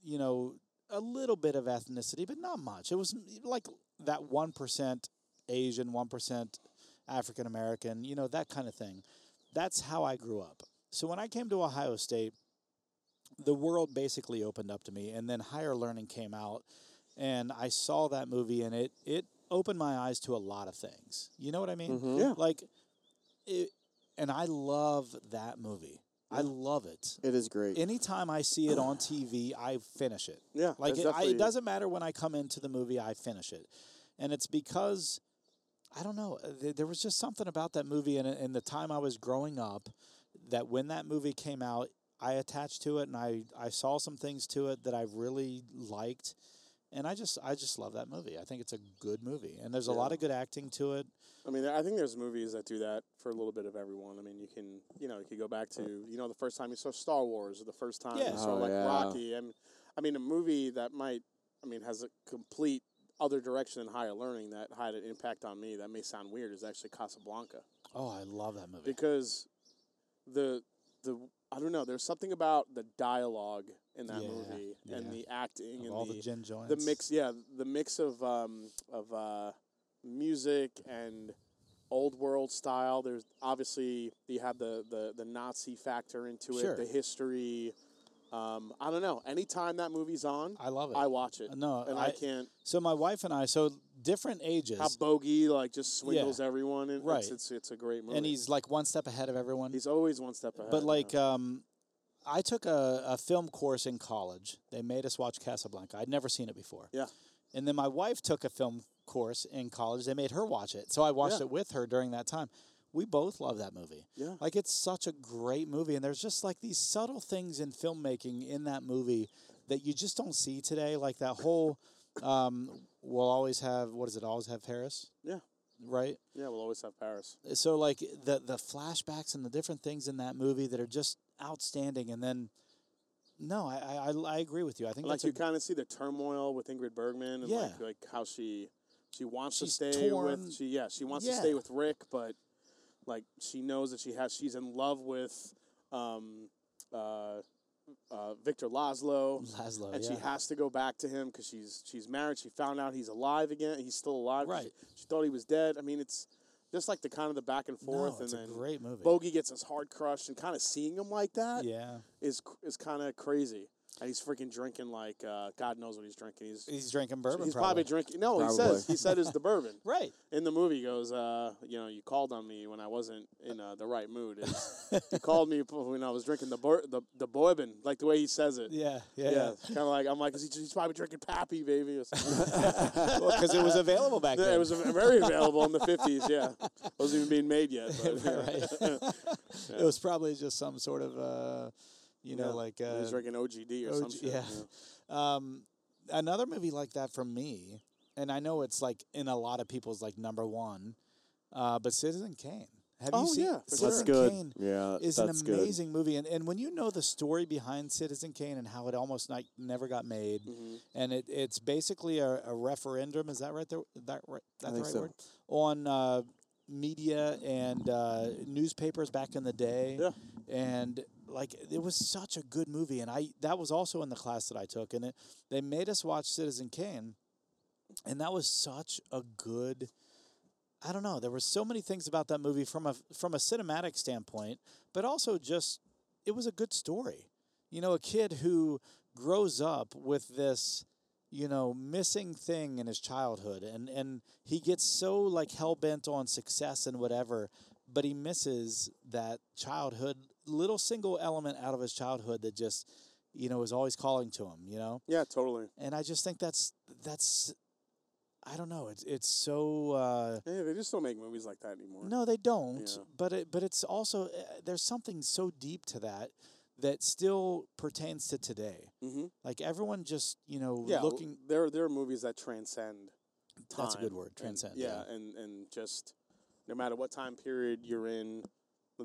Speaker 2: you know, a little bit of ethnicity, but not much. It was mm, like that 1% Asian, 1% African American, you know, that kind of thing. That's how I grew up. So when I came to Ohio State, the world basically opened up to me and then higher learning came out and I saw that movie and it it opened my eyes to a lot of things. You know what I mean?
Speaker 3: Mhm.
Speaker 1: Yeah.
Speaker 2: Like it and I love that movie. I love it.
Speaker 3: it is great.
Speaker 2: Anytime I see it on TV, I finish it.
Speaker 1: Yeah,
Speaker 2: Like
Speaker 1: there's
Speaker 2: it, I,
Speaker 1: definitely-
Speaker 2: it doesn't matter when I come into the movie, I finish it, and it's because I don't know. uh, th- There was just something about that movie and and the time I was growing up that when that movie came out, I attached to it and I I saw some things to it that I really liked, and I just I just love that movie. I think it's a good movie, and there's a lot of good acting to it.
Speaker 1: I mean, I think there's movies that do that for a little bit of everyone. I mean, you can, you know, you could go back to, you know, the first time you saw Star Wars or the first time
Speaker 2: Yeah.
Speaker 1: you saw
Speaker 3: Oh,
Speaker 1: like
Speaker 3: yeah.
Speaker 1: Rocky. I mean, I mean, a movie that might, I mean, has a complete other direction than higher learning that had an impact on me. That may sound weird. Is actually Casablanca
Speaker 2: Oh, I love that movie.
Speaker 1: because the the I don't know. There's something about the dialogue in that
Speaker 2: Yeah,
Speaker 1: movie
Speaker 2: yeah.
Speaker 1: and the acting
Speaker 2: Of
Speaker 1: and
Speaker 2: all
Speaker 1: the
Speaker 2: the gin joints.
Speaker 1: the mix yeah the mix of um of uh music and old world style there's obviously you have the the, the nazi factor into it
Speaker 2: Sure.
Speaker 1: the history um i don't know anytime that movie's on
Speaker 2: I love it.
Speaker 1: i watch it
Speaker 2: Uh, no,
Speaker 1: and i,
Speaker 2: I-
Speaker 1: can't
Speaker 2: so my wife and I, so different ages.
Speaker 1: how bogey like just swindles everyone and
Speaker 2: Right.
Speaker 1: it's, it's it's a great movie
Speaker 2: and he's like one step ahead of everyone.
Speaker 1: He's always one step ahead
Speaker 2: but like,
Speaker 1: yeah.
Speaker 2: um, I took a, a film course in college. They made us watch Casablanca. I'd never seen it before.
Speaker 1: Yeah.
Speaker 2: And then my wife took a film course in college. They made her watch it, so I watched
Speaker 1: Yeah.
Speaker 2: it with her during that time. We both love that movie.
Speaker 1: Yeah.
Speaker 2: Like it's such a great movie, and there's just like these subtle things in filmmaking in that movie that you just don't see today. Like that whole, um, we'll always have what is it? Always have Paris.
Speaker 1: Yeah.
Speaker 2: Right
Speaker 1: yeah we'll always have paris
Speaker 2: so like the the flashbacks and the different things in that movie that are just outstanding and then no i i, I- I agree with you i think
Speaker 1: And, like
Speaker 2: that's
Speaker 1: you
Speaker 2: a,
Speaker 1: kind of see the turmoil with Ingrid Bergman and like
Speaker 2: Yeah.
Speaker 1: like how she she wants
Speaker 2: She's
Speaker 1: to stay
Speaker 2: torn.
Speaker 1: with she yeah she wants to
Speaker 2: Yeah.
Speaker 1: stay with Rick but like she knows that she has she's in love with um uh uh Victor Laszlo
Speaker 2: Laszlo,
Speaker 1: and
Speaker 2: yeah.
Speaker 1: she has to go back to him because she's she's married she found out he's alive again he's still alive 'cause
Speaker 2: Right.
Speaker 1: she, she thought he was dead I mean it's just like the kind of the back and forth
Speaker 2: no,
Speaker 1: and
Speaker 2: it's
Speaker 1: then
Speaker 2: a great movie
Speaker 1: Bogey gets his heart crushed and kind of seeing him like that
Speaker 2: yeah
Speaker 1: is c- is kind of crazy, and he's freaking drinking like uh, God knows what he's drinking. He's
Speaker 2: he's drinking bourbon
Speaker 1: he's probably, drinking. No, he says he said it's the bourbon.
Speaker 2: right
Speaker 1: In the movie, he goes, uh, you know, you called on me when I wasn't in uh, the right mood. It's- you called me when I was drinking the bur- the the bourbon, like the way he says it.
Speaker 2: yeah yeah
Speaker 1: Yeah,
Speaker 2: yeah
Speaker 1: kind of like I'm like, he's, he's probably drinking Pappy, baby. Or something.
Speaker 2: because it was available back
Speaker 1: yeah,
Speaker 2: then
Speaker 1: it was very available in the '50s. Yeah, wasn't even being made yet. But,
Speaker 2: right it was probably just some sort of uh you know
Speaker 1: Yeah.
Speaker 2: like
Speaker 1: And
Speaker 2: uh,
Speaker 1: he's drinking OGD or
Speaker 2: OG
Speaker 1: some shit.
Speaker 2: yeah. Um, another movie like that for me, and I know it's like in a lot of people's like number one, uh, but Citizen Kane. Have
Speaker 1: Oh,
Speaker 2: you seen
Speaker 1: yeah, for sure.
Speaker 2: Citizen
Speaker 1: That's
Speaker 3: good.
Speaker 2: Kane?
Speaker 3: Yeah,
Speaker 2: is
Speaker 3: that's
Speaker 2: an
Speaker 3: good.
Speaker 2: amazing movie, and and when you know the story behind Citizen Kane and how it almost like never got made,
Speaker 3: Mm-hmm.
Speaker 2: and it, it's basically a, a referendum. Is that right? There, that right? That's the
Speaker 3: think
Speaker 2: right
Speaker 3: so.
Speaker 2: word on. Uh, media and uh, newspapers back in the day
Speaker 1: Yeah.
Speaker 2: and like it was such a good movie and i that was also in the class that i took and it they made us watch citizen kane and that was such a good i don't know there were so many things about that movie from a from a cinematic standpoint but also just it was a good story you know a kid who grows up with this you know missing thing in his childhood and and he gets so like hell-bent on success and whatever but he misses that childhood little single element out of his childhood that just you know is always calling to him you know
Speaker 1: yeah, totally.
Speaker 2: and i just think that's that's i don't know it's it's so uh
Speaker 1: Yeah, they just don't make movies like that anymore.
Speaker 2: no, they don't.
Speaker 1: Yeah.
Speaker 2: But it, but it's also uh, there's something so deep to that that still pertains to today.
Speaker 1: Mhm.
Speaker 2: Like everyone just you know
Speaker 1: yeah, l-
Speaker 2: looking.
Speaker 1: There, there are movies that transcend.
Speaker 2: That's a
Speaker 1: time
Speaker 2: good word.
Speaker 1: and-
Speaker 2: Transcend.
Speaker 1: yeah, and and just no matter what time period you're in,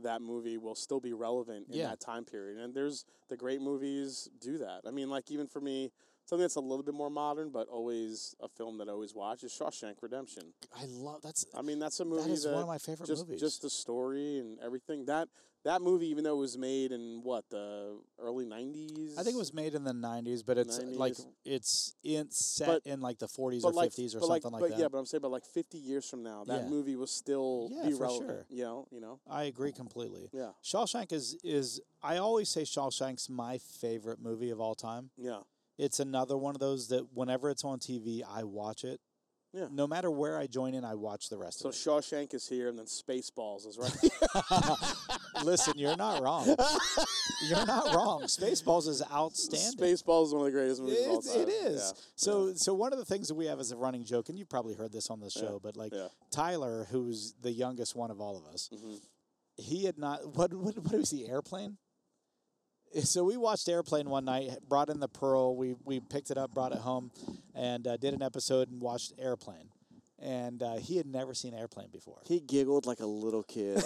Speaker 1: that movie will still be relevant in
Speaker 2: Yeah.
Speaker 1: that time period. And there's the great movies do that. I mean, like even for me, something that's a little bit more modern, but always a film that I always watch is Shawshank Redemption.
Speaker 2: I love that's
Speaker 1: I mean, that's a movie
Speaker 2: is one of my favorite
Speaker 1: just,
Speaker 2: movies.
Speaker 1: Just the story and everything. That that movie, even though it was made in what the early nineties,
Speaker 2: I think it was made in the '90s, but it's uh, like
Speaker 1: 90s.
Speaker 2: it's in set
Speaker 1: But-
Speaker 2: in like the '40s or
Speaker 1: but like,
Speaker 2: '50s or
Speaker 1: but like,
Speaker 2: something like,
Speaker 1: but
Speaker 2: that.
Speaker 1: Yeah, but I'm saying, but like fifty years from now, that
Speaker 2: Yeah.
Speaker 1: movie will still
Speaker 2: Yeah,
Speaker 1: be
Speaker 2: for
Speaker 1: relevant.
Speaker 2: sure.
Speaker 1: You know, you know,
Speaker 2: I agree completely.
Speaker 1: yeah,
Speaker 2: Shawshank is is I always say Shawshank's my favorite movie of all time.
Speaker 1: yeah,
Speaker 2: It's another one of those that whenever it's on TV, I watch it.
Speaker 1: yeah.
Speaker 2: No matter where I join in, I watch the rest
Speaker 1: So
Speaker 2: of
Speaker 1: Shawshank is here, and then Spaceballs is right.
Speaker 2: it. Listen, you're not wrong. you're not wrong. Spaceballs is outstanding.
Speaker 1: Spaceballs is one of the greatest movies of all
Speaker 2: It's,
Speaker 1: time.
Speaker 2: it is. So so one of the things that we have as a running joke, and you've probably heard this on the show, but like
Speaker 1: yeah.
Speaker 2: Tyler, who's the youngest one of all of us,
Speaker 1: Mm-hmm.
Speaker 2: he had not what what what was he airplane? Eh, So we watched Airplane one night, brought in the Pearl, we we picked it up, brought it home, and uh, did an episode and watched Airplane. And uh, he had never seen Airplane before.
Speaker 3: He giggled like a little kid.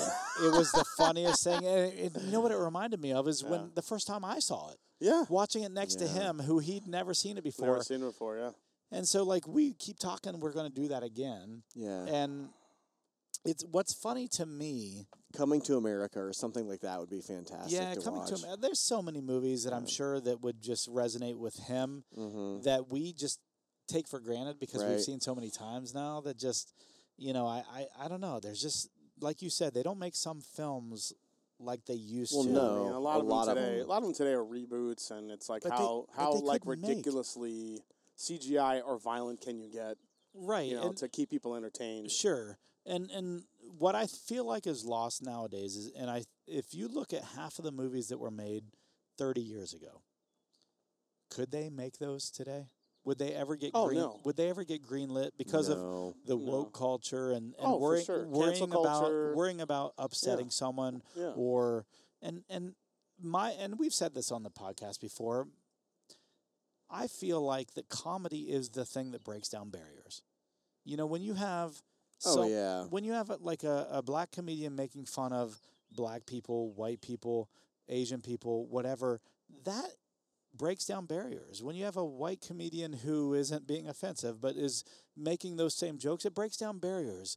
Speaker 2: It was the funniest thing. And it, you know what it reminded me of is when the first time I saw it,
Speaker 1: Yeah. yeah.
Speaker 2: watching it next to him, who he'd never seen it before.
Speaker 1: Never seen it before. Yeah.
Speaker 2: And so like we keep talking, we're gonna do that again.
Speaker 3: yeah.
Speaker 2: And it's what's funny to me.
Speaker 3: Coming to America or something like that would be fantastic.
Speaker 2: yeah,
Speaker 3: to
Speaker 2: coming
Speaker 3: watch.
Speaker 2: to him. There's so many movies that I'm sure that would just resonate with him that we just take for granted because we've
Speaker 3: Right.
Speaker 2: seen so many times now that just you know I, I I don't know. There's just like you said, they don't make some films like they used
Speaker 3: Well,
Speaker 2: to.
Speaker 3: no.
Speaker 1: I mean, a
Speaker 3: Oh,
Speaker 1: lot
Speaker 3: a
Speaker 1: of
Speaker 3: lot
Speaker 1: them
Speaker 3: of
Speaker 1: today.
Speaker 3: them.
Speaker 1: A lot of them today are reboots, and it's like
Speaker 2: But they-
Speaker 1: how
Speaker 2: but
Speaker 1: how
Speaker 2: they
Speaker 1: like
Speaker 2: could make.
Speaker 1: ridiculously CGI or violent can you get?
Speaker 2: right?
Speaker 1: You know,
Speaker 2: and-
Speaker 1: to keep people entertained.
Speaker 2: Sure. And and what I feel like is lost nowadays is and I if you look at half of the movies that were made 30 years ago, could they make those today? Would they ever get
Speaker 1: Oh,
Speaker 2: green,
Speaker 1: no.
Speaker 2: would they ever get greenlit because
Speaker 3: No.
Speaker 2: of the woke culture and, and
Speaker 1: Oh, for
Speaker 2: worrying,
Speaker 1: sure. Cancel
Speaker 2: worrying about
Speaker 1: culture.
Speaker 2: worrying about upsetting someone
Speaker 1: Yeah.
Speaker 2: or and and my and we've said this on the podcast before. I feel like that comedy is the thing that breaks down barriers. You know, when you have
Speaker 3: Oh,
Speaker 2: so
Speaker 3: yeah.
Speaker 2: when you have a, like a, a black comedian making fun of black people, white people, Asian people, whatever, that breaks down barriers. When you have a white comedian who isn't being offensive but is making those same jokes, it breaks down barriers.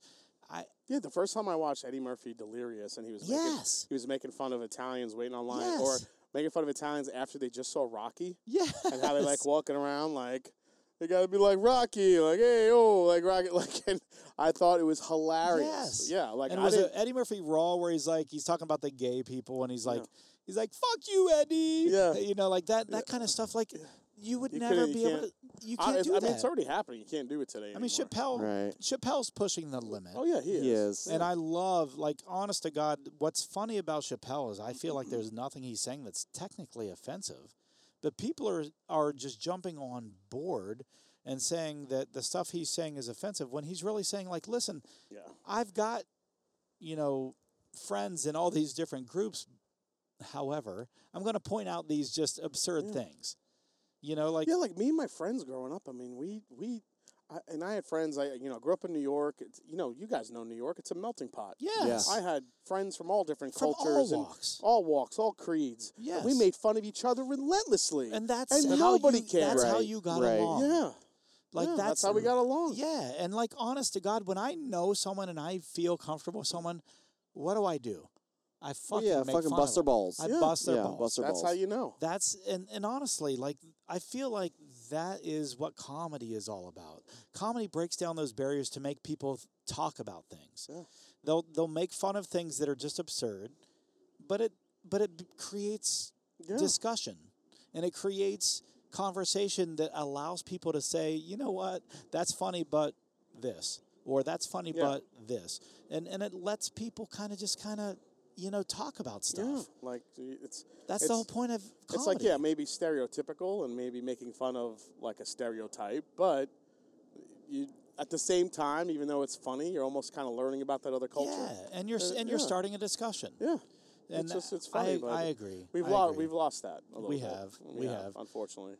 Speaker 2: I
Speaker 1: Yeah, the first time I watched Eddie Murphy Delirious, and he was
Speaker 2: Yes.
Speaker 1: making, he was making fun of Italians waiting online, or
Speaker 2: Yes.
Speaker 1: making fun of Italians after they just saw Rocky,
Speaker 2: yeah,
Speaker 1: and how they like walking around like they got to be like Rocky, like hey oh, like Rocky, like and I thought it was hilarious.
Speaker 2: Yes.
Speaker 1: Yeah, like
Speaker 2: and
Speaker 1: I
Speaker 2: was
Speaker 1: didn't,
Speaker 2: it Eddie Murphy Raw where he's like he's talking about the gay people and he's like he's like fuck you Eddie
Speaker 1: Yeah.
Speaker 2: you know like that that kind of stuff like you would
Speaker 1: You
Speaker 2: never
Speaker 1: couldn't- you
Speaker 2: be able to
Speaker 1: can't-
Speaker 2: you
Speaker 1: I,
Speaker 2: can't do
Speaker 1: I
Speaker 2: that
Speaker 1: mean, it's already happening. You can't do it today.
Speaker 2: I
Speaker 1: anymore.
Speaker 2: mean Chappelle
Speaker 3: Right.
Speaker 2: Chappelle's pushing the limit
Speaker 1: Oh yeah, he is.
Speaker 3: He is.
Speaker 2: and I love like honest to God what's funny about Chappelle is I feel like there's nothing he's saying that's technically offensive but people are are just jumping on board and saying that the stuff he's saying is offensive when he's really saying like listen
Speaker 1: Yeah.
Speaker 2: I've got, you know, friends in all these different groups. However, I'm going to point out these just absurd things. You know, like
Speaker 1: Yeah, like me and my friends growing up. I mean, we we, I, and I had friends. I you know grew up in New York. It's, you know, you guys know New York. It's a melting pot.
Speaker 2: yes,
Speaker 1: I had friends from all different
Speaker 2: From all
Speaker 1: cultures and
Speaker 2: walks.
Speaker 1: all walks, all creeds. And we
Speaker 2: Yes.
Speaker 1: made fun of each other relentlessly,
Speaker 2: and that's
Speaker 1: and
Speaker 2: how
Speaker 1: nobody
Speaker 2: you,
Speaker 1: cared.
Speaker 2: That's how
Speaker 3: Right,
Speaker 2: you got
Speaker 3: right.
Speaker 2: along.
Speaker 1: Yeah,
Speaker 2: like
Speaker 1: yeah,
Speaker 2: that's,
Speaker 1: how we got along.
Speaker 2: Yeah, and like honest to God, when I know someone and I feel comfortable with someone, what do I do? I fucking
Speaker 3: yeah,
Speaker 2: make
Speaker 3: fucking
Speaker 2: fun of
Speaker 3: bust their
Speaker 2: them.
Speaker 3: balls.
Speaker 2: I
Speaker 1: Yeah.
Speaker 2: bust their
Speaker 3: yeah,
Speaker 2: balls.
Speaker 3: Buster
Speaker 1: that's
Speaker 3: balls.
Speaker 1: how you know.
Speaker 2: That's and, and honestly, like I feel like that is what comedy is all about. Comedy breaks down those barriers to make people th- talk about things. They'll they'll make fun of things that are just absurd, but it but it b- creates discussion and it creates conversation that allows people to say, you know what, that's funny, but this or that's funny, but this, and and it lets people kind of just kind of you know talk about stuff.
Speaker 1: Yeah, like it's
Speaker 2: That's
Speaker 1: it's-
Speaker 2: the whole point of comedy.
Speaker 1: It's like yeah, maybe stereotypical and maybe making fun of like a stereotype, but you at the same time, even though it's funny, you're almost kind of learning about that other culture. Uh,
Speaker 2: Yeah, and you're s and you're
Speaker 1: yeah.
Speaker 2: starting a discussion.
Speaker 1: Yeah.
Speaker 2: And
Speaker 1: it's just it's
Speaker 2: I-
Speaker 1: funny. but
Speaker 2: I agree.
Speaker 1: We've
Speaker 2: I
Speaker 1: lost
Speaker 2: agree.
Speaker 1: we've lost that. A little
Speaker 2: We
Speaker 1: bit.
Speaker 2: have. We have.
Speaker 1: Unfortunately.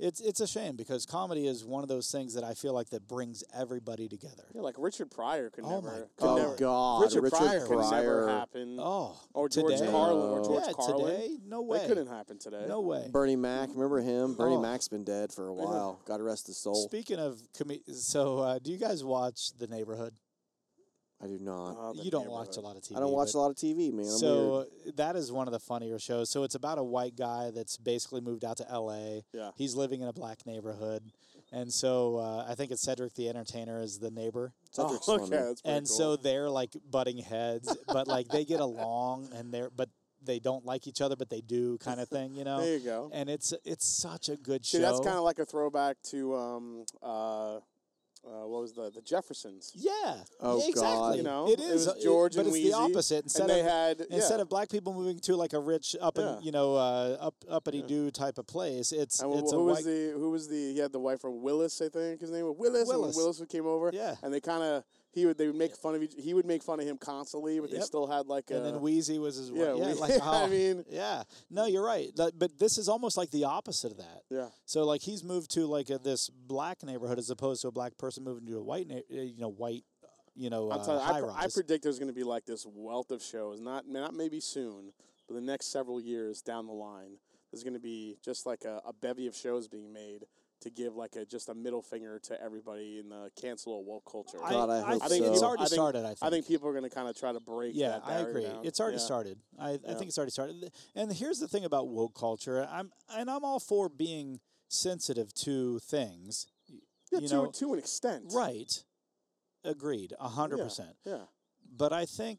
Speaker 2: It's it's a shame because comedy is one of those things that I feel like that brings everybody together.
Speaker 1: Yeah, like Richard Pryor could
Speaker 2: Oh my
Speaker 1: never. could
Speaker 3: Oh
Speaker 1: never-
Speaker 3: God,
Speaker 1: Richard, Pryor, could
Speaker 3: Pryor.
Speaker 1: never happen.
Speaker 2: Oh,
Speaker 1: or George
Speaker 2: today?
Speaker 1: Carlin, or George
Speaker 2: yeah,
Speaker 1: Carlin.
Speaker 2: today? No way.
Speaker 1: That couldn't happen today.
Speaker 2: No way.
Speaker 3: Bernie Mac, remember him? Bernie
Speaker 2: Oh.
Speaker 3: Mac's been dead for a while. God rest his soul.
Speaker 2: Speaking of, com- so uh, do you guys watch The Neighborhood?
Speaker 3: I do not.
Speaker 1: Uh, the
Speaker 2: You don't watch
Speaker 1: neighborhood.
Speaker 2: a lot of TV.
Speaker 3: I don't watch
Speaker 2: but-
Speaker 3: a lot of TV, man. I'm
Speaker 2: so
Speaker 3: weird.
Speaker 2: that is one of the funnier shows. So it's about a white guy that's basically moved out to L.A.
Speaker 1: Yeah.
Speaker 2: he's living in a black neighborhood, and so uh, I think it's Cedric the Entertainer is the neighbor,
Speaker 3: Cedric's
Speaker 1: Oh,
Speaker 3: funny.
Speaker 1: okay, that's pretty
Speaker 2: and
Speaker 1: cool.
Speaker 2: so they're like butting heads, but like they get along, and they're but they don't like each other, but they do kind of thing, you know.
Speaker 1: there you go.
Speaker 2: And it's it's such a good
Speaker 1: See,
Speaker 2: show.
Speaker 1: that's kind of like a throwback to um uh, uh what was the the Jeffersons.
Speaker 2: yeah.
Speaker 3: Oh,
Speaker 2: exactly.
Speaker 3: God.
Speaker 1: You know, it
Speaker 2: it is
Speaker 1: was George
Speaker 2: but
Speaker 1: and
Speaker 2: it's the
Speaker 1: Wheezy,
Speaker 2: opposite. Instead
Speaker 1: and they
Speaker 2: of
Speaker 1: had
Speaker 2: instead
Speaker 1: yeah.
Speaker 2: of black people moving to like a rich up and
Speaker 1: Yeah.
Speaker 2: you know uh, up uppity do type of place, it's
Speaker 1: And wh-
Speaker 2: it's
Speaker 1: who
Speaker 2: a
Speaker 1: was
Speaker 2: white,
Speaker 1: the who was the he had the wife from Willis I think his name was Willis and when
Speaker 2: Willis.
Speaker 1: Willis came over
Speaker 2: Yeah.
Speaker 1: and they kind of he would they would make fun of each, he would make fun of him constantly but they
Speaker 2: Yep.
Speaker 1: still had like
Speaker 2: and
Speaker 1: a
Speaker 2: then Wheezy was his
Speaker 1: uh, yeah,
Speaker 2: wife. Yeah,
Speaker 1: Whe-
Speaker 2: like,
Speaker 1: I
Speaker 2: oh,
Speaker 1: mean-
Speaker 2: yeah. No, you're right. That- but this is almost like the opposite of that.
Speaker 1: yeah
Speaker 2: So like he's moved to like a, this black neighborhood as opposed to a black person moving to a white na- uh, you know white uh, you know
Speaker 1: I'm
Speaker 2: uh,
Speaker 1: telling you,
Speaker 2: high
Speaker 1: I, pre- I
Speaker 2: rise.
Speaker 1: predict there's going to be like this wealth of shows not not maybe soon but the next several years down the line there's going to be just like a, a bevy of shows being made to give like a just a middle finger to everybody in the cancel or woke culture
Speaker 3: God, I hope
Speaker 1: I think
Speaker 3: so.
Speaker 2: it's
Speaker 1: people-
Speaker 2: already
Speaker 1: I think-
Speaker 2: started. I think.
Speaker 1: I think people are going to kind of try to break
Speaker 2: Yeah,
Speaker 1: that
Speaker 2: I
Speaker 1: barrier
Speaker 2: agree.
Speaker 1: down.
Speaker 2: It's already
Speaker 1: Yeah.
Speaker 2: started. I, I
Speaker 1: Yeah.
Speaker 2: think it's already started. Th- And here's the thing about woke culture. I'm and I'm all for being sensitive to things. y-
Speaker 1: yeah,
Speaker 2: you
Speaker 1: to,
Speaker 2: know,
Speaker 1: to an extent
Speaker 2: right? Agreed, a hundred
Speaker 1: Yeah.
Speaker 2: percent.
Speaker 1: yeah
Speaker 2: But I think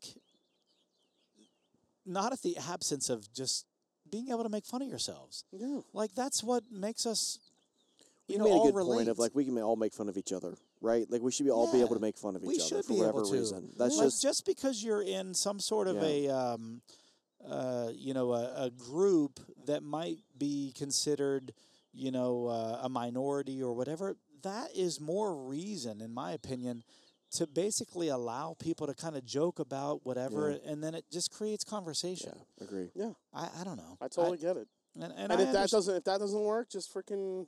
Speaker 2: not at the absence of just being able to make fun of yourselves.
Speaker 1: yeah
Speaker 2: Like that's what makes us. You
Speaker 3: you
Speaker 2: know,
Speaker 3: made a
Speaker 2: all
Speaker 3: good
Speaker 2: relate.
Speaker 3: point of like we can all make fun of each other, right? Like we should be all be
Speaker 2: Yeah.
Speaker 3: able to make fun of each
Speaker 2: we
Speaker 3: other
Speaker 2: should
Speaker 3: for
Speaker 2: be
Speaker 3: whatever
Speaker 2: able to.
Speaker 3: reason. That's
Speaker 2: Like,
Speaker 3: just
Speaker 2: just because you're in some sort of
Speaker 3: Yeah.
Speaker 2: a, um, uh, you know, a, a group that might be considered, you know, uh, a minority or whatever. That is more reason, in my opinion, to basically allow people to kind of joke about whatever, and then it just creates conversation.
Speaker 3: yeah, agree.
Speaker 2: I, I don't know.
Speaker 1: I totally get it
Speaker 2: and, and,
Speaker 1: and,
Speaker 2: I
Speaker 1: if that
Speaker 2: underst-
Speaker 1: doesn't if that doesn't work just freaking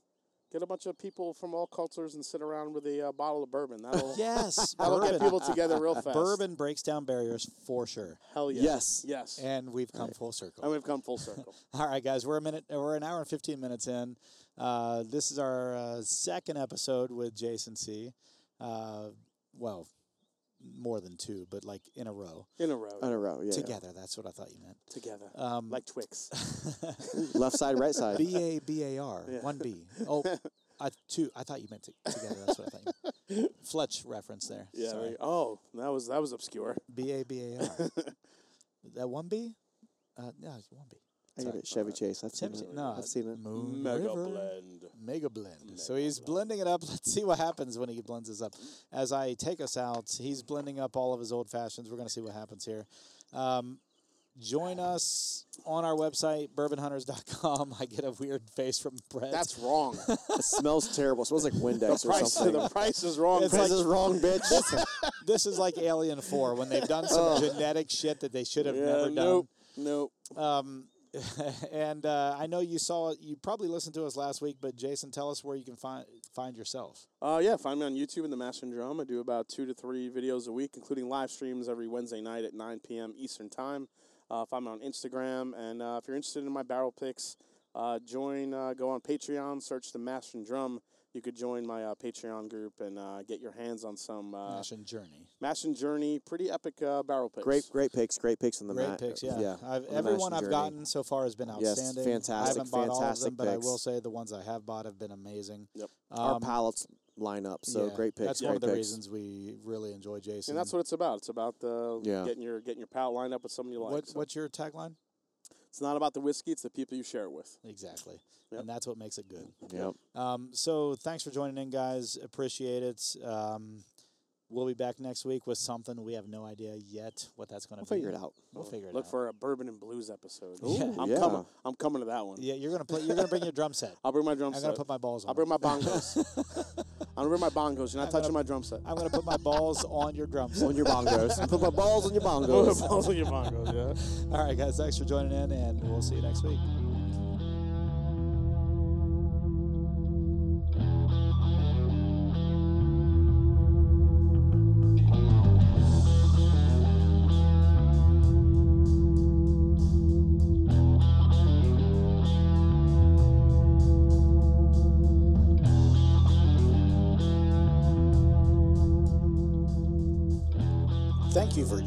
Speaker 1: get a bunch of people from all cultures and sit around with a uh, bottle of bourbon that'll
Speaker 2: yes,
Speaker 1: That'll
Speaker 2: bourbon,
Speaker 1: get people together real fast.
Speaker 2: bourbon breaks down barriers for sure,
Speaker 1: Hell yeah.
Speaker 3: Yes.
Speaker 1: Yes. And,
Speaker 2: and we've come full circle.
Speaker 1: we've come full circle.
Speaker 2: All right, guys, we're a minute, uh, we're an hour and fifteen minutes in. Uh, this is our uh, second episode with Jason C. Uh, well, more than two, but like in a row
Speaker 1: In a row.
Speaker 3: On a row, yeah.
Speaker 2: together. That's what I thought you meant.
Speaker 1: together.
Speaker 2: Um,
Speaker 1: like Twix.
Speaker 3: Left side, right side.
Speaker 2: B A B A R
Speaker 1: Yeah.
Speaker 2: one B. Oh, I two. I thought you meant to, together. That's what I thought. You meant. Fletch reference there.
Speaker 1: Yeah. there
Speaker 2: Sorry.
Speaker 1: you- oh, that was that was obscure.
Speaker 2: B A B A R. That one B? Uh, no, it's one B.
Speaker 3: I get it. Chevy Chase. I've seen
Speaker 2: Chevy-
Speaker 3: it.
Speaker 2: no,
Speaker 3: I've seen it.
Speaker 2: Moon
Speaker 1: Mega
Speaker 2: River.
Speaker 1: blend.
Speaker 2: Mega blend. so he's blending it up. Let's see what happens when he blends this up. As I take us out, he's blending up all of his old fashions. We're going to see what happens here. Um, join us on our website, bourbonhunters.com. I get a weird face from Brett.
Speaker 1: That's wrong.
Speaker 3: It smells terrible. It smells like Windex or
Speaker 1: price,
Speaker 3: something.
Speaker 1: the price is wrong.
Speaker 2: It's
Speaker 1: Price
Speaker 2: like-
Speaker 1: is wrong, bitch. Oh.
Speaker 2: this is like Alien 4 when they've done some genetic shit that they should have
Speaker 1: yeah,
Speaker 2: never done.
Speaker 1: nope. Nope.
Speaker 2: Um, and uh, I know you saw you probably listened to us last week, but Jason, tell us where you can find find yourself.
Speaker 1: Uh, yeah, find me on YouTube in the Master and Drum. I do about two to three videos a week, including live streams every Wednesday night at 9 p.m. Eastern Time. Uh, find me on Instagram, and uh, if you're interested in my barrel picks, uh, join. Uh, go on Patreon, search the Master and Drum. You could join my uh, Patreon group and uh, get your hands on some uh,
Speaker 2: Ash and Journey.
Speaker 1: Mash and Journey, pretty epic uh, barrel picks.
Speaker 3: Great, great picks. Great picks on the
Speaker 2: Great
Speaker 3: mat.
Speaker 2: picks, yeah.
Speaker 3: yeah
Speaker 2: I've,
Speaker 3: on the
Speaker 2: everyone
Speaker 3: Mashing
Speaker 2: I've
Speaker 3: journey.
Speaker 2: gotten so far has been
Speaker 3: Yes,
Speaker 2: outstanding. I
Speaker 3: fantastic,
Speaker 2: haven't bought all of
Speaker 3: fantastic
Speaker 2: them, but I will
Speaker 3: picks.
Speaker 2: say the ones I have bought have been amazing.
Speaker 1: Yep.
Speaker 3: Our
Speaker 2: Um,
Speaker 3: palettes line up. So
Speaker 2: yeah,
Speaker 3: great picks.
Speaker 2: That's
Speaker 3: great
Speaker 2: one of the
Speaker 3: picks.
Speaker 2: reasons we really enjoy Jason.
Speaker 1: And that's what it's about. It's about the
Speaker 3: Yeah.
Speaker 1: getting your getting your palate lined up with someone you like.
Speaker 2: what,
Speaker 1: So
Speaker 2: what's your tagline?
Speaker 1: it's not about the whiskey; it's the people you share it with.
Speaker 2: Exactly,
Speaker 1: Yep.
Speaker 2: and that's what makes it good.
Speaker 3: Yep.
Speaker 2: Um, so thanks for joining in, guys. Appreciate it. Um, we'll be back next week with something we have no idea yet what that's going to
Speaker 3: We'll
Speaker 2: be.
Speaker 3: figure it out.
Speaker 2: We'll figure it
Speaker 1: Look
Speaker 2: out.
Speaker 1: for a bourbon and blues episode.
Speaker 2: Ooh,
Speaker 1: I'm
Speaker 3: yeah.
Speaker 1: coming. I'm coming to that one.
Speaker 2: yeah, you're gonna play. You're gonna bring your drum set.
Speaker 1: I'll bring my drum
Speaker 2: I'm
Speaker 1: set.
Speaker 2: gonna put my balls on.
Speaker 1: I'll
Speaker 2: it.
Speaker 1: bring my bongos. I'll bring my bongos. You're not touching
Speaker 2: gonna-
Speaker 1: my drum set.
Speaker 2: I'm gonna put my balls on your drum set.
Speaker 3: On your bongos. Put my balls on your bongos.
Speaker 1: balls on your bongos. Yeah.
Speaker 2: All right, guys, thanks for joining in, and we'll see you next week.
Speaker 4: Thank you for